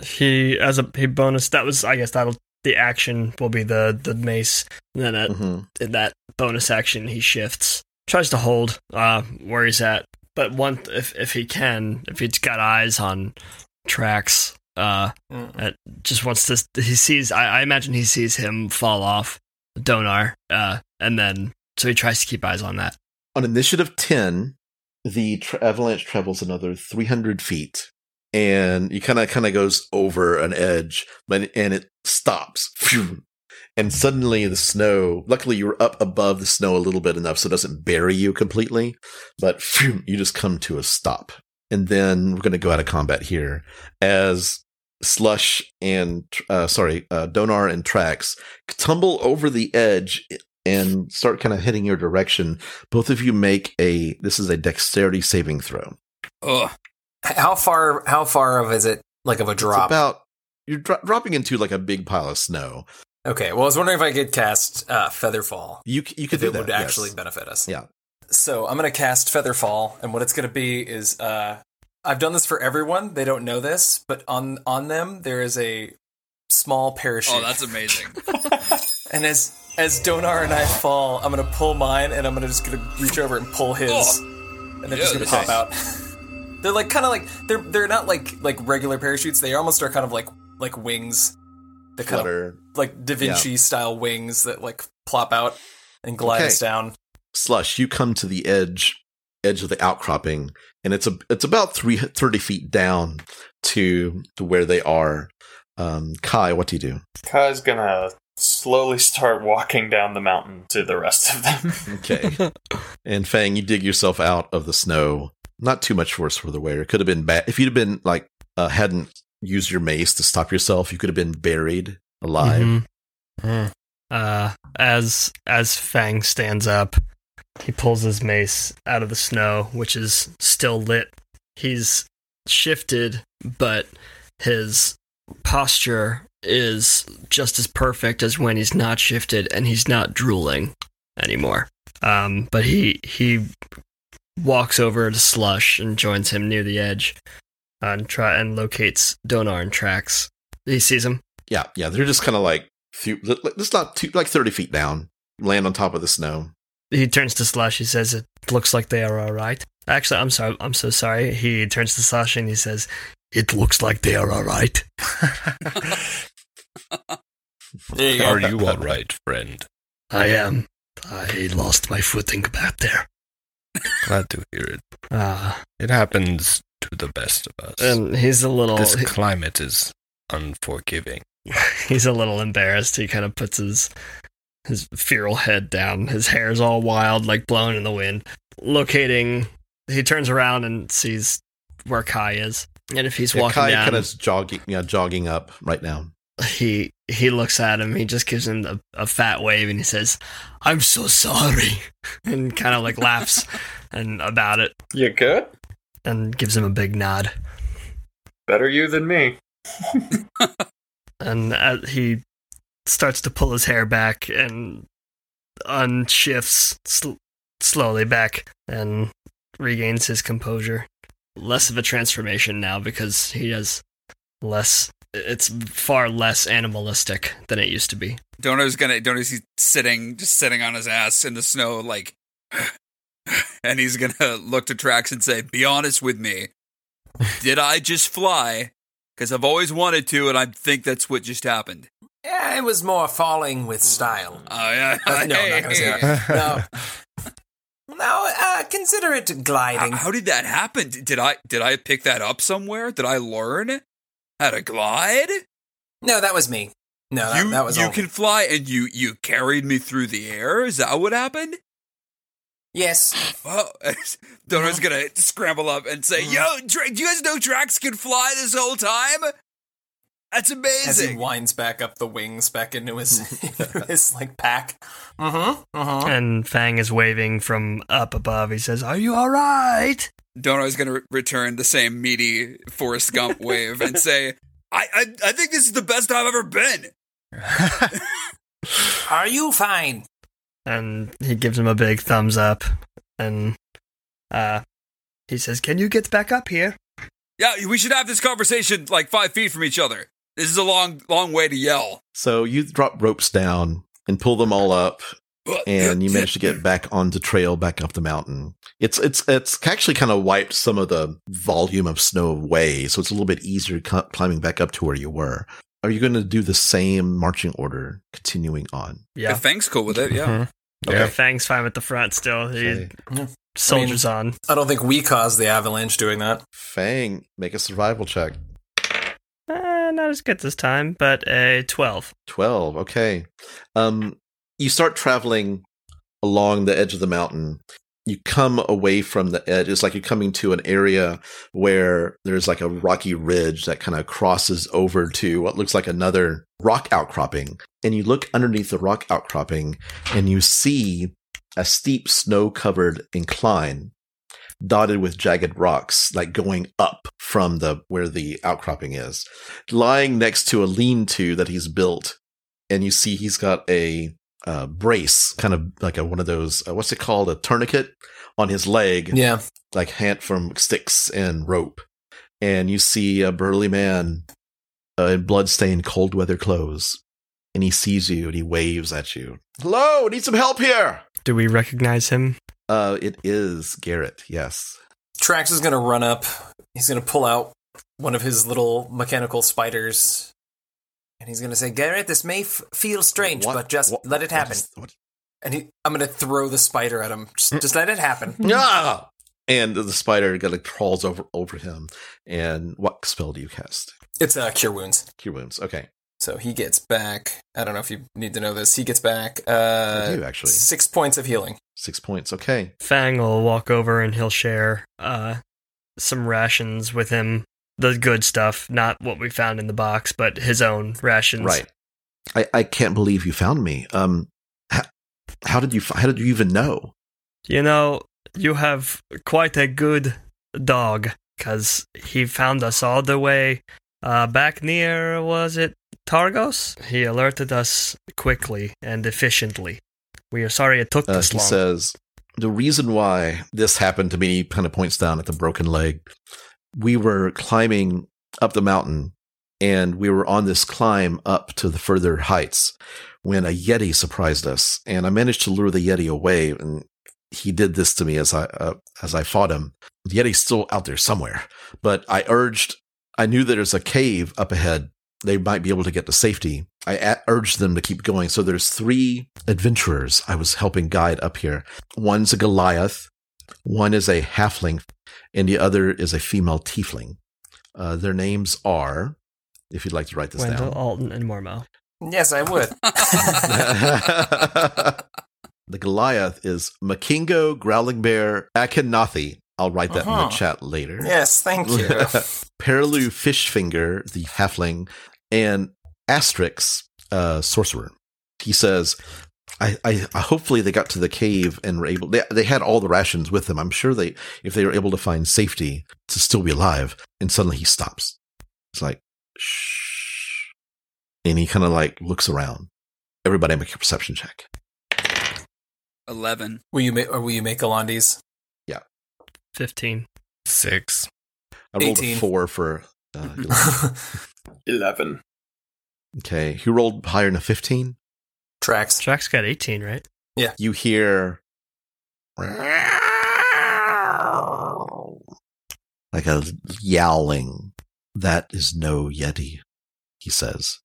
Speaker 7: he as a he bonus that was I guess that'll the action will be the the mace and then at,
Speaker 2: hmm
Speaker 7: in that bonus action he shifts tries to hold uh where he's at but one if if he can if he's got eyes on tracks uh
Speaker 5: Mm.
Speaker 7: at, just wants to he sees I, I imagine he sees him fall off donar uh and then so he tries to keep eyes on that
Speaker 2: On initiative 10, the tra- avalanche travels another 300 feet and it kind of kind of goes over an edge, but and it stops. Phew. And suddenly the snow, luckily you were up above the snow a little bit enough so it doesn't bury you completely, but phew, you just come to a stop. And then we're going to go out of combat here as Slush and, uh, sorry, uh, Donar and Trax tumble over the edge and start kind of hitting your direction. Both of you make a this is a dexterity saving throw.
Speaker 1: Ugh.
Speaker 3: How far? How far of is it? Like of a
Speaker 2: It's
Speaker 3: drop?
Speaker 2: about you're dro- dropping into like a big pile of snow.
Speaker 3: okay. Well, I was wondering if I could cast uh, Featherfall.
Speaker 2: You c- you could
Speaker 3: if
Speaker 2: do
Speaker 3: it
Speaker 2: that,
Speaker 3: would
Speaker 2: yes.
Speaker 3: actually benefit us.
Speaker 2: Yeah.
Speaker 3: So I'm gonna cast Featherfall, and what it's gonna be is uh, I've done this for everyone. They don't know this, but on on them there is a small parachute.
Speaker 1: Oh, that's amazing.
Speaker 3: and as as Donar and I fall, I'm gonna pull mine, and I'm gonna just gonna reach over and pull his, and they're just
Speaker 1: Yeah,
Speaker 3: gonna
Speaker 1: okay.
Speaker 3: pop out. they're like kind of like they're they're not like like regular parachutes. They almost are kind of like like wings. The kind of
Speaker 2: Flutter,
Speaker 3: like Da Vinci style wings that like plop out and glide
Speaker 2: Okay.
Speaker 3: us down.
Speaker 2: slush. You come to the edge edge of the outcropping, and it's a it's about three, 30 feet down to to where they are. Um, Kai, what do you do?
Speaker 5: Kai's gonna slowly start walking down the mountain to the rest of them.
Speaker 2: Okay. and Fang, you dig yourself out of the snow. Not too much worse for the wear. It could have been bad if you'd have been like uh, hadn't used your mace to stop yourself. You could have been buried alive.
Speaker 7: Mhm. Uh, as as Fang stands up, he pulls his mace out of the snow, which is still lit. He's shifted, but his posture is just as perfect as when he's not shifted, and he's not drooling anymore. Um, but he he walks over to Slush and joins him near the edge, and try and locates Donar and tracks. He sees him.
Speaker 2: Yeah, yeah. They're just kind of like few, it's not too like thirty feet down. Land on top of the snow.
Speaker 7: he turns to Slash. He says, "It looks like they are all right." Actually, I'm sorry. I'm so sorry. He turns to Slash and he says, "It looks like they are all right."
Speaker 3: There you go.
Speaker 6: Are you all right, friend?
Speaker 7: I am. I lost my footing back there.
Speaker 6: Glad to hear it.
Speaker 7: Ah,
Speaker 6: It happens to the best of us.
Speaker 7: and he's a little.
Speaker 6: this climate is unforgiving.
Speaker 7: He's a little embarrassed. He kind of puts his his feral head down. His hair's all wild, like blown in the wind. Locating, he turns around and sees where Kai is, and if he's
Speaker 2: Yeah,
Speaker 7: walking
Speaker 2: Kai
Speaker 7: down,
Speaker 2: kind of jogging, yeah, jogging up right now.
Speaker 7: he he looks at him he just gives him a, a fat wave and he says i'm so sorry and kind of like laughs and about it
Speaker 5: you good?
Speaker 7: and gives him a big nod
Speaker 5: Better you than me.
Speaker 7: and uh, he starts to pull his hair back and unshifts sl- slowly back and regains his composure less of a transformation now because he has less it's far less animalistic than it used to be
Speaker 1: Donor's gonna Donor's he's sitting just sitting on his ass in the snow like and he's gonna look to Trax and say, Be honest with me. Did I just fly? Because I've always wanted to, and I think that's what just happened.
Speaker 8: Yeah, it was more falling with style.
Speaker 1: Uh, yeah.
Speaker 8: Uh, no, I'm not gonna say that. No. No, uh, uh, consider it gliding.
Speaker 3: Uh,
Speaker 1: How, how did that happen? D- Did I did I pick that up somewhere? Did I learn how to glide?
Speaker 8: no, that was me. No, that,
Speaker 1: you
Speaker 8: Uh, that was
Speaker 1: you
Speaker 8: all me.
Speaker 1: can fly, and you you carried me through the air. Is that what happened?
Speaker 8: Yes.
Speaker 1: Oh, Donor's gonna scramble up and say,
Speaker 8: Mm.
Speaker 1: "Yo, Dra- do you guys know Drax can fly this whole time? That's
Speaker 3: As he
Speaker 1: amazing."
Speaker 3: winds back up the wings back into his, into his like pack. Mm-hmm. Mm-hmm.
Speaker 7: And Fang is waving from up above. He says, Are you alright?
Speaker 1: Donor's gonna re- return the same meaty Forrest Gump wave and say, I, "I I think this is the best I've ever been."
Speaker 8: Are you fine?
Speaker 7: And he gives him a big thumbs up. And uh, he says, Can you get back up here?
Speaker 1: Yeah, we should have this conversation like five feet from each other. This is a long, long way to yell.
Speaker 2: So you drop ropes down and pull them all up, and you manage to get back onto trail back up the mountain. It's it's it's actually kind of wiped some of the volume of snow away, so it's a little bit easier cu- climbing back up to where you were. Are you going to do the same marching order, continuing on?
Speaker 7: Yeah.
Speaker 1: If Fang's cool with it,
Speaker 2: Mm-hmm.
Speaker 1: yeah.
Speaker 7: Okay. Fang's fine with the front still. He
Speaker 2: Okay.
Speaker 7: soldiers on.
Speaker 3: I don't think we caused the avalanche doing that.
Speaker 2: Fang, make a survival check.
Speaker 7: Uh, not as good this time, but a 12.
Speaker 2: 12 okay um you start traveling along the edge of the mountain you come away from the edge it's like you're coming to an area where there's like a rocky ridge that kind of crosses over to what looks like another rock outcropping and you look underneath the rock outcropping and you see a steep snow-covered incline dotted with jagged rocks like going up from the where the outcropping is lying next to a lean-to that he's built, and you see he's got a uh, brace, kind of like a one of those uh, what's it called, a tourniquet on his leg,
Speaker 3: Yeah.
Speaker 2: like hand from sticks and rope. And you see a burly man uh, in blood-stained cold weather clothes, and he sees you and he waves at you. Hello, need some help here.
Speaker 7: Do we recognize him?
Speaker 2: Uh, it is Garrett. Yes.
Speaker 3: Trax is gonna run up. He's gonna pull out one of his little mechanical spiders.
Speaker 8: And he's going to say, Garrett, this may f- feel strange,
Speaker 2: What-
Speaker 8: but just
Speaker 2: what-
Speaker 8: let it
Speaker 2: what
Speaker 8: happen.
Speaker 2: is- what-
Speaker 3: And he, I'm gonna throw the spider at him. Just,
Speaker 8: Just let it happen.
Speaker 2: Ah! And the spider kind of crawls over over him. And what spell do you cast?
Speaker 3: it's uh, cure wounds.
Speaker 2: Cure wounds. Okay.
Speaker 3: So he gets back. I don't know if you need to know this. He gets back.
Speaker 2: I
Speaker 3: Uh,
Speaker 2: do actually.
Speaker 3: six points of healing.
Speaker 2: Six points. Okay.
Speaker 7: Fang will walk over and he'll share uh, some rations with him. The good stuff, not what we found in the box, but his own rations.
Speaker 2: Right. I, I can't believe you found me. Um, how, how did you fi- how did you even know?
Speaker 7: You know, you have quite a good dog, 'cause he found us all the way uh, back near, was it Targos? He alerted us quickly and efficiently. We are sorry it took
Speaker 2: Uh,
Speaker 7: this
Speaker 2: he
Speaker 7: long.
Speaker 2: says the reason why this happened to me. He kind of points down at the broken leg. We were climbing up the mountain, and we were on this climb up to the further heights when a yeti surprised us, and I managed to lure the yeti away, and he did this to me as I uh, as I fought him. The yeti's still out there somewhere, but I urged. I knew that there's a cave up ahead they might be able to get to safety. I a- urged them to keep going. So there's three adventurers I was helping guide up here. One's a Goliath, one is a halfling, and the other is a female tiefling. Uh, their names are, if you'd like to write this
Speaker 7: Wendell,
Speaker 2: down,
Speaker 7: Alton, and Mormo.
Speaker 8: Yes, I would.
Speaker 2: the Goliath is Makingo, Growling Bear, Akhenathi. I'll write that in
Speaker 3: Uh-huh.
Speaker 2: the chat later.
Speaker 3: Yes, thank you.
Speaker 2: Perlu Fishfinger, the halfling, and Asterix, uh, sorcerer. He says, I, I, I hopefully they got to the cave and were able, they, they had all the rations with them. I'm sure they, if they were able to find safety to still be alive. And suddenly he stops. It's like, shh. And he kind of like looks around. Everybody make a perception check.
Speaker 1: Eleven.
Speaker 3: will you make? Or will you make Alandis?
Speaker 7: 15.
Speaker 6: Six.
Speaker 2: I rolled
Speaker 3: 18.
Speaker 2: a four for, uh,
Speaker 5: Eleven.
Speaker 2: okay. Who rolled higher than a 15?
Speaker 3: Trax.
Speaker 7: Jack's got 18, right?
Speaker 2: you hear like a yowling. That is no Yeti, he says.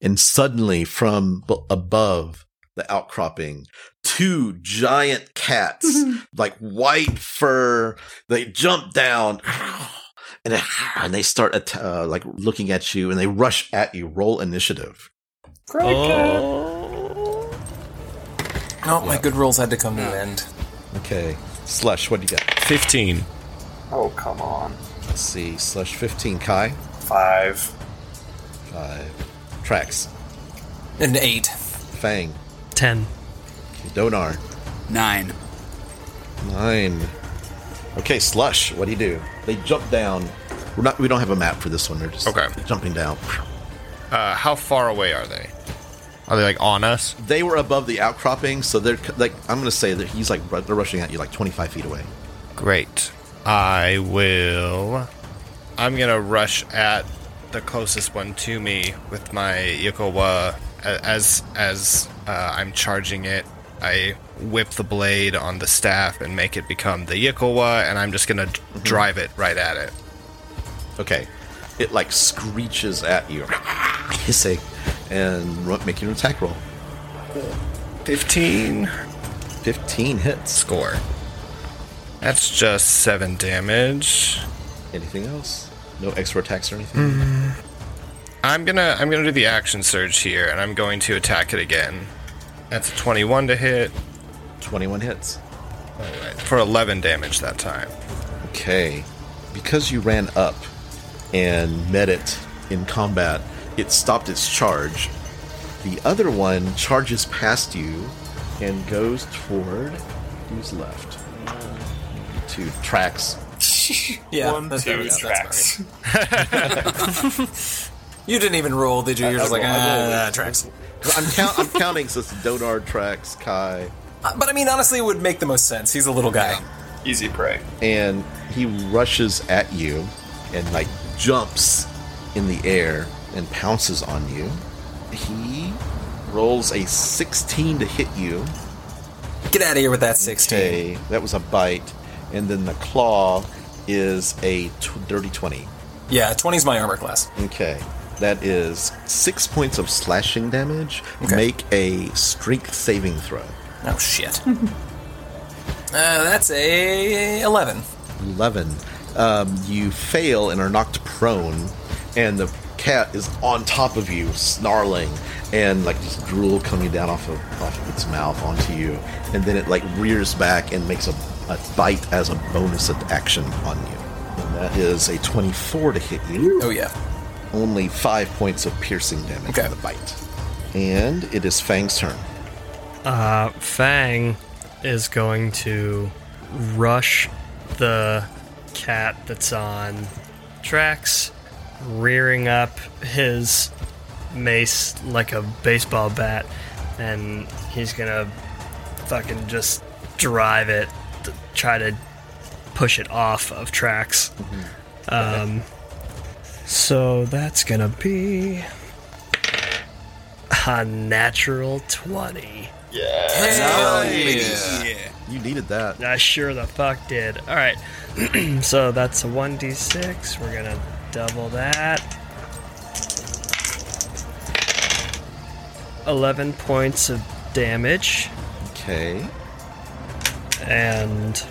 Speaker 2: And suddenly, from b- above, the outcropping, two giant cats, like white fur. They jump down and, they- and they start at, uh, like looking at you and they rush at you. Roll initiative.
Speaker 3: Oh, my good rolls had to come to an end.
Speaker 2: Okay. Slush, what do you got?
Speaker 6: 15.
Speaker 5: Oh, come on.
Speaker 2: Let's see. Slush 15, Kai.
Speaker 5: Five.
Speaker 2: Five. Uh, Tracks.
Speaker 3: An eight.
Speaker 2: Fang.
Speaker 7: 10.
Speaker 2: Donar.
Speaker 1: Nine.
Speaker 2: Nine. Okay, slush. What do you do? They jump down. We're not. We don't have a map for this one. They're just
Speaker 6: Okay.
Speaker 2: jumping down.
Speaker 6: Uh, how far away are they? Are they like on us?
Speaker 2: They were above the outcropping, so they're c- like. I'm gonna say that he's like. ru- They're rushing at you like 25 feet away.
Speaker 6: Great. I will. I'm gonna rush at the closest one to me with my Yokowa. A- As as uh, I'm charging it, I whip the blade on the staff and make it become the Yokowa, and I'm just gonna d- drive it right at it.
Speaker 2: Okay. It like screeches at you, hissing, and ru- make you an attack roll.
Speaker 6: Fifteen
Speaker 2: 15 hits.
Speaker 6: score. That's just seven damage.
Speaker 2: Anything else? No extra attacks or anything.
Speaker 6: I'm gonna I'm gonna do the action surge here, and I'm going to attack it again. That's a 21 to hit.
Speaker 2: 21 hits.
Speaker 6: Alright, for 11 damage that time.
Speaker 2: Okay. Because you ran up and met it in combat, it stopped its charge. The other one charges past you and goes toward who's left. Two tracks.
Speaker 3: Yeah,
Speaker 5: One,
Speaker 3: that's
Speaker 5: two
Speaker 3: right, that's
Speaker 5: tracks.
Speaker 3: right. You didn't even roll, did you? You're just like,
Speaker 2: rolled, I rolled.
Speaker 3: ah, that tracks.
Speaker 2: I'm, count- I'm counting, so it's Donar, Tracks, Kai,
Speaker 3: Uh, But I mean, honestly, it would make the most sense. He's a little guy.
Speaker 5: Easy prey.
Speaker 2: and he rushes at you and like jumps in the air and pounces on you. He rolls a 16 to hit you.
Speaker 3: Get out of here with that 16.
Speaker 2: Okay, that was a bite, and then the claw is a tw dirty twenty.
Speaker 3: Yeah, 20's my armor class.
Speaker 2: Okay, that is six points of slashing damage.
Speaker 3: Okay.
Speaker 2: Make a strength saving throw.
Speaker 3: Oh, shit. uh, that's a 11.
Speaker 2: Eleven. Um, you fail and are knocked prone, and the cat is on top of you, snarling, and like just drool coming down off of off of its mouth onto you, and then it like rears back and makes a, a bite as a bonus action on you. And that is a twenty-four to hit you.
Speaker 3: Oh, yeah.
Speaker 2: only five points of piercing damage
Speaker 3: Okay.
Speaker 2: from the bite. And it is Fang's turn.
Speaker 7: Uh, Fang is going to rush the cat that's on tracks, rearing up his mace like a baseball bat, and he's gonna fucking just drive it to try to push it off of tracks. Um, so that's gonna be a natural 20.
Speaker 1: Yeah.
Speaker 2: You needed that.
Speaker 7: I sure the fuck did. All right, so that's a one d six. We're gonna double that. Eleven points of damage,
Speaker 2: Okay.
Speaker 7: and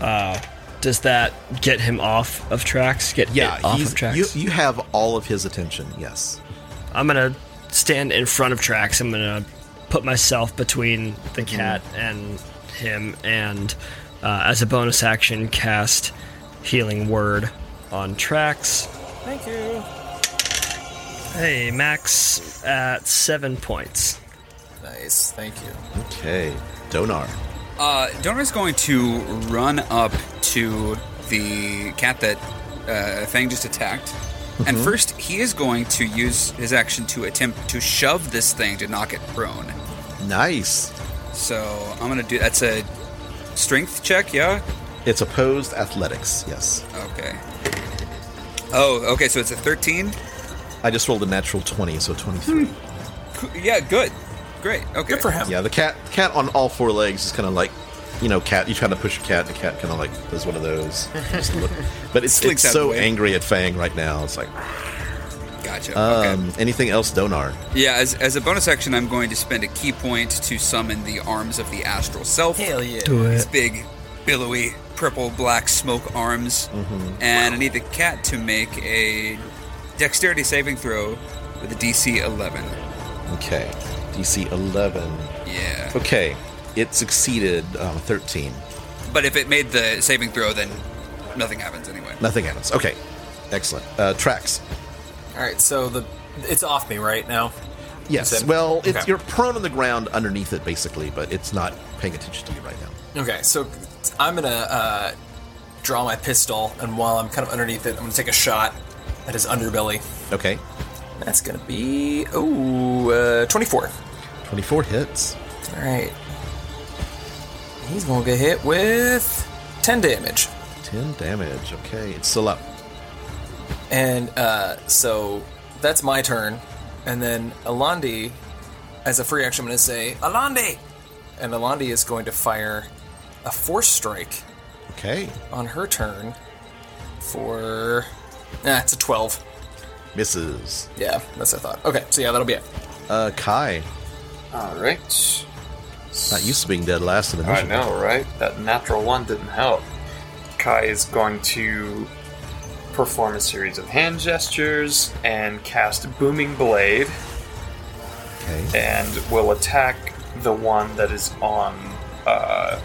Speaker 7: uh, does that get him off of tracks? Get
Speaker 2: Yeah,
Speaker 7: it off
Speaker 2: he's-
Speaker 7: of tracks.
Speaker 2: you, you have all of his attention, yes.
Speaker 7: I'm gonna stand in front of tracks. I'm gonna put myself between the cat and him, and uh, as a bonus action, cast Healing Word on tracks.
Speaker 3: Thank you.
Speaker 7: Hey, max at seven points.
Speaker 3: Nice, thank you.
Speaker 2: Okay. Donar.
Speaker 1: Uh, Donar's going to run up to the cat that uh, Fang just attacked. And
Speaker 2: Mm-hmm.
Speaker 1: first, he is going to use his action to attempt to shove this thing to knock it prone.
Speaker 2: Nice.
Speaker 1: So I'm going to do that's a strength check, yeah?
Speaker 2: It's opposed athletics, yes.
Speaker 1: Okay. Oh, okay, so it's a 13?
Speaker 2: I just rolled a natural 20, so 23.
Speaker 1: Hmm. Cool, Yeah, good. Great. Okay.
Speaker 3: Good for him.
Speaker 2: Yeah, the cat cat on all four legs is kind of like, you know, cat. You try to push a cat, the cat kind of like does one of those. Just look. But it's, it's
Speaker 1: Slinks out of the
Speaker 2: so
Speaker 1: way.
Speaker 2: angry at Fang right now. It's like,
Speaker 1: Gotcha. okay.
Speaker 2: Um, Anything else, Donar?
Speaker 1: Yeah, as, as a bonus action, I'm going to spend a key point to summon the arms of the astral self.
Speaker 8: Hell yeah.
Speaker 7: Do
Speaker 1: These
Speaker 7: it.
Speaker 1: big, billowy, purple, black smoke arms.
Speaker 7: Mm-hmm.
Speaker 1: And I need the cat to make a dexterity saving throw with a DC 11.
Speaker 2: Okay. DC 11.
Speaker 1: Yeah.
Speaker 2: Okay. It succeeded um, 13.
Speaker 1: But if it made the saving throw, then nothing happens anyway.
Speaker 2: Nothing happens. Okay. Excellent. Uh, tracks.
Speaker 3: All right, so the it's off me right now.
Speaker 2: Yes.
Speaker 3: Is it-
Speaker 2: Well, it's,
Speaker 3: okay.
Speaker 2: you're prone on the ground underneath it, basically, but it's not paying attention to you right now.
Speaker 3: Okay, so I'm gonna uh, draw my pistol, and while I'm kind of underneath it, I'm gonna take a shot at his underbelly.
Speaker 2: Okay.
Speaker 3: That's gonna be oh uh, 24.
Speaker 2: 24 hits.
Speaker 3: All right, he's gonna get hit with 10 damage,
Speaker 2: 10 damage. Okay. It's still up.
Speaker 3: and uh, so that's my turn. And then Alandi, as a free action, I'm gonna say Alandi, and Alandi is going to fire a force strike
Speaker 2: Okay.
Speaker 3: on her turn for ah, it's a 12.
Speaker 2: Misses.
Speaker 3: Yeah, that's what I thought. Okay, so yeah, that'll be it.
Speaker 2: Uh, Kai.
Speaker 5: All right.
Speaker 2: Not used to being dead last in the
Speaker 5: I
Speaker 2: mission.
Speaker 5: know, right? That natural one didn't help. Kai is going to perform a series of hand gestures and cast Booming Blade
Speaker 2: Okay.
Speaker 5: and will attack the one that is on uh,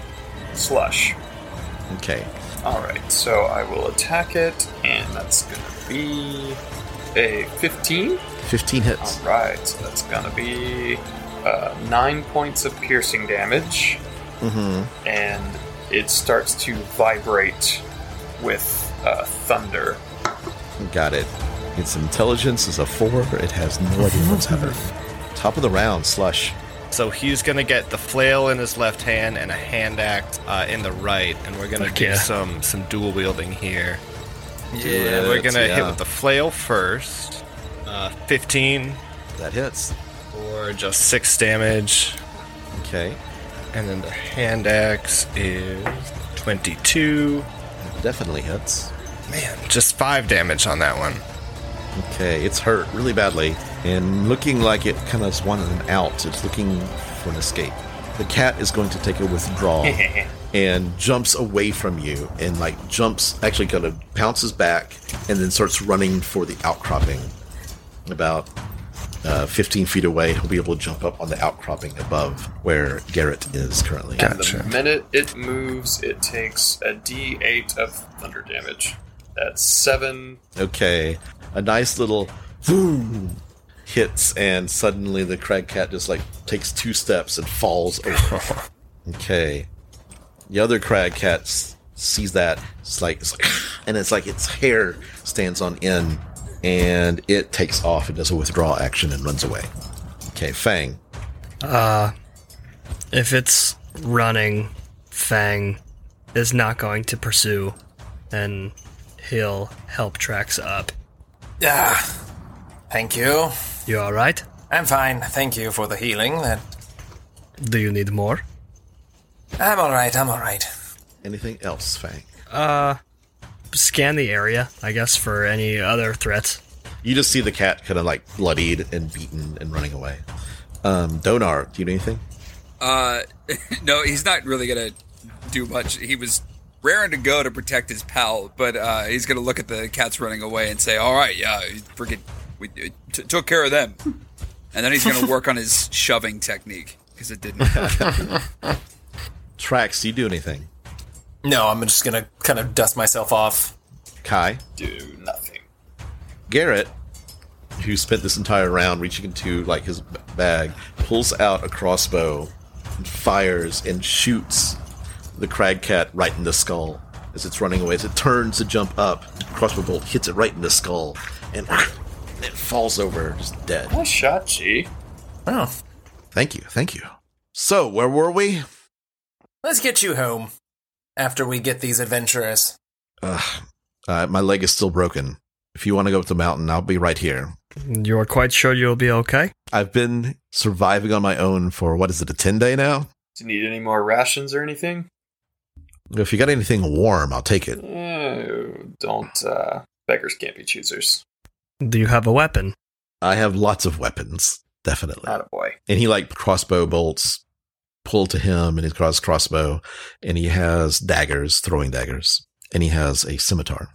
Speaker 5: Slush.
Speaker 2: Okay.
Speaker 5: Alright, so I will attack it, and that's gonna be a 15.
Speaker 2: 15 hits.
Speaker 5: Alright, so that's gonna be uh, 9 points of piercing damage. And it starts to vibrate with uh, thunder.
Speaker 2: Got it. Its intelligence is a four. It has no idea what's happening. Top of the round, slush.
Speaker 6: So he's gonna get the flail in his left hand and a hand axe uh, in the right, and we're gonna
Speaker 7: Fuck
Speaker 6: do
Speaker 7: yeah.
Speaker 6: some some dual wielding here.
Speaker 2: Yeah,
Speaker 6: and we're gonna hit
Speaker 2: yeah.
Speaker 6: with the flail first. Uh, 15
Speaker 2: That hits.
Speaker 6: or just six damage,
Speaker 2: Okay.
Speaker 6: and then the hand axe is 22.
Speaker 2: That definitely hits.
Speaker 6: Man, just five damage on that one.
Speaker 2: Okay, it's hurt really badly and looking like it kind of wanted an out. It's looking for an escape. The cat is going to take a withdrawal and jumps away from you and like jumps, actually kind of pounces back and then starts running for the outcropping. About uh, 15 feet away, he'll be able to jump up on the outcropping above where Garrett is currently.
Speaker 5: The minute it moves, it takes a d8 of thunder damage. That's 7.
Speaker 2: Okay, a nice little boom hits, and suddenly the crag cat just like takes two steps and falls over. okay, the other crag cat s- sees that. It's like, it's like, and it's like its hair stands on end, and it takes off and does a withdrawal action and runs away. Okay, Fang.
Speaker 7: If it's running, Fang is not going to pursue, and he'll help Trax up.
Speaker 8: Ah, thank you.
Speaker 7: You alright?
Speaker 8: I'm fine. Thank you for the healing. That
Speaker 7: Do you need more?
Speaker 8: I'm all right. I'm all right.
Speaker 2: Anything else, Fang?
Speaker 7: Scan the area, I guess, for any other threats.
Speaker 2: You just see the cat kind of like bloodied and beaten and running away. Um, Donar, do you do anything?
Speaker 1: Uh, no, he's not really gonna do much. He was raring to go to protect his pal, but uh, he's gonna look at the cats running away and say, "All right, yeah, freaking, we uh, t- took care of them." And then he's gonna work on his shoving technique because it didn't.
Speaker 2: Trax, do you do anything?
Speaker 3: No, I'm just gonna kind of dust myself off.
Speaker 2: Kai?
Speaker 5: Do nothing.
Speaker 2: Garrett, who spent this entire round reaching into like his b- bag, pulls out a crossbow and fires and shoots the crag cat right in the skull as it's running away. As it turns to jump up, crossbow bolt hits it right in the skull and it falls over, just dead.
Speaker 5: Nice shot, G.
Speaker 8: Oh,
Speaker 2: Thank you, thank you. So where were we?
Speaker 8: let's get you home after we get these adventurers.
Speaker 2: Ugh, uh, my leg is still broken. If you want to go up the mountain, I'll be right here.
Speaker 7: You're quite sure you'll be okay?
Speaker 2: I've been surviving on my own for what is it, a ten day now?
Speaker 5: Do you need any more rations or anything?
Speaker 2: If you got
Speaker 5: Eh,
Speaker 2: anything warm, I'll take it.
Speaker 5: Oh, don't. Uh, beggars can't be choosers.
Speaker 7: Do you have a weapon?
Speaker 2: I have lots of weapons, definitely.
Speaker 5: Attaboy.
Speaker 2: and he like crossbow bolts pull to him and he draws crossbow and he has daggers throwing daggers and he has a scimitar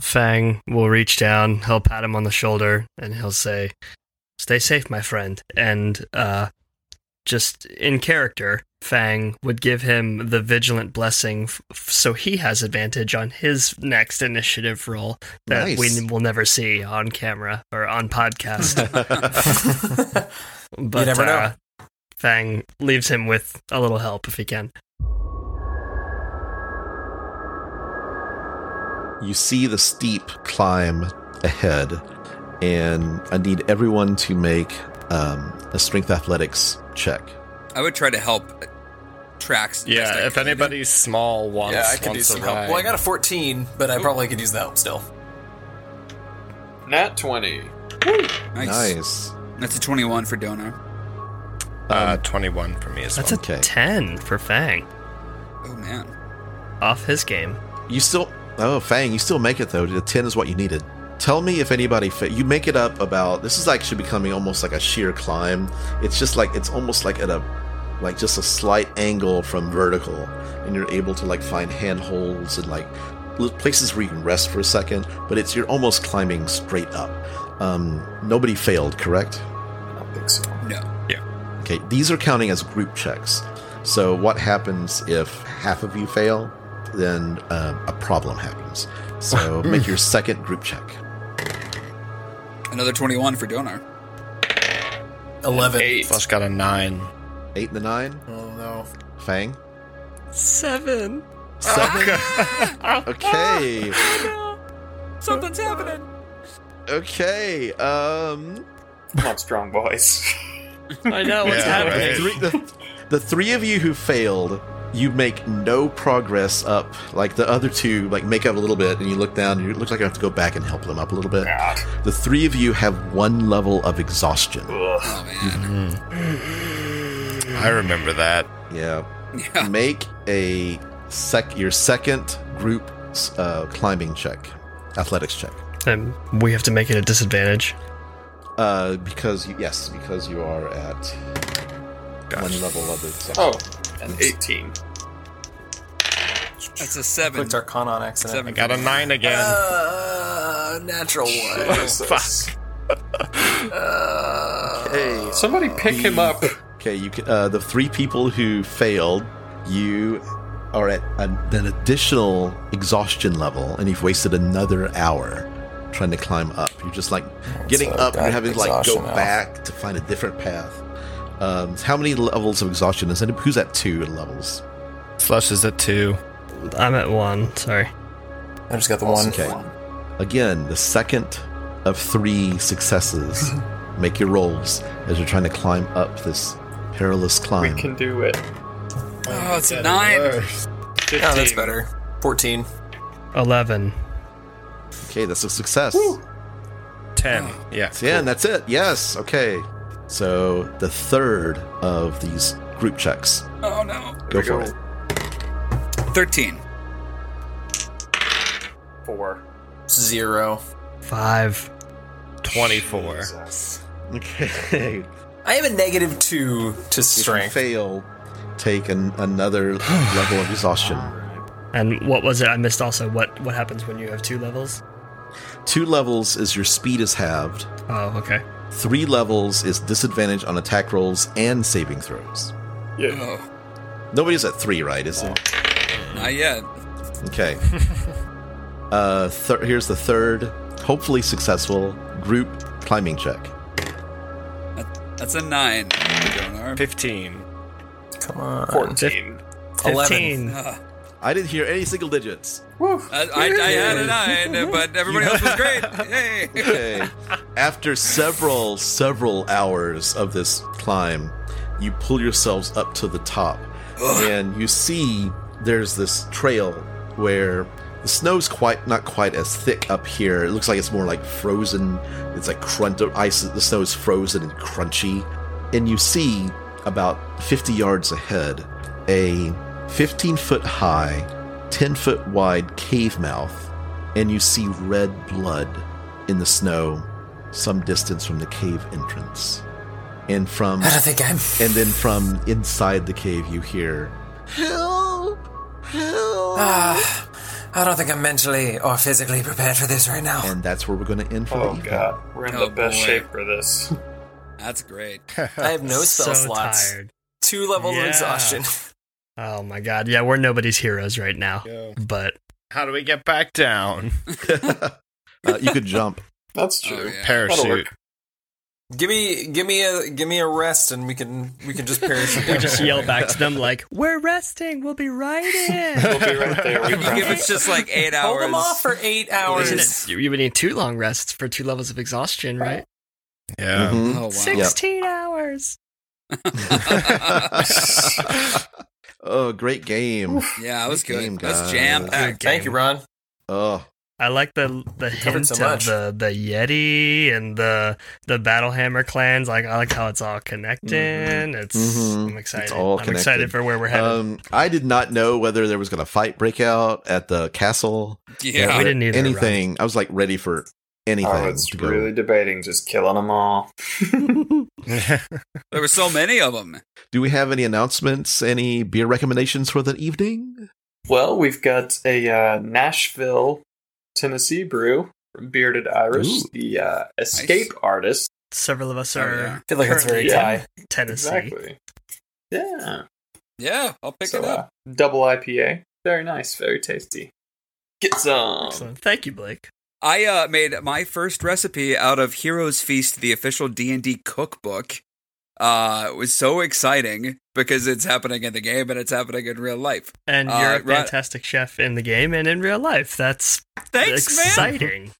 Speaker 7: Fang will reach down, he'll pat him on the shoulder, and he'll say, Stay safe, my friend. And uh, just in character, Fang would give him the vigilant blessing f- f- so he has advantage on his next initiative roll that
Speaker 2: Nice.
Speaker 7: we n- will never see on camera or on podcast. but
Speaker 3: never know.
Speaker 7: uh, Fang leaves him with a little help if he can.
Speaker 2: you see the steep climb ahead and i need everyone to make um, a strength athletics check
Speaker 1: I would try to help uh, tracks. best I
Speaker 6: Yeah, if
Speaker 1: can.
Speaker 6: anybody small wants,
Speaker 3: yeah, I could do
Speaker 6: wants
Speaker 3: some
Speaker 6: a
Speaker 3: help.
Speaker 6: ride.
Speaker 3: Well, I got a 14, but I probably could use the help still.
Speaker 5: Nat 20.
Speaker 1: nice. That's a 21 for Donar.
Speaker 6: uh, 21 for me as well.
Speaker 7: That's
Speaker 2: Okay.
Speaker 7: a 10 for Fang
Speaker 1: Oh man.
Speaker 7: off his game.
Speaker 2: you still oh fang you still make it though the 10 is what you needed tell me if anybody fit you make it up about this is actually becoming almost like a sheer climb it's just like it's almost like at a like just a slight angle from vertical and you're able to like find handholds and like l- places where you can rest for a second but it's you're almost climbing straight up um nobody failed correct
Speaker 5: I don't think so.
Speaker 1: No.
Speaker 2: Okay, these are counting as group checks. So, what happens if half of you fail? Then uh, a problem happens. So,
Speaker 1: Hmm.
Speaker 2: make your second group check.
Speaker 1: Another 21 for Donar.
Speaker 3: 11.
Speaker 6: Flush got a 9.
Speaker 2: Eight and a nine,
Speaker 3: Oh, no.
Speaker 2: Fang.
Speaker 7: Seven.
Speaker 2: Seven. okay.
Speaker 1: Something's happening.
Speaker 2: Okay. Um,
Speaker 5: Come on, strong boys.
Speaker 7: I know what's
Speaker 6: Yeah,
Speaker 7: happening.
Speaker 6: right.
Speaker 2: three, the, the three of you who failed, you make no progress up. Like the other two, like make up a little bit, and you look down. You look like I have to go back and help them up a little bit.
Speaker 5: God.
Speaker 2: The three of you have one level of exhaustion.
Speaker 1: Oh man.
Speaker 6: I remember that.
Speaker 2: Yeah.
Speaker 1: Yeah.
Speaker 2: make a sec your second group uh, climbing check athletics check
Speaker 7: And we have to make it a disadvantage.
Speaker 2: uh, because you, yes because you are at one level of the
Speaker 5: Oh, an 18.
Speaker 1: That's a 7.
Speaker 3: Clicked Arcana on accident.
Speaker 6: I
Speaker 1: 7.
Speaker 6: got a 9 again.
Speaker 3: Uh, natural one.
Speaker 6: Fuck.
Speaker 2: okay
Speaker 5: Somebody pick him up.
Speaker 2: okay you can, uh, the three people who failed you are at an, an additional exhaustion level and you've wasted another hour trying to climb up you're just like getting
Speaker 3: so
Speaker 2: up and
Speaker 3: that
Speaker 2: you're having to like go
Speaker 3: exhaustion now.
Speaker 2: back to find a different path um, how many levels of exhaustion is it who's at two levels
Speaker 6: Flush is a 2.
Speaker 7: I'm at one. Sorry.
Speaker 3: I just got the one.
Speaker 2: Okay. Again, the second of three successes. Make your rolls as you're trying to climb up this perilous
Speaker 5: We
Speaker 2: climb.
Speaker 5: can do it.
Speaker 1: Oh, it's a 9.
Speaker 3: Oh, that's better. 14.
Speaker 7: 11.
Speaker 2: Okay, that's a success.
Speaker 6: 10.
Speaker 3: oh.
Speaker 6: Yeah.
Speaker 2: Yeah, and that's it. Yes. Okay. So the third of these group checks.
Speaker 1: Oh no.
Speaker 2: Go for it.
Speaker 1: 13.
Speaker 5: Four.
Speaker 3: Zero.
Speaker 7: 5.
Speaker 6: 24.
Speaker 2: Okay.
Speaker 3: I have a negative two to
Speaker 2: Strength.
Speaker 3: strength.
Speaker 2: Fail. Take an, another level of exhaustion.
Speaker 7: And what was it? I missed also. What what happens when you have two levels?
Speaker 2: Two levels is your speed is halved.
Speaker 7: Oh, okay.
Speaker 2: Three levels is disadvantage on attack rolls and saving throws.
Speaker 5: Yeah.
Speaker 1: Oh,
Speaker 2: Nobody's at three, right? Is there?
Speaker 1: not yet.
Speaker 2: Okay. uh, thir- here's the third, hopefully successful group climbing check.
Speaker 1: That- That's a 9. for Donar.
Speaker 6: 15.
Speaker 3: Come on.
Speaker 5: 14.
Speaker 7: 15.
Speaker 1: Uh,
Speaker 2: I didn't hear any single digits.
Speaker 1: I, I, I had a 9, but everybody else was great. Yay.
Speaker 2: Okay. After several, several hours of this climb, you pull yourselves up to the top, and you see there's this trail where the snow's quite not quite as thick up here. It looks like it's more like frozen. It's like crunch ice. The snow is frozen and crunchy, and you see about 50 yards ahead a 15 foot high, 10 foot wide cave mouth, and you see red blood in the snow some distance from the cave entrance. And from
Speaker 8: I don't think I'm.
Speaker 2: and then from inside the cave you hear Help! Help!
Speaker 3: Oh.
Speaker 8: Ah, I don't think I'm mentally or physically prepared for this right now.
Speaker 2: And that's where we're gonna end for the
Speaker 5: Oh
Speaker 2: evening.
Speaker 5: god, we're in
Speaker 1: Oh,
Speaker 5: the best
Speaker 1: boy.
Speaker 5: shape for this.
Speaker 1: That's great.
Speaker 3: I have no
Speaker 7: so
Speaker 3: spell slots.
Speaker 7: tired.
Speaker 3: Two levels
Speaker 7: Yeah.
Speaker 3: of exhaustion.
Speaker 7: Oh my god. Yeah, we're nobody's heroes right now.
Speaker 6: Go.
Speaker 7: But
Speaker 6: How do we get back down?
Speaker 2: Uh, you could jump.
Speaker 5: That's
Speaker 1: Oh,
Speaker 5: true.
Speaker 1: yeah.
Speaker 6: Parachute.
Speaker 5: work.
Speaker 3: Give me, give me a, give me a rest, and we can, we can just parachute.
Speaker 7: we
Speaker 3: down.
Speaker 7: just yell back to them like, We're resting, we'll be right in.
Speaker 5: We'll be right there. We
Speaker 1: You give
Speaker 5: promise.
Speaker 1: us just like eight hours.
Speaker 3: Hold them off for eight
Speaker 7: Isn't
Speaker 3: hours.
Speaker 7: it, you you would need two long rests for two levels of exhaustion, right?
Speaker 6: Yeah.
Speaker 2: Mhm.
Speaker 1: Oh wow.
Speaker 7: Sixteen hours.
Speaker 2: oh, great game.
Speaker 1: Yeah, that was
Speaker 2: Good
Speaker 1: good.
Speaker 2: game,
Speaker 1: That's
Speaker 2: guys.
Speaker 1: jam packed.
Speaker 3: Thank you, Ron.
Speaker 2: Oh,
Speaker 7: I like the the
Speaker 3: covered
Speaker 7: hint
Speaker 3: so
Speaker 7: of
Speaker 3: much.
Speaker 7: the, the Yeti and the the Battle Hammer clans. Like I like how it's all connecting.
Speaker 3: Mm-hmm.
Speaker 7: It's
Speaker 2: Mhm.
Speaker 7: I'm excited.
Speaker 2: It's all
Speaker 7: I'm
Speaker 2: connected.
Speaker 7: excited for where we're headed.
Speaker 2: um, I did not know whether there was gonna fight break out at the castle.
Speaker 1: Yeah.
Speaker 7: We didn't either, Rob.
Speaker 2: anything. I was like ready for anything.
Speaker 5: I was
Speaker 2: to go.
Speaker 5: Oh, really debating just killing them all.
Speaker 3: Mm-hmm.
Speaker 1: There were so many of them.
Speaker 2: Do we have any announcements? Any beer recommendations for the evening?
Speaker 5: Well, we've got a uh, Nashville, Tennessee brew from Bearded Irish,
Speaker 2: Ooh.
Speaker 5: the uh, escape artist.
Speaker 7: Several of us
Speaker 1: Oh,
Speaker 7: are
Speaker 1: yeah.
Speaker 3: I feel like that's
Speaker 7: currently
Speaker 3: very
Speaker 5: Yeah.
Speaker 3: yeah.
Speaker 7: in Tennessee.
Speaker 5: Exactly. Yeah.
Speaker 1: Yeah, I'll pick
Speaker 5: so,
Speaker 1: it up.
Speaker 5: Uh, double IPA. Very nice. Very tasty. Get some.
Speaker 7: Excellent. Thank you, Blake.
Speaker 1: I uh, made my first recipe out of Heroes Feast, the official D and D cookbook. Uh, it was so exciting because it's happening in the game and it's happening in real life.
Speaker 7: And
Speaker 1: Uh,
Speaker 7: you're a
Speaker 1: Ro-
Speaker 7: fantastic chef in the game and in real life. That's
Speaker 1: Thanks, man.
Speaker 7: exciting.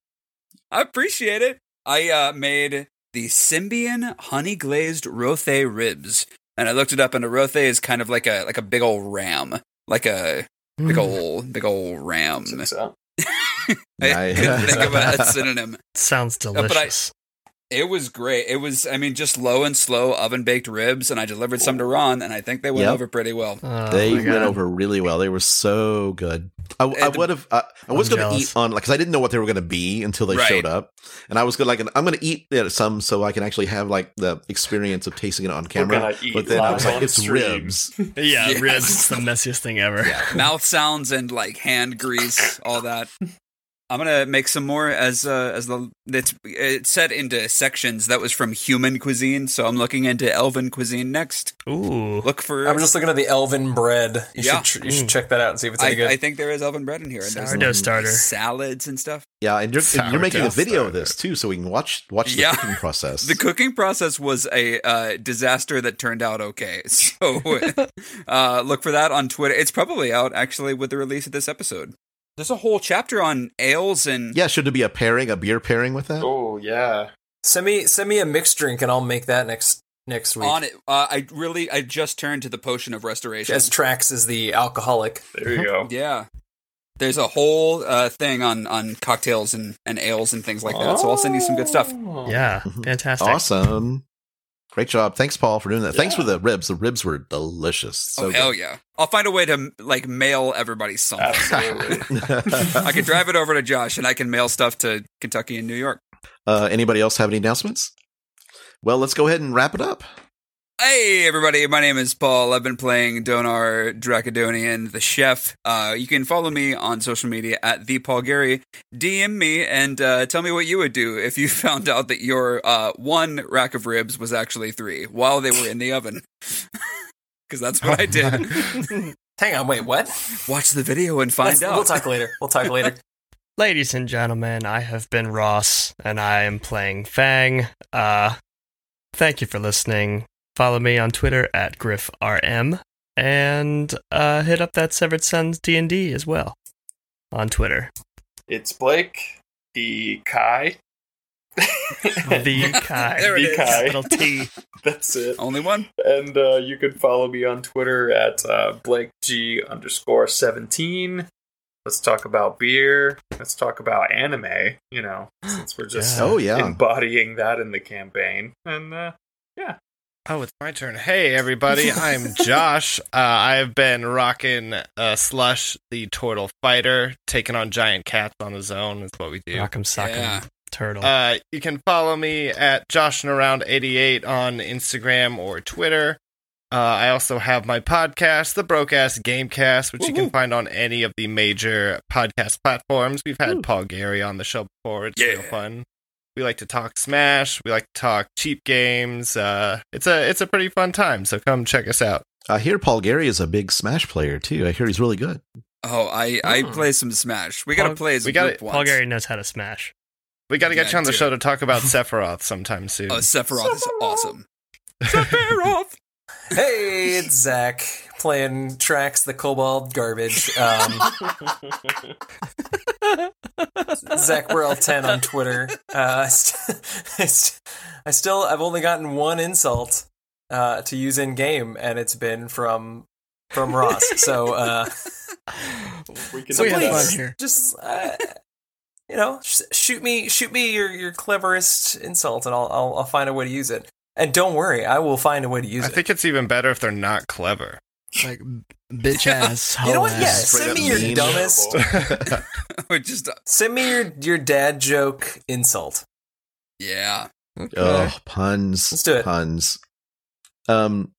Speaker 1: I appreciate it. I uh, made the Symbian honey glazed rothe ribs, and I looked it up, and a rothe is kind of like a like a big old ram, like a big
Speaker 2: Mm.
Speaker 1: old big old ram.
Speaker 5: So,
Speaker 1: I couldn't
Speaker 2: Nice.
Speaker 1: think of a synonym.
Speaker 7: Sounds
Speaker 1: I-
Speaker 7: delicious.
Speaker 1: It was great. It was, I mean, just low and slow oven baked ribs, and I delivered some to Ron, and I think they went
Speaker 2: Yep.
Speaker 1: over pretty well.
Speaker 7: Oh
Speaker 2: they
Speaker 7: my
Speaker 2: went
Speaker 7: God.
Speaker 2: over really well. They were so good. I, I
Speaker 1: And the-
Speaker 2: would have. I, I was
Speaker 7: I'm
Speaker 2: going to eat
Speaker 7: jealous.
Speaker 2: on like because I didn't know what they were going to be until they
Speaker 1: Right.
Speaker 2: showed up, and I was gonna like I'm going to eat uh, some so I can actually have like the experience of tasting it on
Speaker 5: we're
Speaker 2: camera.
Speaker 5: gonna eat
Speaker 2: But then I
Speaker 5: live
Speaker 2: was like,
Speaker 5: on
Speaker 2: it's
Speaker 5: stream.
Speaker 2: ribs.
Speaker 7: Yeah,
Speaker 1: Yes.
Speaker 7: ribs. It's the messiest thing ever.
Speaker 1: Mouth sounds and like hand grease, all that. I'm gonna make some more as uh, as the it's it's set into sections. That was from human cuisine, so I'm looking into elven cuisine next.
Speaker 7: Ooh.
Speaker 1: Look for
Speaker 3: I'm just looking at the elven bread. You
Speaker 1: Yeah.
Speaker 3: should, tr- you should
Speaker 7: Mm.
Speaker 3: check that out and see if it's
Speaker 1: I,
Speaker 3: any good.
Speaker 1: I think there is elven bread in here. And there's
Speaker 7: Sourdough starter.
Speaker 1: salads and stuff.
Speaker 2: Yeah, and you're, and you're
Speaker 6: Sourdough
Speaker 2: making a video of
Speaker 6: starter.
Speaker 2: this too, so we can watch watch the
Speaker 1: Yeah.
Speaker 2: cooking process.
Speaker 1: The cooking process was a uh, disaster that turned out okay. So uh, look for that on Twitter. It's probably out actually with the release of this episode. There's a whole chapter on ales and
Speaker 2: yeah, should there be a pairing, a beer pairing with that?
Speaker 5: oh, yeah.
Speaker 3: Send me, send me a mixed drink, and I'll make that next next week.
Speaker 1: on it. Uh, I really, I just turned to the potion of restoration.
Speaker 3: As Trax is the alcoholic.
Speaker 5: There you go.
Speaker 1: yeah. There's a whole uh, thing on on cocktails and, and ales and things like that.
Speaker 2: Oh.
Speaker 1: So I'll send you some good stuff.
Speaker 5: Oh,
Speaker 7: Yeah,
Speaker 2: Mhm.
Speaker 7: fantastic.
Speaker 2: Awesome. Great job. Thanks, Paul, for doing that. Thanks
Speaker 5: Yeah.
Speaker 2: for the ribs. The ribs were delicious. So
Speaker 1: oh hell yeah! I'll find a way to like mail everybody something.
Speaker 5: Absolutely.
Speaker 2: good.
Speaker 1: I can drive it over to Josh, and I can mail stuff to Kentucky and New York.
Speaker 2: uh, anybody else have any announcements? Well, let's go ahead and wrap it up.
Speaker 1: Hey everybody, my name is Paul. I've been playing Donar Dracodonian, the chef. Uh, you can follow me on social media at the Paul Gary. DM me and uh, tell me what you would do if you found out that your uh, one rack of ribs was actually three while they were in the oven. Because that's what I did.
Speaker 3: Hang on, wait, what?
Speaker 1: Watch the video and find
Speaker 3: Let's-
Speaker 1: out.
Speaker 3: We'll talk later. We'll talk later.
Speaker 7: Ladies and gentlemen, I have been Ross, and I am playing Fang. Uh, thank you for listening. Follow me on Twitter at GriffRM, and uh, hit up that Severed Sons D&D as well on Twitter.
Speaker 5: it's Blake, the Kai.
Speaker 7: The Kai.
Speaker 1: There it
Speaker 5: The
Speaker 1: is.
Speaker 5: Kai.
Speaker 7: Little T.
Speaker 5: That's it.
Speaker 1: Only one.
Speaker 5: And uh, you can follow me on Twitter at uh, BlakeG underscore 17. Let's talk about beer. Let's talk about anime, you know, since we're just
Speaker 7: Yeah.
Speaker 2: Oh, yeah.
Speaker 5: embodying that in the campaign. And uh,
Speaker 6: Oh, it's my turn. Hey, everybody. I'm Josh. Uh, I've been rocking uh, Slush, the Turtle Fighter, taking on giant cats on his own. Is what we do.
Speaker 7: Rock'em sock'em.
Speaker 1: Yeah.
Speaker 4: turtle.
Speaker 6: Uh, you can follow me at joshingaround88 on Instagram or Twitter. Uh, I also have my podcast, the Brocass Gamecast, which you can find on any of the major podcast platforms. We've had Paul Gary on the show before. It's real
Speaker 1: Yeah.
Speaker 6: fun. We like to talk Smash. We like to talk cheap games. Uh, it's a it's a pretty fun time. So come check us out.
Speaker 2: I hear Paul Gary is a big Smash player too. I hear he's really good.
Speaker 1: Oh, I I
Speaker 7: Hmm.
Speaker 1: play some Smash. We gotta
Speaker 7: Pog-
Speaker 1: play as a
Speaker 6: we gotta-
Speaker 1: group once.
Speaker 7: Paul Gary knows how to smash.
Speaker 6: We got to get
Speaker 1: Yeah,
Speaker 6: you on the
Speaker 1: dude.
Speaker 6: show to talk about Sephiroth sometime soon.
Speaker 1: Oh, Sephiroth, is awesome.
Speaker 3: Hey, it's Zach playing tracks the cobalt garbage. Um, Zach Burrell ten on Twitter. Uh, I, st- I, st- I still I've only gotten one insult uh, to use in game, and it's been from from Ross. So uh,
Speaker 5: We can
Speaker 3: so
Speaker 5: do
Speaker 4: had
Speaker 5: that.
Speaker 4: fun
Speaker 3: please,
Speaker 4: here.
Speaker 3: just uh, you know, sh- shoot me, shoot me your your cleverest insult, and I'll I'll, I'll find a way to use it. And don't worry, I will find a way to use
Speaker 6: I
Speaker 3: it.
Speaker 6: think it's even better if they're not clever.
Speaker 4: like bitch ass.
Speaker 3: you know
Speaker 4: hoe
Speaker 3: what?
Speaker 6: uh,
Speaker 3: Yeah,
Speaker 4: ass.
Speaker 5: Straight
Speaker 3: send
Speaker 5: up
Speaker 3: me your
Speaker 5: mean.
Speaker 3: dumbest.
Speaker 1: Oh. We're just uh,
Speaker 3: Send me your your dad joke insult.
Speaker 1: yeah.
Speaker 2: Oh, puns.
Speaker 3: Let's do it.
Speaker 2: Puns. Um,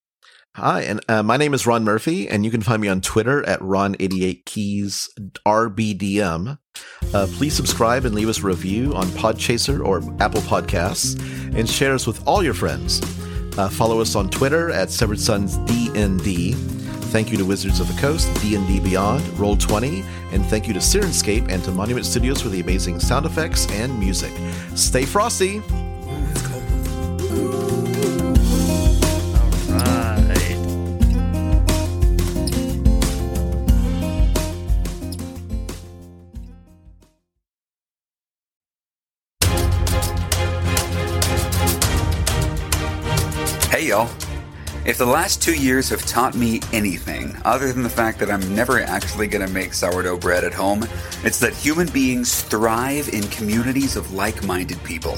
Speaker 2: hi, and uh, my name is Ron Murphy, and you can find me on Twitter at Ron88Keys RBDM. Uh, please subscribe and leave us a review on Podchaser or Apple Podcasts, and share us with all your friends. Uh, follow us on Twitter at Severed Sons DND. Thank you to Wizards of the Coast, D&D Beyond, Roll20, and thank you to Sirenscape and to Monument Studios for the amazing sound effects and music. Stay frosty!
Speaker 7: Right.
Speaker 9: Hey, y'all. If the last two years have taught me anything, other than the fact that I'm never actually going to make sourdough bread at home, it's that human beings thrive in communities of like minded people.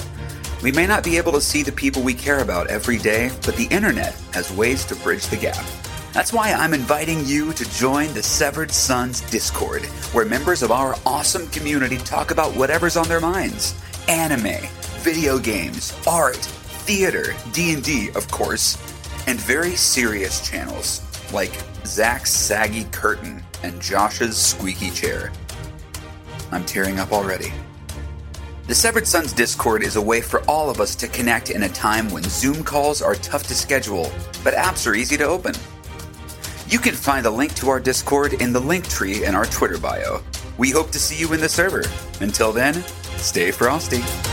Speaker 9: We may not be able to see the people we care about every day, but the internet has ways to bridge the gap. That's why I'm inviting you to join the Severed Sons Discord, where members of our awesome community talk about whatever's on their minds anime, video games, art, theater, D&D, of course, and very serious channels like Zach's saggy curtain and Josh's squeaky chair. I'm tearing up already. The Severed Sons Discord is a way for all of us to connect in a time when Zoom calls are tough to schedule, but apps are easy to open. You can find a link to our Discord in the link tree in our Twitter bio. We hope to see you in the server. Until then, stay frosty.